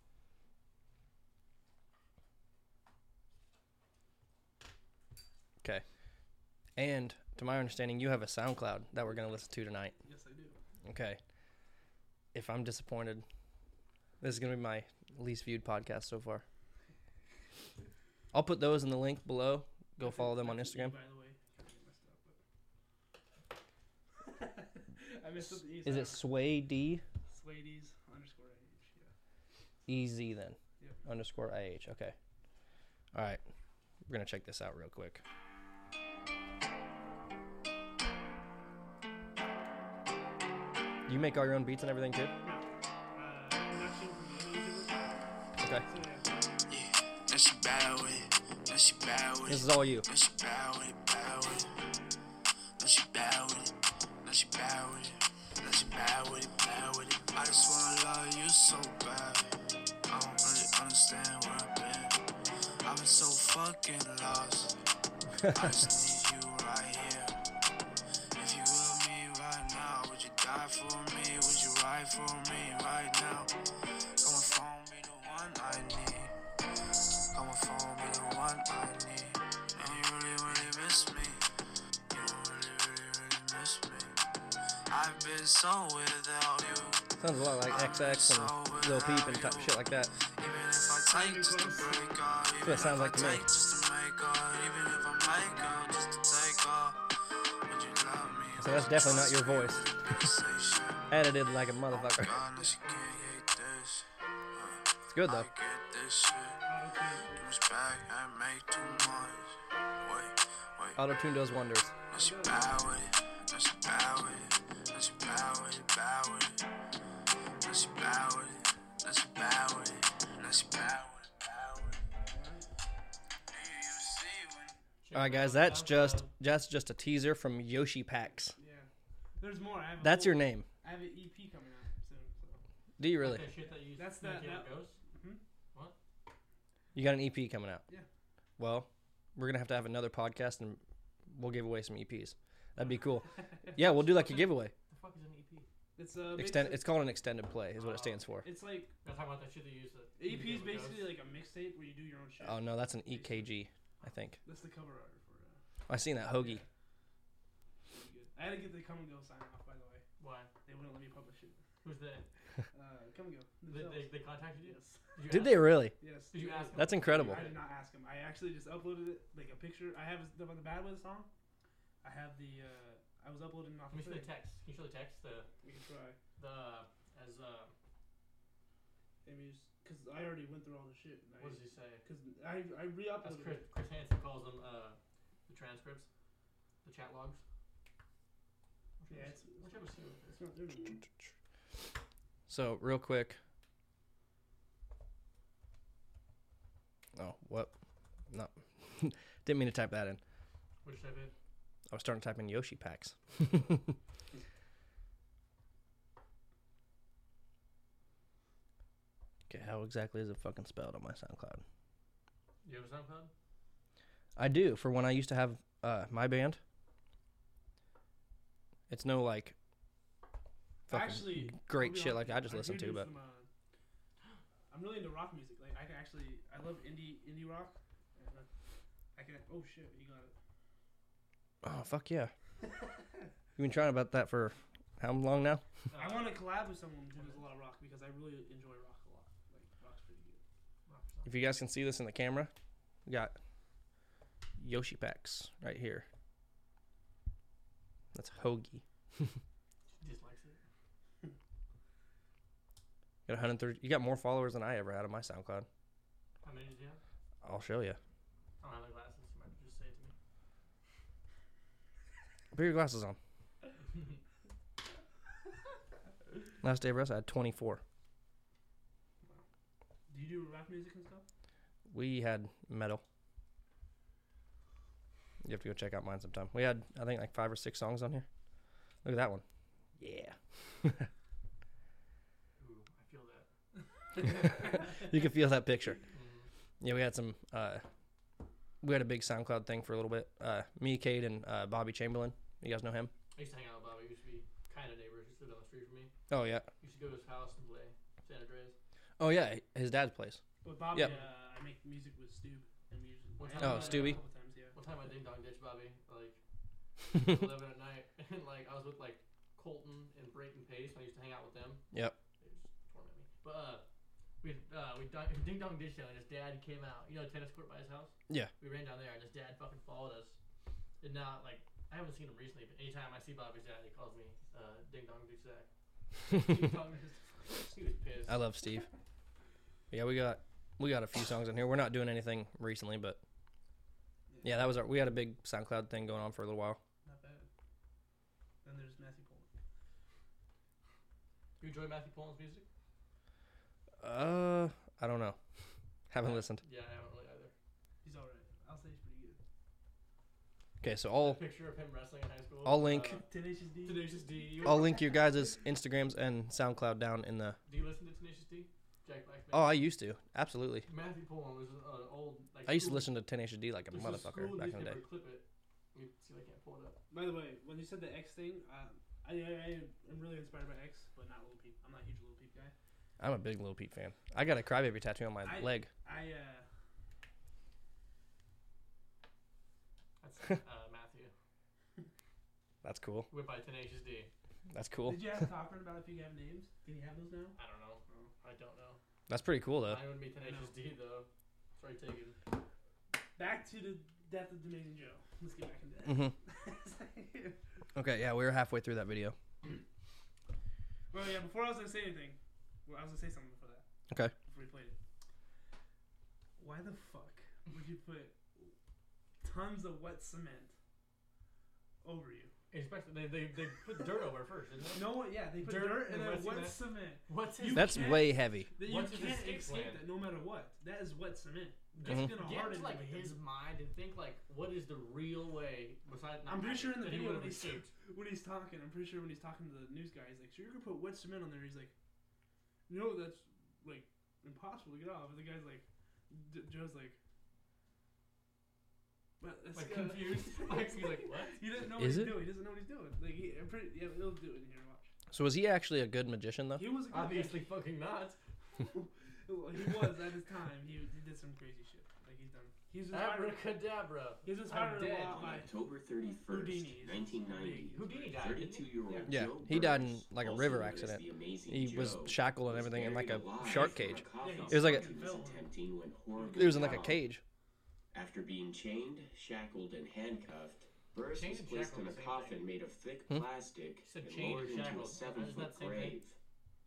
S1: Okay. And to my understanding, you have a SoundCloud that we're gonna listen to tonight.
S2: Yes, I do.
S1: Okay. If I'm disappointed, this is gonna be my least viewed podcast so far. I'll put those in the link below. Go follow them on
S2: That's the E,
S1: Instagram.
S2: By the way, I messed up the E.
S1: Is it Sway D
S2: Swades underscore IH? Yeah.
S1: E Z then?
S2: Yep.
S1: Underscore I H. Okay. All right. We're gonna check this out real quick. You make all your own beats and everything too?
S2: No. Uh, production from the YouTuber.
S1: Okay.
S2: So yeah.
S9: Yeah, now she bad with it. Now she bad with
S1: This
S9: it.
S1: is all you.
S9: Now she bad with it, bad with it. Now she bad with it. Now she bad with it. Now she bad with it, bad with it. I just wanna love you so bad. I don't really understand where I've been. I've been so fucking lost. I just need you right here. If you love me right now, would you die for me? Would you ride for me right now? Come and phone be the one I need. I'ma phone me the one I need. And you really, really miss me. You really, really, really miss me. I've been so without you.
S1: Sounds a lot like XX and Lil Peep and type shit like that.
S9: Even if I take just to break up. Even
S1: what it sounds
S9: if
S1: like to
S9: I
S1: me.
S9: take just to make up. Even if I make up just to take off. Would you love me?
S1: So that's definitely not your voice.
S9: Say shit.
S1: Edited like a motherfucker.
S9: Oh, God, no, she can't hate this.
S1: It's good
S9: I
S1: though.
S9: get this shit. Too much back, I make too much. Wait, wait.
S1: Auto tune does wonders.
S9: Now she bow with it. Now she bow with it. Now she bow with it. Bow with it. Now she bow with it. Now she bow with it. Now she bow with it. Bow with it. Do you see when?
S1: All right, guys, that's just that's just a teaser from Yoshi Packs.
S2: Yeah. There's more. I have. A
S1: That's
S2: whole-
S1: your name.
S2: I have an EP coming out soon. So.
S1: Do you really?
S2: That's that- that- Mm-hmm.
S1: You got an EP coming out.
S2: Yeah.
S1: Well, we're gonna have to have another podcast and we'll give away some EPs. That'd be cool. Yeah, we'll do like a giveaway.
S3: The fuck is
S2: E
S3: an EP?
S2: It's uh.
S1: Extend.
S2: mixta-
S1: It's called an extended play, is what it stands for.
S2: It's like
S3: That's talking about that shit they use. that-
S2: EP E is basically like a mixtape where you do your own shit.
S1: Oh no, that's an EKG. I think
S2: That's the cover art for. Uh,
S1: I seen that hoagie.
S2: pretty good. I had to get the Come and Go sign off by the way.
S3: Why?
S2: They wouldn't let me publish it.
S3: Who's that?
S2: Uh, come and Go.
S3: They,
S2: themselves.
S3: they, they contacted you?
S2: Yes.
S3: you
S1: Did
S3: ask-
S1: they really?
S2: Yes.
S3: Did you ask them?
S1: That's incredible.
S2: I did not ask him. I actually just uploaded it like a picture. I have the, the bad with song. I have the. Uh, I was uploading off.
S3: Let
S2: of
S3: me show the
S2: thing.
S3: text. Can you show the text? The,
S2: We can try.
S3: the, as, uh,
S2: because I already went through all the shit.
S3: what does he say?
S2: Because I, I re
S3: As
S2: uploaded
S3: Chris,
S2: it.
S3: Chris Hansen calls them, uh, the transcripts, the chat logs.
S2: Yeah, it's,
S3: Whichever suit.
S2: it's not doing it.
S1: So real quick. Oh, what? No, didn't mean to type that in.
S3: Which type of?
S1: I was starting to type in Yoshi packs. okay. how exactly is it fucking spelled on my SoundCloud?
S3: You have a SoundCloud?
S1: I do for when I used to have uh, my band. It's no like fucking
S2: Actually, I'll
S1: great
S2: be
S1: shit
S2: honest
S1: like
S2: with
S1: I
S2: you,
S1: just
S2: do
S1: listen
S2: do
S1: to, but
S2: some, uh, I'm really into rock music. Like I can actually, I love indie indie rock. And, uh, I can. Oh shit, you got it.
S1: oh fuck yeah. You've been trying about that for how long now?
S3: Uh,
S2: I want to collab with someone who does a lot of rock because I really enjoy rock a lot. Like rock's pretty good. Rock's not-
S1: If you guys can see this in the camera, we got Yoshi Packs right here. That's Hoagie.
S3: Dislikes it.
S1: You got 130. You got more followers than I ever had on my SoundCloud.
S3: How many did you have?
S1: I'll show you.
S3: I don't have my glasses. You might just say it to me.
S1: Put your glasses on. Last day of rest, I had 24.
S2: Do you do rock music and stuff?
S1: We had metal. You have to go check out mine sometime. We had, I think, like five or six songs on here. Look at that one. Yeah.
S3: Ooh, I feel that.
S1: You can feel that picture. Yeah, we had some. Uh, we had a big SoundCloud thing for a little bit. Uh, me, Cade, and uh, Bobby Chamberlain. You guys know him?
S3: I used to hang out with Bobby. He used to be kind of neighbors. He lived down the street from me.
S1: Oh yeah.
S3: Used to go to his house and play San Andreas.
S1: Oh yeah. His dad's place.
S2: With Bobby,
S1: Yep.
S2: uh, I make music with Stube. And we usually
S3: What's
S1: up?
S2: I
S1: Oh,
S2: have done that
S1: Stubby.
S2: A couple times, yeah.
S3: One time I ding dong ditched Bobby, like eleven at night, and like I was with like Colton and Brayton Pace. When I used to hang out with them.
S1: Yep.
S3: They just torment me. But uh, we uh, we ding dong ditched him, and his dad came out. You know, the tennis court by his house.
S1: Yeah.
S3: We ran down there, and his dad fucking followed us. And now, like, I haven't seen him recently, but anytime I see Bobby's dad, he calls me uh, Ding Dong Dick Sack. Ding Dong Dick He was pissed.
S1: I love Steve. yeah, we got we got a few songs in here. We're not doing anything recently, but yeah, that was our. We had a big SoundCloud thing going on for a little while.
S2: Not bad. Then there's Matthew Poland.
S3: You enjoy Matthew Poland's music?
S1: Uh, I don't know. Haven't listened.
S3: Yeah, I haven't really either.
S2: He's alright. I'll say he's pretty good.
S1: Okay, so
S3: A
S1: I'll
S3: picture of him wrestling in high school.
S1: I'll link-
S3: Uh,
S2: Tenacious D.
S3: Tenacious D. You,
S1: I'll link your guys' Instagrams and SoundCloud down in the.
S3: do you listen to Tenacious D? Jack Black's
S1: Oh,
S3: band?
S1: I used to absolutely.
S3: Matthew Poland was an uh, old. Like,
S1: I used to
S3: school-
S1: listen to Tenacious D like a
S3: there's
S1: motherfucker
S3: school
S1: back in the day.
S3: newspaper, Clip it. Let me see if I can't pull it up.
S2: By the way, when you said the X thing, um, I, I I am really inspired by X, but not Little Peep. I'm not a huge Little Peep guy.
S1: I'm a big Lil Peep fan. I got a crybaby tattoo on my
S2: I-
S1: leg.
S2: I uh,
S3: That's uh, Matthew.
S1: That's cool.
S3: Went by Tenacious D.
S1: That's cool.
S2: did you ask Cochran about if you have names? Can you have those now?
S3: I don't know. I don't know.
S1: That's pretty cool though.
S3: Mine would be Tenacious D though. It's already taken.
S2: Back to the death of Dominion Joe. Let's get back into that.
S1: hmm Okay, yeah, we were halfway through that video.
S2: well, yeah. Before I was gonna say anything, well, I was gonna say something before that.
S1: Okay.
S2: Before we played it. Why the fuck would you put tons of wet cement over you?
S3: Especially they, they, they put dirt over it first, didn't they?
S2: No one. Yeah, they put
S3: Dirt
S2: dirt, and then
S3: and wet
S2: wet cement.
S3: What's his
S2: You
S1: That's
S2: can't-
S1: way heavy.
S2: That you
S3: Once it's
S2: can't
S3: escape
S2: escape
S3: plan.
S2: that no matter what. That is wet cement. It's
S1: Mhm.
S2: gonna
S3: get
S2: harden
S3: into like
S2: everything.
S3: his mind and think like what is the real way besides
S2: I'm
S3: not
S2: pretty
S3: magic
S2: sure in the
S3: that he
S2: video
S3: would've
S2: when he's,
S3: escaped.
S2: when he's talking, I'm pretty sure when he's talking to the news guy, he's like, "So you're gonna put wet cement on there?" He's like, "No, that's like impossible to get off." And the guy's like, D- "Joe's like, but that's
S3: Like
S2: gonna-"
S3: confused. like he's like, What?
S2: He doesn't know what
S1: Is
S2: he's
S1: it?
S2: doing. He doesn't know what he's doing. Like, he, I'm pretty, yeah, he'll do it in here. Watch.
S1: So was he actually a good magician though?
S2: He was a good
S3: Obviously fucking not.
S2: well, he was at his time. He, he did some crazy shit. Like he's done. He's inspired.
S3: Abracadabra.
S2: He's inspired a
S3: dead.
S2: lot
S6: On
S2: by
S6: October 31st,
S2: Houdini.
S6: 1990,
S3: Houdini died, didn't he?
S6: 32-year-old
S1: Yeah,
S6: Joe
S1: he died
S6: Burns,
S1: in, like, a
S6: also
S1: river
S6: known as
S1: accident.
S6: the Amazing
S1: He was
S6: Joe,
S1: shackled and
S6: was
S1: everything in, like,
S6: buried
S1: a
S6: alive
S1: shark
S6: from a
S1: cage.
S6: coffin
S2: Yeah,
S1: he was like a-
S6: he was attempting when horribly
S1: He was in like a
S6: found.
S1: cage.
S6: After being chained, shackled, and handcuffed, Burris
S3: Chained
S6: was
S3: and
S6: placed
S3: shackled
S6: in a
S3: the same
S6: coffin
S3: thing.
S6: made of thick
S1: Hmm?
S6: plastic
S3: said
S6: and
S3: chained
S6: lowered
S3: and
S6: into a
S3: shackled.
S6: seven
S3: Isn't that
S6: foot
S3: the same thing?
S6: grave.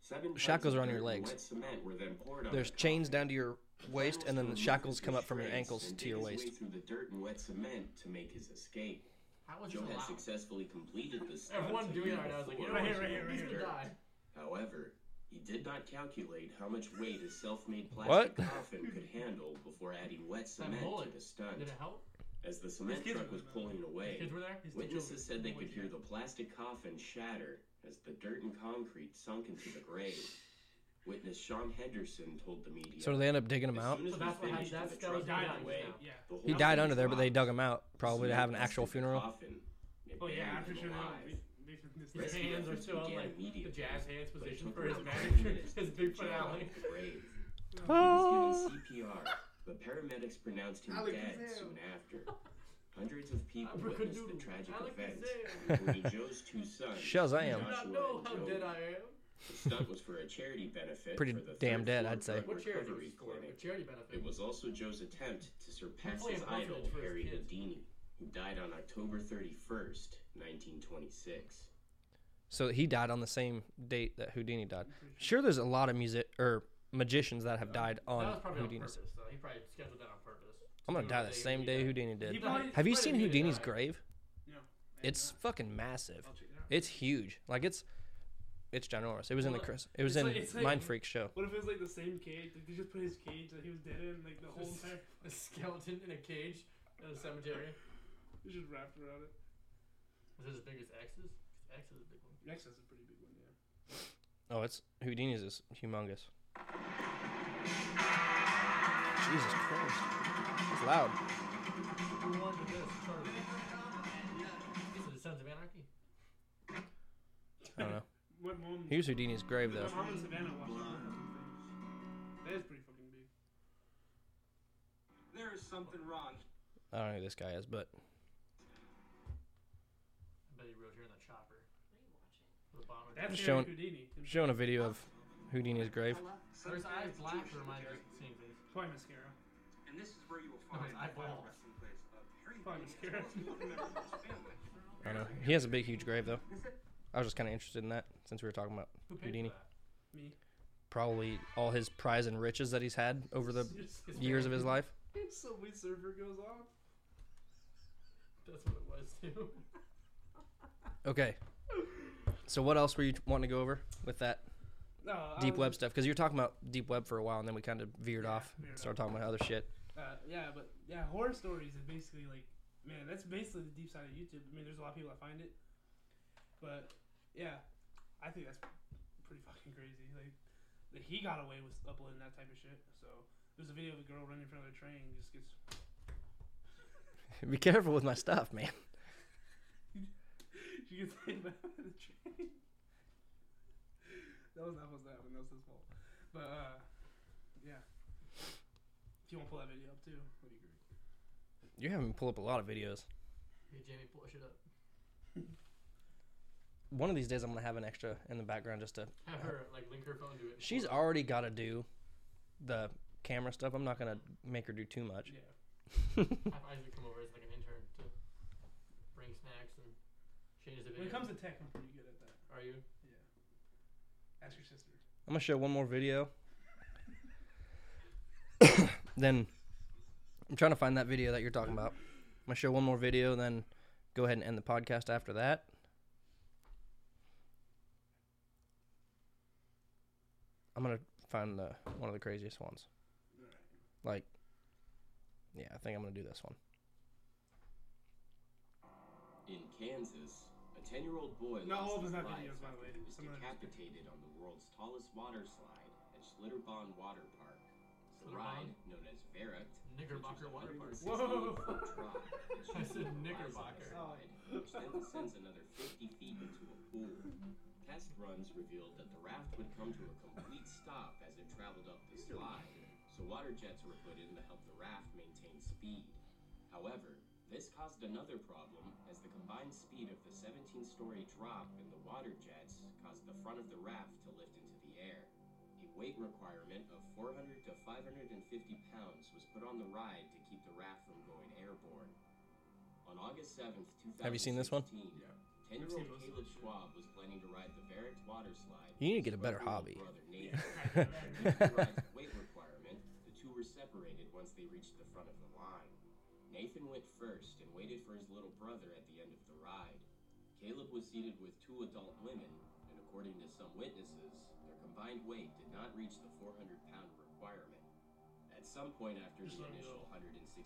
S6: Seven tons
S1: Shackles
S6: of
S1: are on your
S6: dirt and
S1: legs.
S6: Wet cement were then poured on
S1: There's
S6: the
S1: chains
S6: coffin.
S1: down to your waist, and then the
S6: Burris
S1: shackles
S6: moved
S1: come
S6: with
S1: up from your
S6: strengths
S1: ankles
S6: and
S1: to
S6: dig
S1: your
S6: his way
S1: waist.
S6: Through the dirt and wet cement to make his escape.
S3: How was
S6: Joe
S3: this
S6: had
S3: allowed?
S6: successfully completed the stunt.
S3: Everyone
S6: a
S3: doing
S6: year
S3: it right now is like, you know
S6: before.
S2: Right here,
S3: what?
S2: right here, right
S3: he's
S2: here.
S3: gonna die.
S6: However, he did not calculate how much weight his self-made
S1: What?
S6: plastic coffin could handle before adding wet
S3: That
S6: cement to
S3: bullet.
S6: the stunt.
S3: Did it help?
S6: As the cement
S2: His kids
S6: truck
S2: were
S6: was
S2: there.
S6: pulling away,
S3: Kids were there?
S2: His
S6: witnesses said they
S3: No, we
S6: could hear
S3: can't.
S6: the plastic coffin shatter as the dirt and concrete sunk into the grave. Witness Sean Henderson told the media.
S1: So do they end up digging him
S6: As
S1: out?
S6: soon as
S10: So
S6: we
S10: that's what
S6: finished
S10: happened-
S6: with
S10: that's- that
S6: the
S10: was
S6: truck
S10: done
S6: going
S10: that way,
S6: down,
S2: yeah.
S6: the whole
S1: He died
S6: thing
S1: under there, but they
S6: collapsed.
S1: dug him out probably to
S6: Soon
S1: have an
S6: as
S1: actual
S6: the
S1: funeral.
S6: coffin, they
S10: Oh yeah,
S6: buried
S10: I'm pretty
S6: him
S10: sure
S6: alive.
S10: they they took this
S6: Rescue
S10: his hands are
S6: efforts
S10: still on
S6: began
S10: like the
S6: immediately,
S10: jazz hands
S6: but it
S10: position
S6: took
S10: for his
S6: around five
S10: manager,
S6: minutes
S10: his
S6: to
S10: big
S6: get John out
S10: finale. Oh.
S6: of the grave. He was given CPR, but paramedics pronounced him
S10: Alakazam.
S6: dead soon after. Hundreds of people witnessed the
S10: Abracadoodle.
S6: tragic events,
S10: Alakazam.
S6: including Joe's two sons.
S1: Shazam.
S10: Do
S6: Joshua
S10: not know
S6: and
S10: how
S6: Joey.
S10: dead I am.
S6: The stunt was for a charity benefit.
S1: Pretty
S6: for the
S1: damn
S6: third
S1: dead,
S6: floor
S1: I'd say.
S6: drug
S10: What charity
S6: recovery
S10: was for?
S6: clinic.
S10: What charity benefit?
S6: It was also Joe's attempt to surpass
S10: Hopefully
S6: his
S10: it wasn't
S6: idol,
S10: for his
S6: Harry
S10: kids.
S6: Houdini, who died on October 31st, 1926.
S1: So he died on the same date that Houdini died. Sure, there's a lot of music or magicians that have died
S10: that
S1: on
S10: was probably
S1: Houdini's.
S10: on purpose, though. He probably scheduled that on purpose.
S1: I'm gonna
S10: To
S1: die
S10: do
S1: the
S10: it
S1: same day Houdini
S2: He
S1: did.
S2: probably-
S1: Have
S10: Probably
S1: you seen
S10: Houdini
S1: Houdini's
S10: died.
S1: grave?
S2: No.
S1: It's fucking massive.
S2: I'll check it out.
S1: It's huge. Like it's, it's ginormous. It was in the
S10: Well,
S1: Chris. It was
S2: it's
S1: in
S2: like- it's like-
S1: Mind Freak show.
S2: What if it was like the same cage? Like they just put his cage that he was dead in, like the whole
S10: Just
S2: entire.
S10: A skeleton in a cage at a cemetery.
S2: It's just wrapped around it.
S10: Is it as big as X's? X is a big one.
S2: Rex has a pretty big one, yeah.
S1: Oh, it's Houdini's is humongous. Jesus Christ! It's loud.
S10: Who won the best tournament? Is it the Sons of Anarchy?
S1: I don't know.
S2: What mom?
S1: Here's Houdini's grave
S2: my
S1: though.
S2: mom and Savannah watched it. That is pretty fucking big.
S5: There is something wrong.
S1: I don't know who this guy is, but
S10: I bet he rode here in the chopper.
S7: What are you watching?
S10: With a bomber.
S2: That's
S1: Showing-
S2: Showing... Houdini.
S1: I'm showing a video of Houdini's grave.
S10: Or his eyes black to remind us of seeing things.
S2: Probably mascara.
S5: And this is where you will find
S10: it's eyeball.
S5: the resting place of Harry
S2: Probably
S5: Houdini, as well as more members of his family.
S1: I don't know. He has a big, huge grave though. I was just kind of interested in that since we were talking about
S10: Who paid
S1: Houdini.
S10: for that?
S2: Me.
S1: Probably all his prize and riches that he's had over the
S2: Seriously.
S1: years of his life.
S2: Subway Surfer goes off.
S10: That's what it was too.
S1: Okay. So what else were you wanting to go over with that
S2: No, I
S1: deep
S2: was
S1: web
S2: just-
S1: stuff? Because you were talking about deep web for a while, and then we kind of veered
S2: Yeah,
S1: off
S2: veered
S1: and started talking about other shit.
S2: Uh, yeah, but yeah, horror stories is basically like, man, that's basically the deep side of YouTube. I mean, there's a lot of people that find it, but yeah, I think that's pretty fucking crazy. Like, that he got away with uploading that type of shit. So there's a video of a girl running in front of a train, just gets
S1: Be careful with my stuff, man.
S2: she gets hit by the train. that was that was that one. That was his fault. But uh, yeah, if you want to pull that video up too, that'd be great.
S1: You're having me pull up a lot of videos.
S10: Hey Jamie, pull that shit up.
S1: One of these days, I'm gonna have an extra in the background just to.
S10: Have her like link her phone to it. and
S1: She's
S10: pull
S1: already got to do the camera stuff. I'm not gonna make her do too much.
S2: Yeah.
S10: it. Have Isaac come over as like an intern to bring snacks and change the video.
S2: When it comes to tech, I'm pretty good at that.
S10: Are you?
S2: Yeah. Ask your sister.
S1: I'm gonna show one more video. then I'm trying to find that video that you're talking about. I'm gonna show one more video, then go ahead and end the podcast after that. I'm gonna find the one of the craziest ones. Like, yeah, I think I'm gonna do this one.
S6: In Kansas, a 10 year old boy
S2: Not all of us
S6: lost his
S2: have
S6: life
S2: videos, by the
S6: after
S2: way.
S6: he was
S2: Some of them are-
S6: decapitated on the world's tallest water slide at Schlitterbahn Water Park. The
S10: Schlitterbahn?
S6: ride, known as Verrect,
S10: Knickerbocker Water Park.
S2: Whoa.
S10: I said Knickerbocker.
S6: Which then descends another 50 feet into a pool. Test runs revealed that the raft would come to a complete stop as it traveled up the slide, so water jets were put in to help the raft maintain speed. However, this caused another problem as the combined speed of the 17 story drop and the water jets caused the front of the raft to lift into the air. A weight requirement of 400 to 550 pounds was put on the ride to keep the raft from going airborne. On August 7th, 2016,
S1: Have you seen this one?
S6: Yeah.
S2: I've seen most of
S6: 10-year-old Caleb Schwab was planning to ride the Varick water slide.
S1: You need to get a
S6: with his
S1: better hobby.
S6: brother-in-law Brother, Nathan. Due to the ride's weight requirement, the two were separated once they reached the front of the line. Nathan went first and waited for his little brother at the end of the ride. Caleb was seated with two adult women, and according to some witnesses, their combined weight did not reach the 400 pound requirement. At some point after
S10: Just
S6: the
S10: let me
S6: initial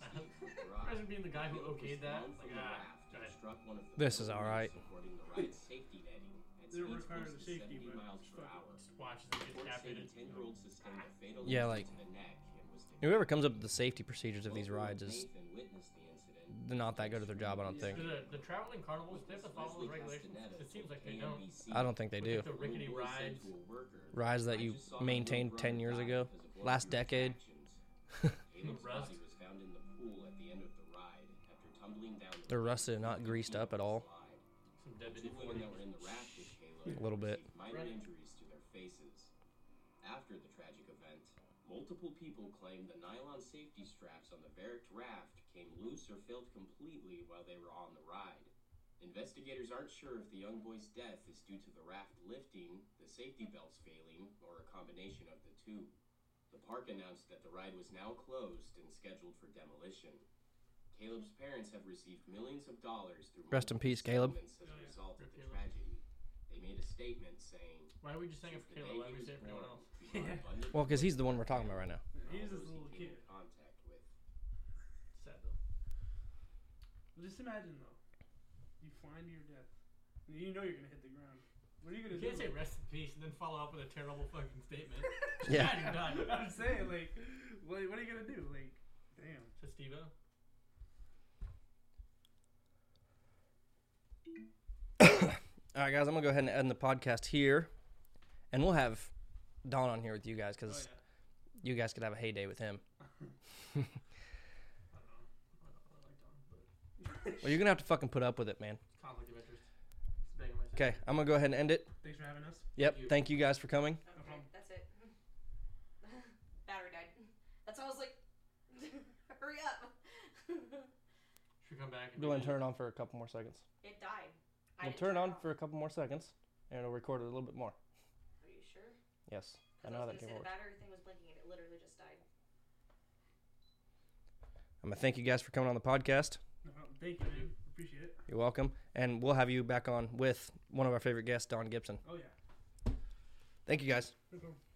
S10: know.
S6: 168 foot
S10: Imagine
S6: ride,
S10: being the guy who
S6: Caleb was
S10: okayed that.
S6: thrown
S10: Like,
S6: from the
S10: ah,
S6: raft and
S10: guys.
S6: struck one of the
S1: This is
S6: pillars
S1: all right.
S6: supporting the ride's safety netting at
S2: They don't
S6: speeds
S2: require
S6: close
S2: the
S6: to
S2: safety,
S6: 70
S2: but
S6: miles
S2: it's
S6: per
S2: fucking-
S6: hour.
S10: Just watch them get
S6: Reports say
S10: caffeinated.
S6: the 10-year-old sustained a fatal
S1: Yeah,
S6: injury
S1: like-
S6: to the neck and was declared
S1: Whoever comes up with the safety procedures of these
S6: Local
S1: rides is
S6: Nathan witnessed the incident.
S1: they're not that good at their job. I don't
S10: Do
S1: think.
S10: The, the traveling carnivals, they have to follow
S6: Leslie
S10: those regulations.
S6: Castaneda
S10: It seems
S6: from
S10: like they don't.
S6: KNBC.
S1: I don't think they
S10: But
S1: do.
S10: if The rickety
S6: Locals said
S10: rides.
S6: to a worker,
S1: Rides that
S6: "I
S1: you
S6: just saw my
S1: maintained
S6: little
S1: ten
S6: brother
S1: years
S6: die
S1: ago,
S6: because of one of
S1: last
S6: your
S1: decade.
S6: actions." Caleb's
S10: Rust.
S6: body was found in the pool at the end of the ride after tumbling down.
S1: They're rusted and not greased up at all.
S10: Some
S6: The
S10: deputy
S6: two women
S10: forty.
S6: that were in the raft with Caleb
S1: A little bit.
S6: received Minor injuries to their faces. After the tragic event, multiple people claimed the nylon safety straps on the Varick raft came loose or failed completely while they were on the ride. Investigators aren't sure if the young boy's death is due to the raft lifting, the safety belts failing, or a combination of the two. The park announced that the ride was now closed and scheduled for demolition. Caleb's parents have received millions of dollars through
S1: Rest in
S6: multiple
S1: peace, Caleb.
S2: Oh,
S6: settlements as a result of
S10: Rip
S6: the
S10: Caleb.
S6: tragedy. They made a statement saying,
S10: Why are we just saying it for
S6: "Since the day
S10: Caleb? Why do
S6: he
S10: we
S6: was
S10: say it for anyone
S6: born,
S10: else?
S6: we are abundantly
S1: Well, because he's the one we're talking about right now.
S6: grateful for
S2: He's
S6: all
S2: this
S6: those he
S2: little
S6: came in
S2: kid.
S6: Contact with.
S10: Sad though.
S2: Just imagine though, you flying to your death, and you know you're gonna hit the ground. What are you gonna
S10: You
S2: do?
S10: can't say rest in peace and then follow up with a terrible fucking statement.
S1: Yeah.
S10: God, you're done.
S2: I'm saying like, like, what are you gonna do? Like, damn.
S10: To Steve
S1: All right, guys, I'm gonna go ahead and end the podcast here, and we'll have Don on here with you guys
S7: Oh,
S1: because you guys could have a heyday with him.
S10: I don't know. I don't really like Don, but
S1: Well, you're gonna have to fucking put up with it, man.
S10: it's conflict of interest. It's banging my
S1: Okay, I'm gonna go ahead and end it.
S2: Thanks for having us.
S1: Yep,
S10: Thank you.
S1: thank you guys for coming.
S7: Okay, that's it. Battery died. That's why I was like, hurry up.
S10: Should we come back and
S1: Go ahead and
S10: do
S1: turn it on for a couple more seconds.
S7: it died. I
S1: We'll
S7: didn't
S1: turn it
S7: it
S1: on
S7: off.
S1: for a couple more seconds, and it'll record it a little bit more.
S7: Are you sure?
S1: Yes, I
S7: 'Cause
S1: know how
S7: I
S1: that
S7: was
S1: came
S7: gonna say
S1: over.
S7: the battery thing was blinking and it literally just died.
S1: I'm gonna thank you guys for coming on the podcast.
S2: No, problem. thank you, man. Appreciate it.
S1: You're welcome, and we'll have you back on with one of our favorite guests, Don Gibson.
S2: Oh yeah.
S1: Thank you guys.
S2: No problem.